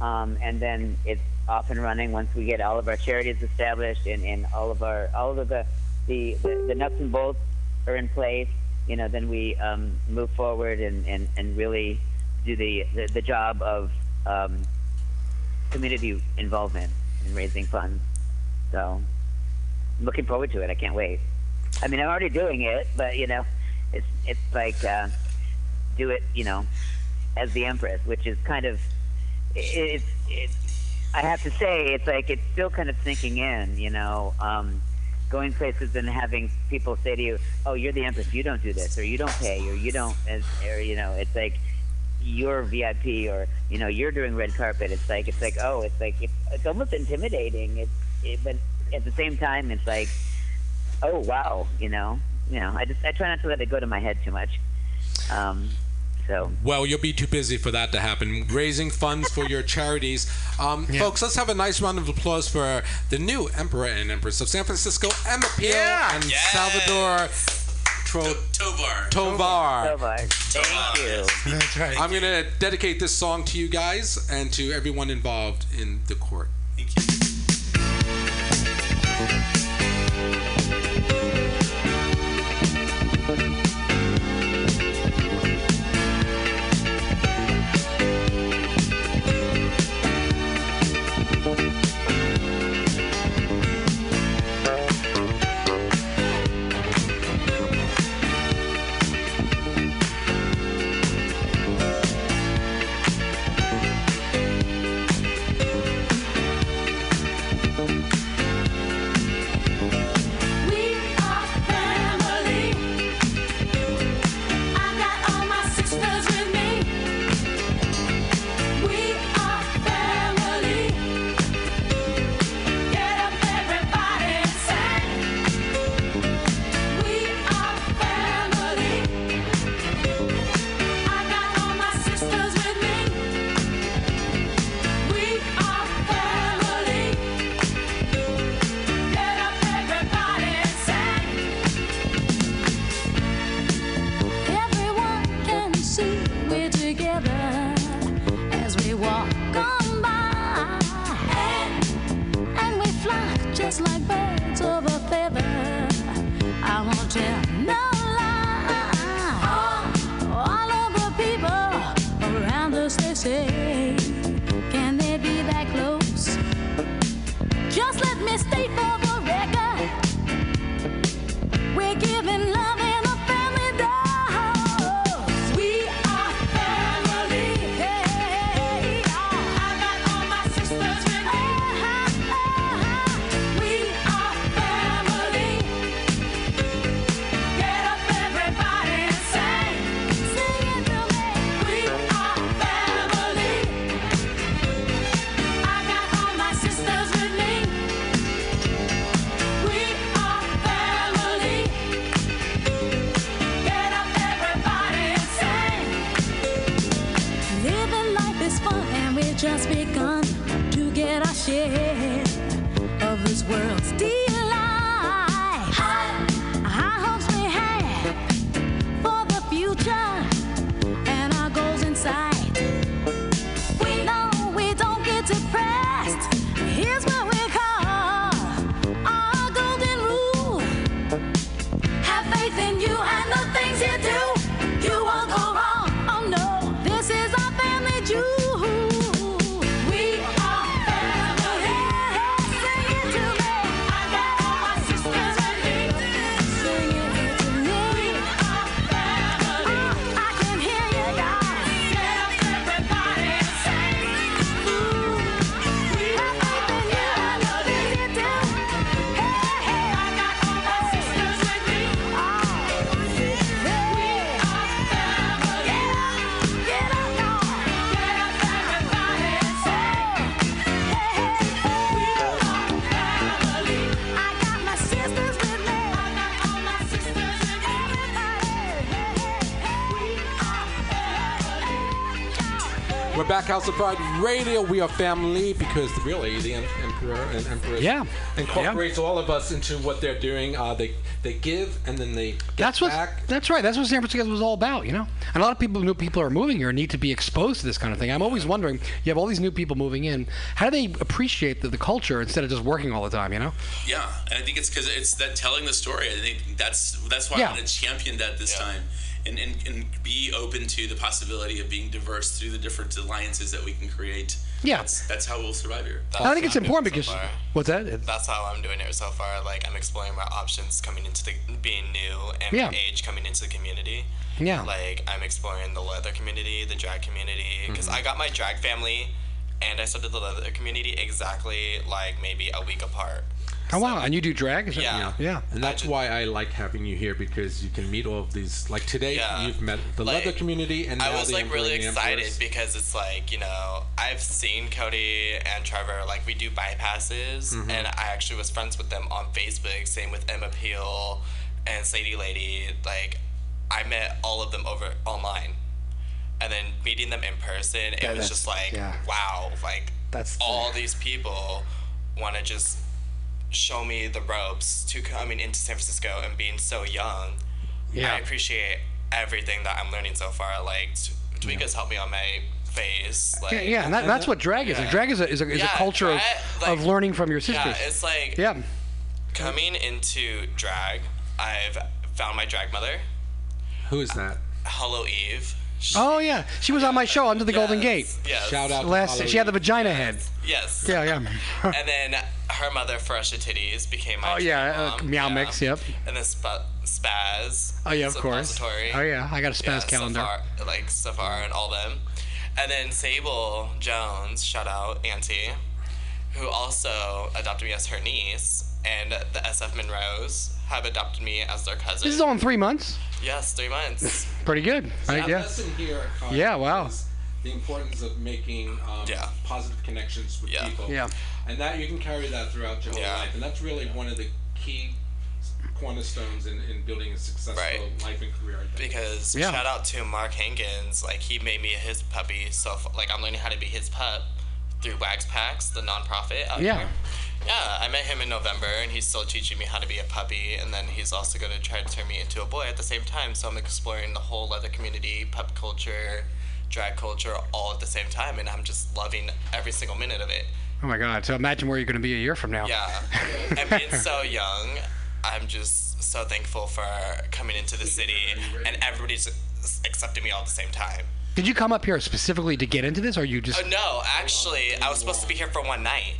O: um, and then it's off and running once we get all of our charities established and, and all of our all of the the, the the nuts and bolts are in place. You know, then we um, move forward and, and, and really do the, the, the job of um, community involvement in raising funds. So I'm looking forward to it. I can't wait. I mean, I'm already doing it, but you know, it's it's like uh, do it, you know, as the empress, which is kind of it, it's it's. I have to say, it's like it's still kind of sinking in, you know. Um, going places and having people say to you, "Oh, you're the empress. You don't do this, or you don't pay, or you don't," or you know, it's like you're VIP or you know you're doing red carpet. It's like it's like oh, it's like it's, it's almost intimidating. It's it, but at the same time, it's like oh wow, you know, you know. I just I try not to let it go to my head too much. Um, so
D: Well, you'll be too busy for that to happen. Raising funds for your charities. Um, Folks, let's have a nice round of applause for the new Emperor and Empress of San Francisco, Emma Peel and Salvador Tro-
N: Tovar.
D: Tovar.
N: Thank you.
D: That's right. I'm going to dedicate this song to you guys and to everyone involved in the court.
G: Uh-huh, fast. Here's what we call our golden rule. Have faith in you and the things you do. You won't go wrong. Oh no, this is our family jewel. We are family. Sing it to me. I got all my sisters and me. Sing it to me. We are family. I can hear you guys. Get up, everybody, and sing. Ooh, we have faith in you and the things you do. Hey, hey, I got all my sisters with me.
D: We're back, House of Pride Radio. We are family because really the em- emperor and empress
C: Yeah.
D: incorporates all of us into what they're doing. Uh, they they give and then they get
C: That's what.
D: back.
C: That's right. That's what San Francisco was all about, you know. And a lot of people, new people are moving here, need to be exposed to this kind of thing. I'm always wondering. You have all these new people moving in. How do they appreciate the, the culture instead of just working all the time, you know?
N: Yeah, and I think it's because it's that telling the story. I think that's that's why
C: Yeah.
N: I want to champion that this time, and, and and be open to the possibility of being diverse through the different alliances that we can create.
C: Yeah.
N: that's, that's how we'll survive here.
C: And I think it's important because what's that? It-
I: That's how I'm doing it so far. Like I'm exploring my options coming into the being new and
C: Yeah.
I: my age coming into the community.
C: Yeah.
I: Like I'm exploring the leather community, the drag community, because
C: Mhm.
I: I got my drag family, and I started the leather community exactly like maybe a week apart.
C: Oh wow! And you do drag? Is that-
I: Yeah.
C: Yeah.
D: And that's why I like having you here because you can meet all of these. Like today,
I: Yeah.
D: you've met the
I: Like,
D: leather community, and
I: I
D: now
I: was
D: the
I: like
D: emperor
I: really
D: and the
I: excited
D: empress.
I: because it's like you know I've seen Cody and Trevor like we do bypasses,
D: Mhm.
I: and I actually was friends with them on Facebook. Same with Emma Peel and Sadie Lady. Like I met all of them over online, and then meeting them in person, it
D: Yeah,
I: was
D: that's-
I: just like
D: yeah.
I: wow, like
D: That's
I: all these people want to just show me the ropes to coming into San Francisco and being so young.
C: Yeah.
I: I appreciate everything that I'm learning so far. Like t- Tweeka's helped me on my face. Like,
C: yeah, yeah, and that, that's what drag is.
I: Yeah.
C: Drag is a, is a, is
I: Yeah,
C: a culture of,
I: drag, like-
C: of learning from your sisters.
I: Yeah, it's like
C: yeah,
I: coming into drag. I've found my drag mother.
D: Who is that?
I: Hello Eve.
C: Oh yeah, she was on my show under the Golden Gate.
I: yes. Shout out to
C: Last, she had the vagina head.
I: Yes.
C: Yeah, yeah.
I: and then her mother, Fresha Titties, became my
C: oh yeah,
I: drag
C: uh,
I: mom.
C: meow mix. Yep.
I: And then Spa- Spaz.
C: Oh yeah, of course.
I: Suppository.
C: Oh yeah, I got a spaz calendar.
I: Safar, like Safar and all them. And then Sable Jones, shout out Auntie, who also adopted me as her niece, and the SF Monroes have adopted me as their cousin.
C: This is all in three months.
I: Yes, three months.
C: Pretty good, right?
D: That
C: Yeah.
D: lesson here, uh,
C: Yeah. Wow.
D: is The importance of making um, positive connections with people.
C: Yeah.
D: And that you can carry that throughout your whole life, and that's really one of the key cornerstones in, in building a successful life and career. I think.
I: Because
D: Yeah.
I: shout out to Mark Hankins, like he made me his puppy. So like I'm learning how to be his pup through Wax Packs, the nonprofit. out
C: Yeah.
I: here. Yeah, I met him in November, and he's still teaching me how to be a puppy, and then he's also going to try to turn me into a boy at the same time. So I'm exploring the whole leather community, pup culture, drag culture, all at the same time, and I'm just loving every single minute of it.
C: Oh my God. So imagine where you're going to be a year from now.
I: Yeah. and being so young, I'm just so thankful for coming into the city and everybody's accepting me all at the same time.
C: Did you come up here specifically to get into this, or you just?
I: oh, no, actually, I was supposed to be here for one night.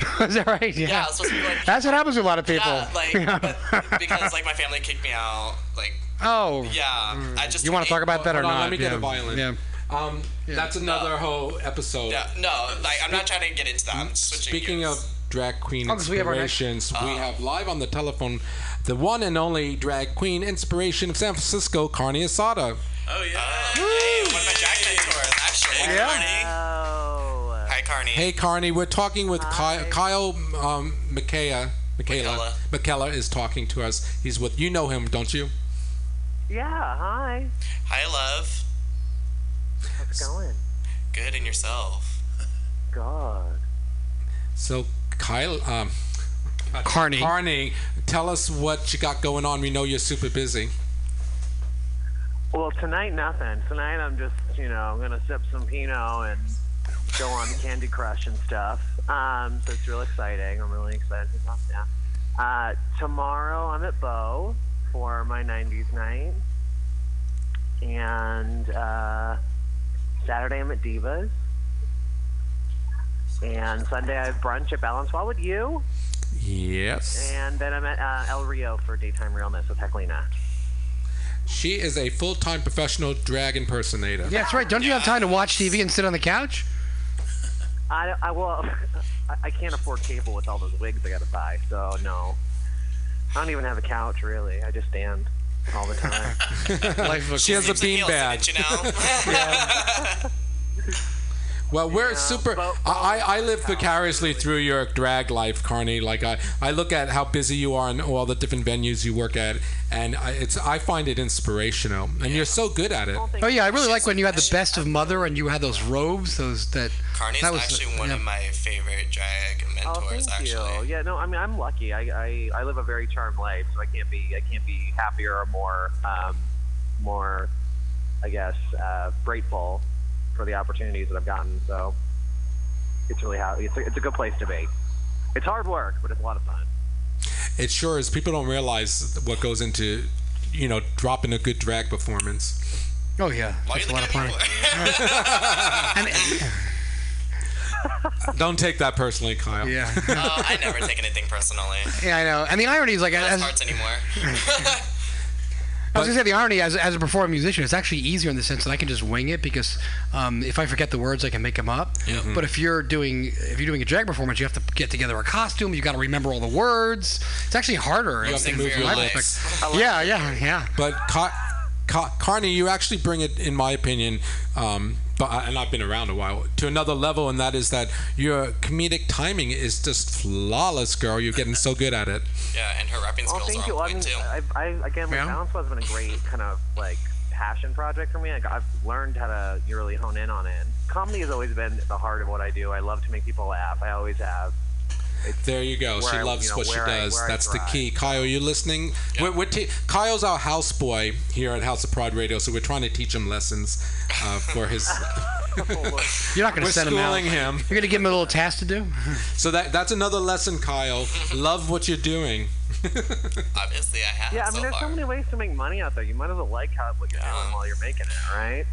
C: is that right? Yeah.
I: Yeah, it's supposed to be like-
C: That's what happens to a lot of people.
I: Yeah, like, but because, like, my family kicked me out. Like,
C: oh.
I: yeah, I just.
C: You want to talk about that or
D: Hold on,
C: not?
D: let me get
C: yeah.
D: a violin.
C: Yeah.
D: Um, That's another whole episode.
I: Oh.
D: Mm,
I: Yeah, no, like, I'm not trying to get into that. I'm switching.
D: Speaking of drag queen
I: Oh, 'cause we have our next-
D: inspirations, we have live on the telephone the one and only drag queen inspiration of San Francisco, Carney Asada.
I: Oh, yeah. Hey, one of my drag mentors, actually.
D: Yeah.
P: Oh.
I: Carney. Hi, Carney.
D: Hey, Carney, we're talking with Kyle, Kyle um, Michaela. Michaela. Michaela is talking to us. He's with, you know him, don't you?
P: Yeah, hi.
I: Hi, love.
P: How's it going?
I: Good in yourself.
P: God.
D: So, Kyle, um,
C: Carney.
D: Carney, tell us what you got going on. We know you're super busy.
P: Well, tonight nothing. Tonight I'm just, you know, I'm gonna sip some Pinot and go on Candy Crush and stuff. Um, so it's real exciting. I'm really excited to talk now. Uh, tomorrow I'm at Bow for my 90s night. And uh, Saturday I'm at Divas. And Sunday I have brunch at Balance Wall with you.
D: Yes.
P: And then I'm at uh, El Rio for Daytime Realness with Heclina.
D: She is a full time professional drag impersonator.
C: Yeah, that's right. Don't you have time to watch TV and sit on the couch?
P: I, don't- I well, I- I can't afford cable with all those wigs I gotta buy, so no. I don't even have a couch really. I just stand all the time.
D: Life of a She has a Seems like bean heels in bag. it, you know? Well, we're super. I, I I live vicariously through your drag life, Carney. Like I, I look at how busy you are and all the different venues you work at, and I, it's I find it inspirational. And you're so good at it.
C: Oh yeah, I really like when you had the best of mother and you had those robes, those that.
I: uh, Carney's
C: that was
I: actually one
C: yeah.
I: of my favorite drag
P: oh,
I: mentors.
P: thank you. Yeah, no, I mean I'm lucky. I, I I live a very charmed life, so I can't be I can't be happier or more um, more, I guess, uh, grateful for the opportunities that I've gotten. So it's really how it's a, it's a good place to be. It's hard work, but it's a lot of fun.
D: It sure is. People don't realize what goes into, you know, dropping a good drag performance.
C: Oh yeah, that's a lot of fun.
D: Don't take that personally, Kyle.
C: Yeah.
I: oh, I never take anything personally.
C: Yeah, I know. And the irony is like
I: Not
C: as,
I: as parts anymore.
C: I was gonna say the irony as, as a performing musician, it's actually easier in the sense that I can just wing it because um, if I forget the words, I can make them up.
D: Yeah. Mhm.
C: But if you're doing if you're doing a drag performance, you have to get together a costume. You got to remember all the words. It's actually harder.
D: You have to
C: in-
D: move
C: from
D: your
C: my
D: legs.
C: perspective. Yeah, yeah, yeah.
D: But Car- Car- Carney, you actually bring it, in my opinion, um, but and I've been around a while, to another level, and that is that your comedic timing is just flawless, girl. You're getting so good at it.
I: Yeah, and her rapping
P: Oh,
I: skills
P: thank
I: are
P: you.
I: on
P: I mean,
I: point too.
P: I, I again, like,
I: Yeah.
P: balance was been a great kind of like passion project for me. Like, I've learned how to really hone in on it. And comedy has always been the heart of what I do. I love to make people laugh. I always have.
D: There you go.
P: where
D: She
P: I-
D: loves
P: you know,
D: what she
P: where I-
D: does.
P: where I
D: That's the
P: thrive.
D: key. Kyle, you listening? We're, we're te- Kyle's our house boy here at House of Pride Radio, so we're trying to teach him lessons uh, for his.
C: You're not gonna
D: We're
C: send him out.
D: schooling him.
C: You're gonna give him a little task to do.
D: So that that's another lesson, Kyle. Love what you're doing.
I: Obviously, I have.
P: Yeah, I mean,
I: so
P: there's
I: far.
P: so many ways to make money out there. You might as well like how, what you're doing while you're making it, right?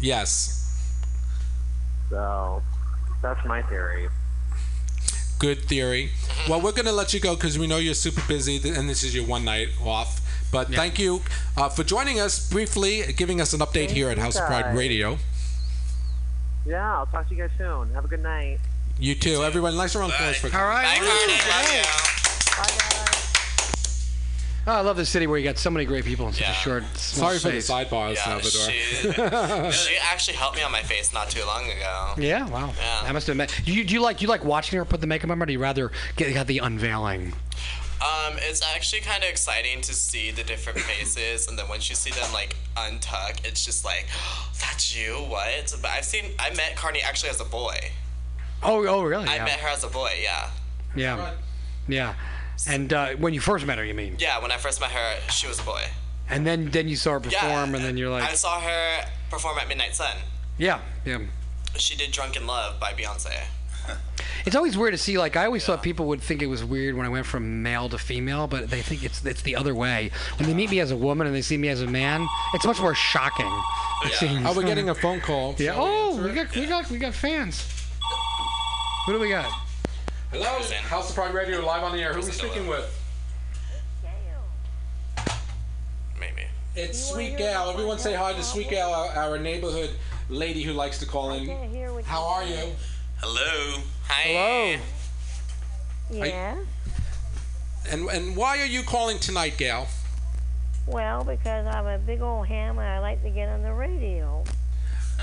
D: Yes.
P: So that's my theory.
D: Good theory. Well, we're going to let you go because we know you're super busy th- and this is your one night off. But thank you uh, for joining us briefly, giving us an update
P: Thank
D: here at
P: you,
D: House of Pride
P: guys.
D: Radio.
P: Yeah, I'll talk to you guys soon. Have a good night.
D: You too, everyone. Nice round of applause for
C: All right.
D: Bye,
C: Oh, I love this city where you got so many great people in such a short. Small
D: Sorry for the
C: space.
D: sidebars,
I: Yeah,
D: Salvador.
I: she, she actually helped me on my face not too long ago.
C: Yeah, wow.
I: Yeah.
C: I must have met. You, do you like you like watching her put the makeup on, or do you rather get, have the unveiling?
I: Um, it's actually kind of exciting to see the different faces, and then once you see them like untuck, it's just like, "Oh, that's you, what? But I've seen, I met Carney actually as a boy.
C: Oh, oh, really?
I: I
C: yeah.
I: met her as a boy, yeah.
C: Yeah, yeah. And uh, when you first met her, you mean?
I: Yeah, when I first met her, she was a boy.
C: And then then you saw her perform, and then you're like,
I: I saw her perform at Midnight Sun.
C: yeah, yeah.
I: She did Drunken Love by Beyonce.
C: It's always weird to see. Like I always thought people would think it was weird when I went from male to female, but they think it's it's the other way. When they meet me as a woman and they see me as a man, it's much more shocking. It seems.
D: Oh, we're getting a phone call.
C: Yeah.
D: Shall we
C: Oh,
D: answer
C: we
D: it?
C: got we got we got fans. Who do we got?
D: Hello, House of Pride Radio live on the air. Who are we speaking with?
I: Maybe.
D: It's Sweet Gal. Everyone say hi to Sweet Gal, our, our neighborhood lady who likes to call in. How are you?
N: Hello.
I: Hi.
D: Hello.
Q: Yeah.
D: And and why are you calling tonight, Gal?
Q: Well, because I'm a big old ham and I like to get on the radio.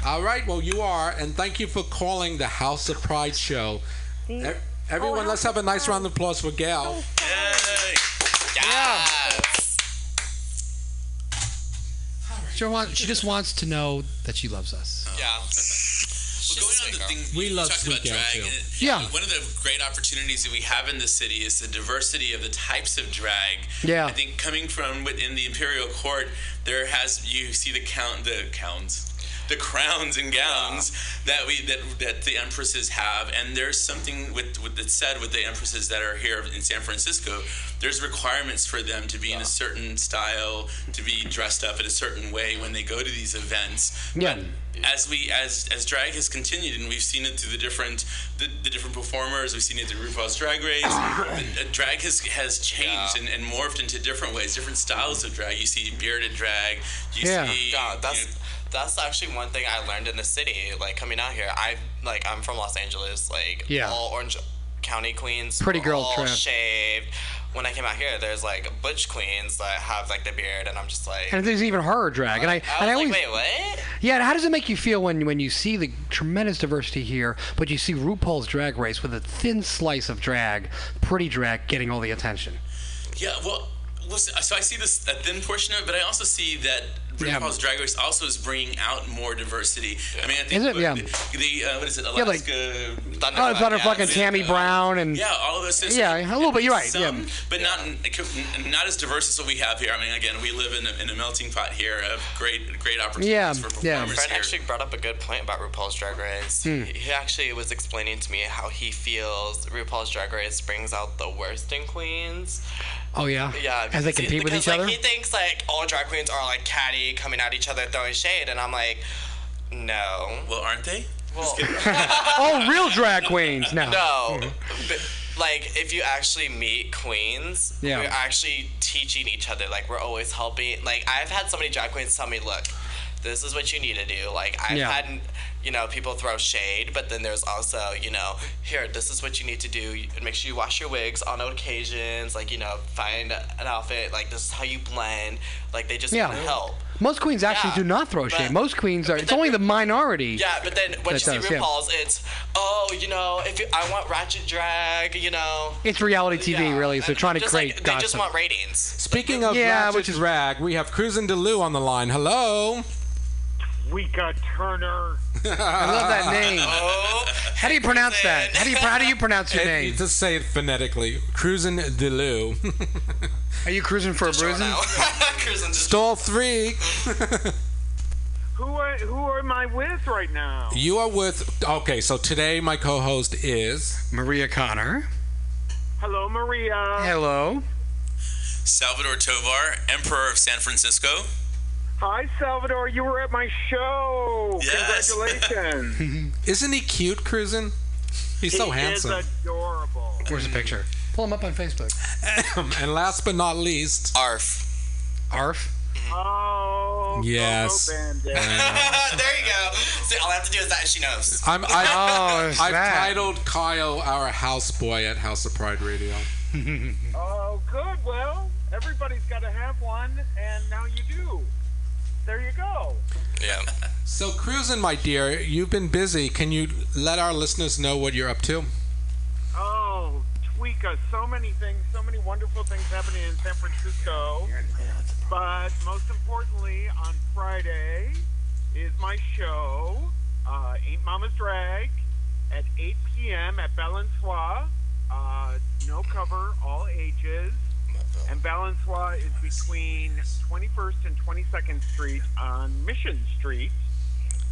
D: All right. Well, you are, and thank you for calling the House of Pride show.
Q: See?
D: E- Everyone, let's have a nice round of applause for Gal.
C: She wants she just wants to know that she loves us.
N: Yeah. Well, going on the thing
C: We
N: you
C: love
N: talked about
C: Sweet Gal,
N: drag.
C: too.
N: and it-
C: Yeah.
N: One of the great opportunities that we have in this city is the diversity of the types of drag.
C: Yeah.
N: I think coming from within the imperial court, there has you see the count the count the crowns and gowns that we that that the empresses have. And there's something with, with that's said with the empresses that are here in San Francisco. There's requirements for them to be in a certain style, to be dressed up in a certain way when they go to these events
C: Yeah.
N: as we as as drag has continued and we've seen it through the different the, the different performers we've seen it through RuPaul's Drag Race uh, drag has has changed and, and morphed into different ways different styles of drag you see bearded drag you
I: Yeah.
N: see
I: Yeah, that's that's actually one thing I learned in the city, like coming out here. I like I'm from Los Angeles, like
C: Yeah.
I: all Orange County queens,
C: Pretty
I: were
C: girl
I: all
C: trip.
I: shaved. When I came out here, there's like butch quings that have like the beard, and I'm just like,
C: And there's even horror drag, and I, and
I: like,
C: I always
I: wait, what?
C: Yeah, and how does it make you feel when when you see the tremendous diversity here, but you see RuPaul's Drag Race with a thin slice of drag, pretty drag, getting all the attention?
N: Yeah, well, listen, so I see this a thin portion of it, but I also see that
C: Yeah.
N: RuPaul's Drag Race also is bringing out more diversity. I mean, I think
C: Is it?
N: the,
C: Yeah.
N: the uh, what is it,
C: Yeah, like-
N: Alaska,
C: oh, it's under fucking Tammy Brown and
N: uh, Yeah, all of us. sisters.
C: Yeah, a little bit. You're right.
N: Some,
C: yeah.
N: but not not as diverse as what we have here. I mean, again, we live in a, in a melting pot here of great great opportunities
C: Yeah,
N: for performers
C: yeah.
I: Fred
N: here.
I: actually brought up a good point about RuPaul's Drag Race.
C: Hmm.
I: He- He actually was explaining to me how he feels RuPaul's Drag Race brings out the worst in queens.
C: Oh yeah.
I: Yeah,
C: As they
I: because-
C: compete with
I: because,
C: each
I: like,
C: other.
I: He thinks like all drag queens are like catty, coming at each other, throwing shade, and I'm like, no.
N: Well, aren't they?
I: Well,
C: oh, real drag queens. No. Mm-hmm.
I: no. But, like if you actually meet queens,
C: Yeah.
I: we're actually teaching each other. Like we're always helping. Like I've had so many drag queens tell me, look. This is what you need to do. Like I've
C: Yeah.
I: had, you know, people throw shade, but then there's also, you know, here. This is what you need to do. Make sure you wash your wigs on occasions. Like you know, find an outfit. Like this is how you blend. Like they just
C: Yeah.
I: want to help.
C: Most queens actually do not throw shade. Most queens are. It's only the minority.
I: Yeah, but then when
C: that
I: you see
C: does, yeah.
I: RuPaul's, it's oh, you know, if you, I want ratchet drag, you know.
C: It's reality TV, really. So trying to
I: Just
C: create
I: like, they
C: gossip.
I: just want ratings.
D: Speaking of
C: Yeah,
D: ratchet
C: which is-
D: drag, we have Cruz and Delu on the line. Hello.
R: Weka Turner.
C: I love
I: Oh,
C: that name. How do you pronounce that? How do you how do you pronounce your
D: It-
C: name?
D: you Just say it phonetically. Cruisin' Delu.
C: Are you cruising for a bruising?
D: Stall three.
R: Who are, who am I with right now?
D: You are with. Okay, so today my co host is.
C: Maria Connor.
R: Hello, Maria.
C: Hello.
N: Salvador Tovar, Emperor of San Francisco.
R: Hi, Salvador. You were at my show.
N: Yes.
R: Congratulations.
D: Isn't he cute, Cruisin'? He's
R: He
D: so
R: is
D: handsome.
R: adorable.
C: Where's the picture? Pull him up on Facebook.
D: and last but not least,
I: Arf.
C: Arf?
R: Oh.
D: Yes.
I: there you go. See, all I have to do is that she knows.
D: I'm, I,
I: Oh, it's
D: I've
I: that.
D: titled Kyle our houseboy at House of Pride Radio.
R: Oh, good. Well, everybody's got to have one, and now you do. There you go.
I: yeah.
D: So, Cruisin', my dear, you've been busy. Can you let our listeners know what you're up to?
R: Oh, Tweeka, so many things, so many wonderful things happening in San Francisco. But most importantly, on Friday is my show, uh, Ain't Mama's Drag, at 8 p.m. at Balancois. Uh, no cover, all ages. And Balancois is between 21st and 22nd Street on Mission Street.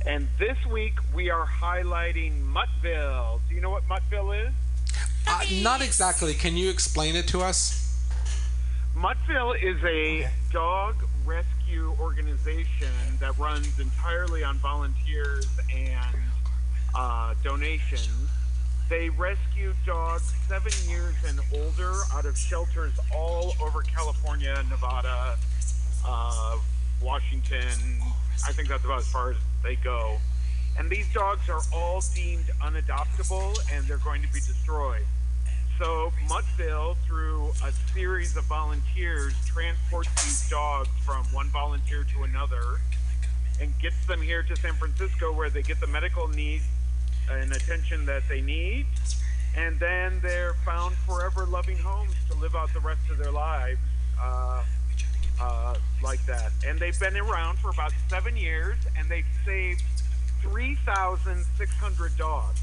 R: And this week we are highlighting Muttville. Do you know what Muttville is?
D: Uh, not exactly. Can you explain it to us?
R: Muttville is a dog rescue organization that runs entirely on volunteers and uh, donations. They rescue dogs seven years and older out of shelters all over California, Nevada, uh, Washington. I think that's about as far as they go. And these dogs are all deemed unadoptable and they're going to be destroyed. So Muttville, through a series of volunteers, transports these dogs from one volunteer to another and gets them here to San Francisco where they get the medical needs and attention that they need. And then they're found forever loving homes to live out the rest of their lives uh, uh, like that. And they've been around for about seven years and they've saved 3,600 dogs.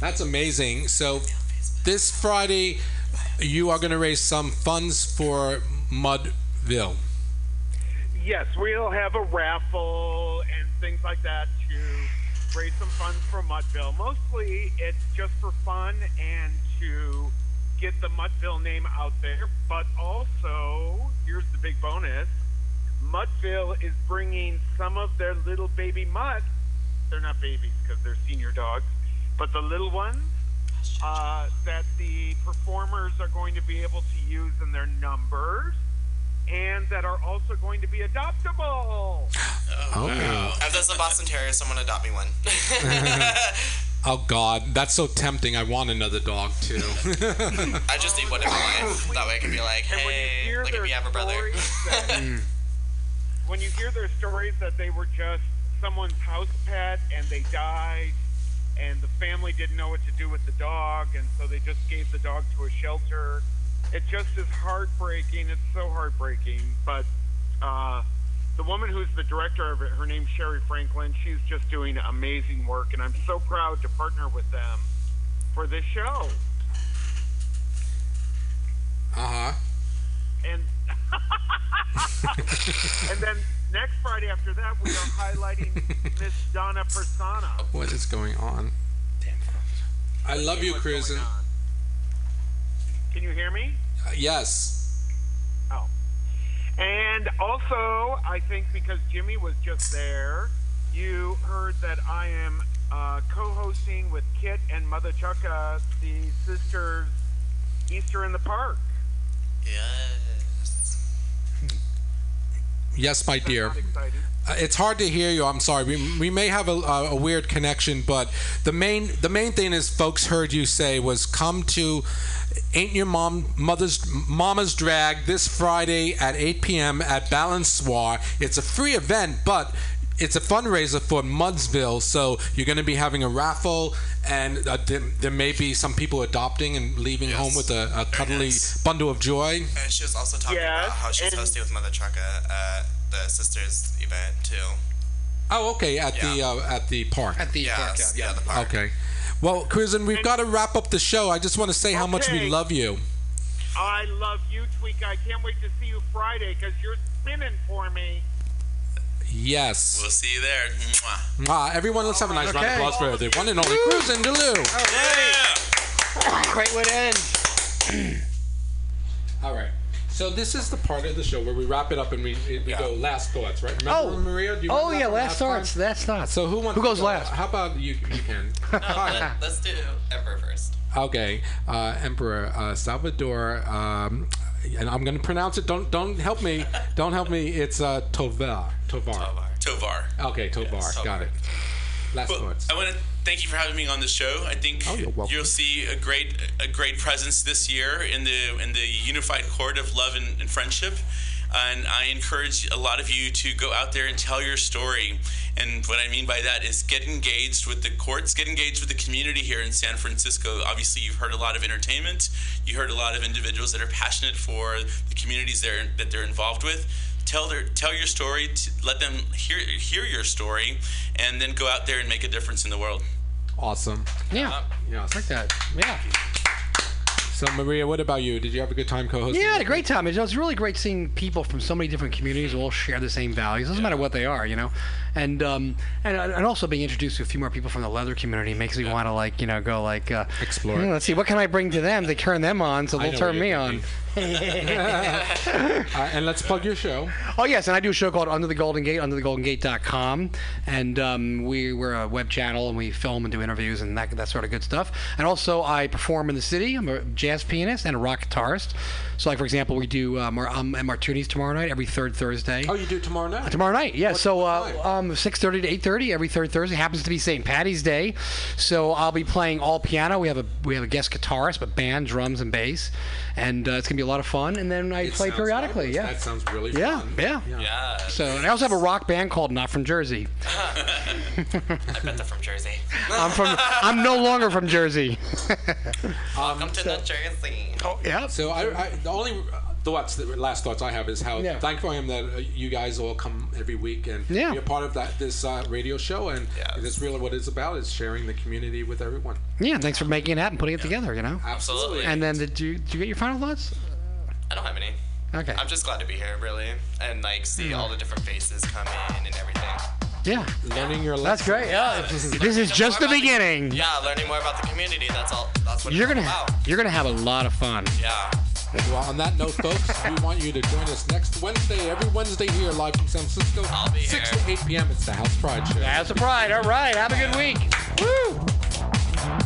D: That's amazing. So, this Friday, you are going to raise some funds for Mudville.
R: yes, we'll have a raffle and things like that to raise some funds for Mudville. Mostly, it's just for fun and to get the Mudville name out there. But also, here's the big bonus: Mudville is bringing some of their little baby mutts. They're not babies because they're senior dogs, but the little ones uh, that the performers are going to be able to use in their numbers and that are also going to be adoptable.
I: Oh. If there's a Boston Terrier, someone adopt me one.
D: Oh God, that's so tempting. I want another dog too.
I: I just need one in my life. That way I can be like, hey, like if you have a brother.
R: When you hear their stories that they were just someone's house pet and they died and the family didn't know what to do with the dog and so they just gave the dog to a shelter, it just is heartbreaking. It's so heartbreaking. But uh, the woman who's the director of it, her name's Sherry Franklin, she's just doing amazing work and I'm so proud to partner with them for this show.
D: Uh huh.
R: And and then next Friday after that, we are highlighting Miss Donna Persona.
D: What is going on? I love you, Cruisin.
R: Can you hear me?
D: Uh, Yes.
R: Oh. And also, I think because Jimmy was just there, you heard that I am uh, co-hosting with Kit and Mother Chucka, the sisters, Easter in the Park.
I: Yes.
D: Yes, my dear.
R: Excited.
D: Uh, It's hard to hear you. I'm sorry. We, we may have a, a, a weird connection, but the main the main thing is folks heard you say was come to ain't your mom mother's mama's drag this Friday at 8 p.m. at Balancoir. It's a free event, but it's a fundraiser for Mudsville, so you're going to be having a raffle, and uh, there, there may be some people adopting and leaving home with a, a cuddly bundle of joy.
I: And she was also talking
R: Yes,
I: about how she's
R: and-
I: hosting with Mother Chaka at the sisters event too.
D: Oh, okay, at the uh, at the park.
I: At the Yes, park, yeah, yeah, yeah. the park.
D: Okay. Well, Cruisin, we've got to wrap up the show. I just want to say how much we
R: Okay.
D: love you.
R: I love you, Tweak. I can't wait to see you Friday because you're spinning for me.
D: Yes.
N: We'll see you there. Mwah.
D: Mwah. everyone, let's have a nice round of
N: Okay.
D: applause for the one and only Cruisin
R: Oh,
D: Delu.
C: Great way to end.
D: All right. So this is the part of the show where we wrap it up and we, we go last thoughts, right? Remember,
C: oh,
D: Maria? Do you
C: oh
D: remember
C: yeah,
D: that
C: last
D: time?
C: starts. That's not.
D: So who wants?
C: Who
D: to
C: goes
D: go?
C: last?
D: How about you? You can.
I: Let, let's do Emperor first.
D: Okay, uh, Emperor uh, Salvador, um, and I'm going to pronounce it. Don't don't help me. Don't help me. It's uh, Tovar. Tovar.
N: Tovar.
D: Okay, Tovar.
N: Yes, Tovar.
D: Got it. Last
N: Well,
D: thoughts.
N: I want to thank you for having me on the show. I think
D: Oh, you're welcome.
N: you'll see a great a great presence this year in the in the unified court of love and, and friendship. And I encourage a lot of you to go out there and tell your story. And what I mean by that is get engaged with the courts, get engaged with the community here in San Francisco. Obviously, you've heard a lot of entertainment, you heard a lot of individuals that are passionate for the communities they're, that they're involved with tell their tell your story t let them hear hear your story and then go out there and make a difference in the world
D: Awesome.
C: Yeah.
D: Yeah.
C: Like that. Yeah.
D: So Maria, what about you? Did you have a good time co-hosting?
C: Yeah, I had a great time. It was really great seeing people from so many different communities who all share the same values. Doesn't matter what they are, you know. And um, and and also being introduced to a few more people from the leather community makes me want to like you know go like uh,
D: explore.
C: let's see what can I bring to them to turn them on, so
D: I
C: they'll
D: know
C: turn
D: what
C: me
D: you're
C: on.
D: Uh, and let's plug your show.
C: Oh yes, and I do a show called Under the Golden Gate, underthegoldengate.com, and um, we we're a web channel and we film and do interviews and that that sort of good stuff. And also, I perform in the city. I'm a jazz pianist and a rock guitarist. So, like for example, we do um, our, um, at Martini's tomorrow night, every third Thursday. Uh,
D: Oh, you do tomorrow night.
C: Tomorrow night, yeah. so uh, um, six thirty to eight thirty every third Thursday happens to be St. Patty's Day, so I'll be playing all piano. We have a we have a guest guitarist, but band, drums, and bass, and uh, it's gonna be a lot of fun. And then I
D: It
C: play
D: sounds
C: periodically.
D: fabulous.
C: Yeah,
D: That sounds really
C: yeah,
D: fun.
C: yeah,
I: Yeah.
C: So and I also have a rock band called Not From Jersey.
I: I bet they're from Jersey.
C: I'm from I'm no longer from Jersey.
I: Welcome to the Jersey.
C: Um, Oh, yeah.
D: So I, I the only uh, thoughts, the last thoughts I have is how
C: Yeah.
D: thankful I am that uh, you guys all come every week and
C: Yeah.
D: you're part of that this uh, radio show, and that's really what it's about is sharing the community with everyone.
C: yeah, thanks for making it happen, putting it together. You know.
D: Absolutely.
C: And then did you did you get your final thoughts?
I: I don't have any.
C: Okay. Hmm.
I: I'm just glad to be here, really, and like see all the different faces come in and everything.
C: Yeah.
D: Learning your
C: That's great. Yeah. this is just the beginning.
I: Yeah, learning more about the community. That's all. That's what
C: You're
I: it's
C: gonna
I: all about.
C: you're gonna have a lot of fun.
I: Yeah.
D: Well, on that note, folks, we want you to join us next Wednesday, every Wednesday here live from San Francisco, 6 to 8 p.m. It's the House Pride Show.
C: That's a pride. All right. Have a good week. Woo!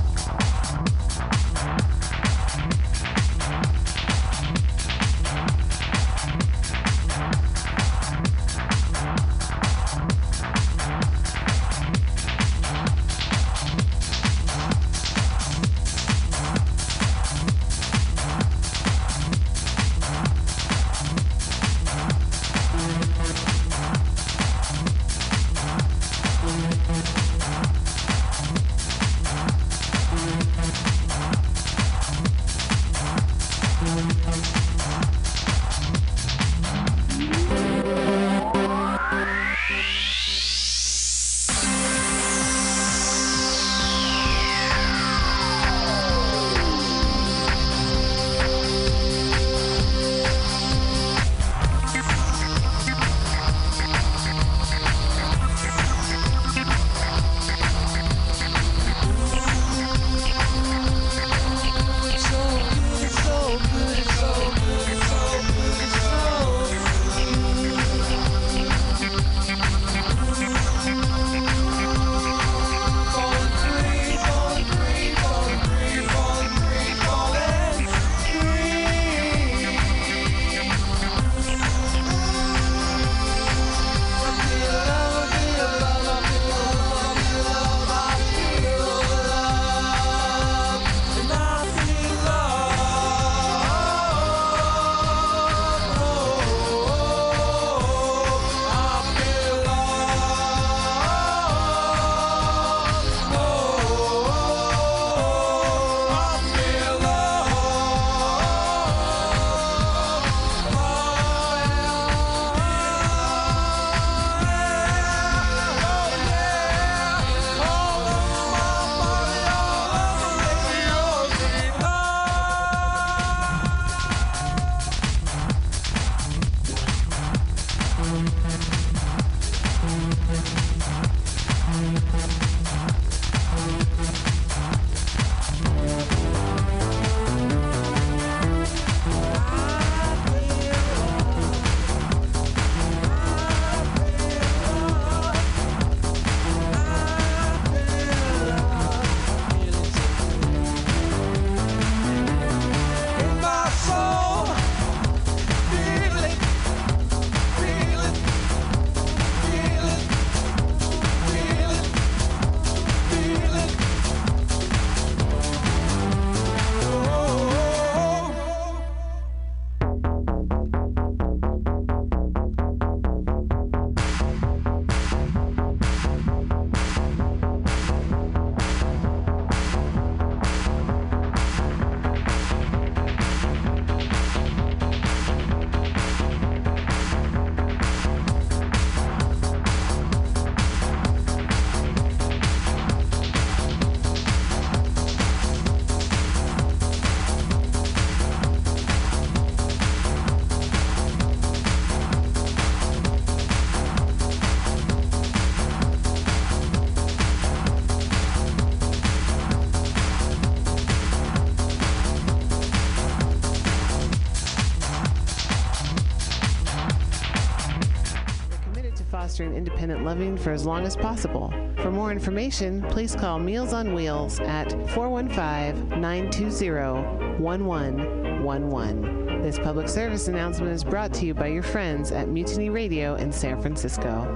S: committed to fostering independent living for as long as possible. For more information, please call Meals on Wheels at 415 920 1111. This public service announcement is brought to you by your friends at Mutiny Radio in San Francisco.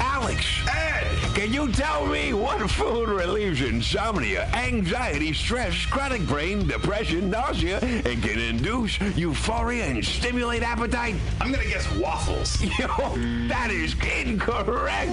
T: Alex, Ed, Can you tell me what food relieves insomnia, anxiety, stress, chronic brain, depression, nausea, and can induce euphoria and stimulate appetite? I'm gonna guess waffles. Yo, that is incorrect.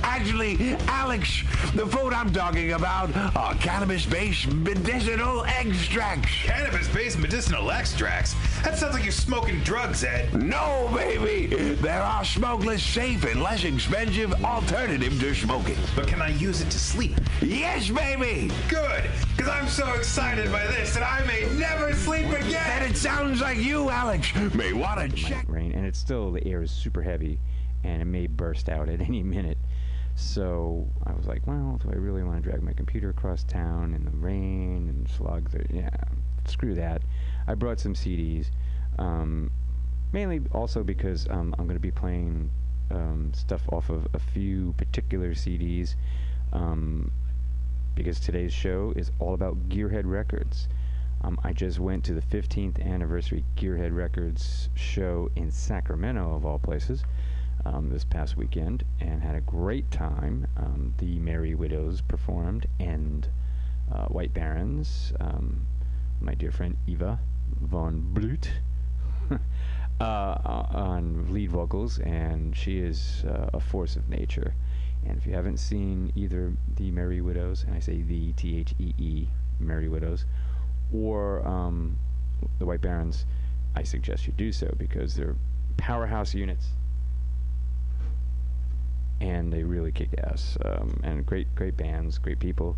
T: Actually, Alex, the food I'm talking about are cannabis-based medicinal extracts.
U: Cannabis-based medicinal extracts? That sounds like you're smoking drugs, Ed.
T: No, baby. There are smokeless, safe, and less expensive alternative to smoking.
U: But can I use it to sleep?
T: Yes, baby.
U: Good, because I'm so excited by this that I may never sleep again.
T: And it sounds like you, Alex, may want to check.
V: rain, and it's still the air is super heavy, and it may burst out at any minute. So I was like, well, do I really want to drag my computer across town in the rain and slugs? Or, yeah, screw that. I brought some CDs, um, mainly also because um, I'm going to be playing um, stuff off of a few particular CDs. Um, because today's show is all about Gearhead Records. Um, I just went to the 15th anniversary Gearhead Records show in Sacramento, of all places, um, this past weekend, and had a great time. Um, the Merry Widows performed, and uh, White Barons, um, my dear friend Eva von Blut. uh, on lead vocals, and she is uh, a force of nature. And if you haven't seen either the Merry Widows, and I say the T H E E Merry Widows, or um, the White Barons, I suggest you do so because they're powerhouse units, and they really kick ass. Um, and great, great bands, great people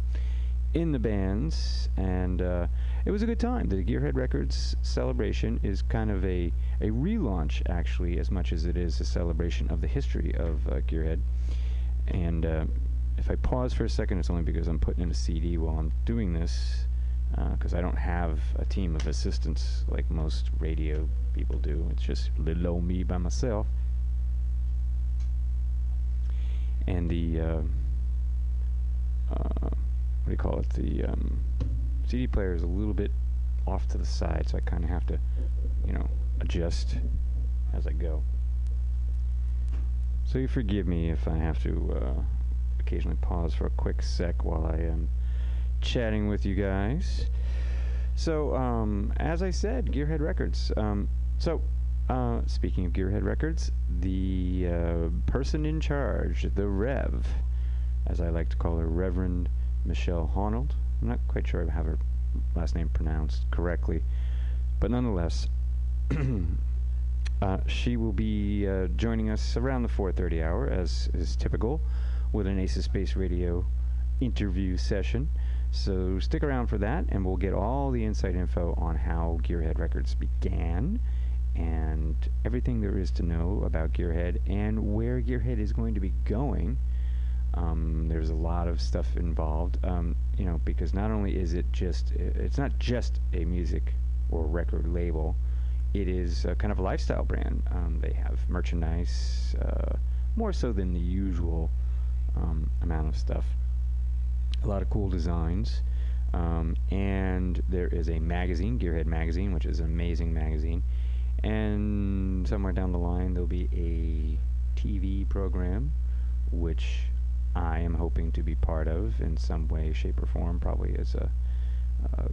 V: in the bands, and uh, it was a good time. The Gearhead Records celebration is kind of a, a relaunch, actually, as much as it is a celebration of the history of uh, Gearhead. And uh, if I pause for a second, it's only because I'm putting in a CD while I'm doing this, because I don't have a team of assistants like most radio people do. It's just little old me by myself. And the. Uh, uh, what do you call it? The um, CD player is a little bit off to the side, so I kind of have to, you know, adjust as I go. So you forgive me if I have to uh, occasionally pause for a quick sec while I am chatting with you guys. So, um, as I said, Gearhead Records. Um, so, uh, speaking of Gearhead Records, the uh, person in charge, the Rev, as I like to call her, Reverend Michelle Honold. I'm not quite sure I have her last name pronounced correctly, but nonetheless, uh, she will be uh, joining us around the 4:30 hour, as is typical, with an Aces Space Radio interview session. So stick around for that, and we'll get all the inside info on how Gearhead Records began. And everything there is to know about Gearhead and where Gearhead is going to be going um, there's a lot of stuff involved, um, you know, because not only is it just, i- it's not just a music or record label, it is a kind of a lifestyle brand. Um, they have merchandise, uh, more so than the usual um, amount of stuff. A lot of cool designs. Um, and there is a magazine, Gearhead Magazine, which is an amazing magazine. And somewhere down the line, there'll be a TV program, which I am hoping to be part of in some way, shape, or form, probably as a, uh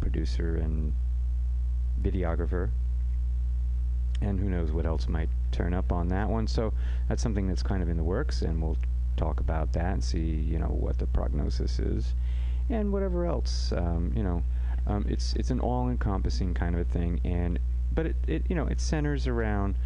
V: producer and videographer. And who knows what else might turn up on that one. So that's something that's kind of in the works, and we'll talk about that and see, you know, what the prognosis is and whatever else. Um, you know, um, it's it's an all-encompassing kind of a thing, and but it, it you know it centers around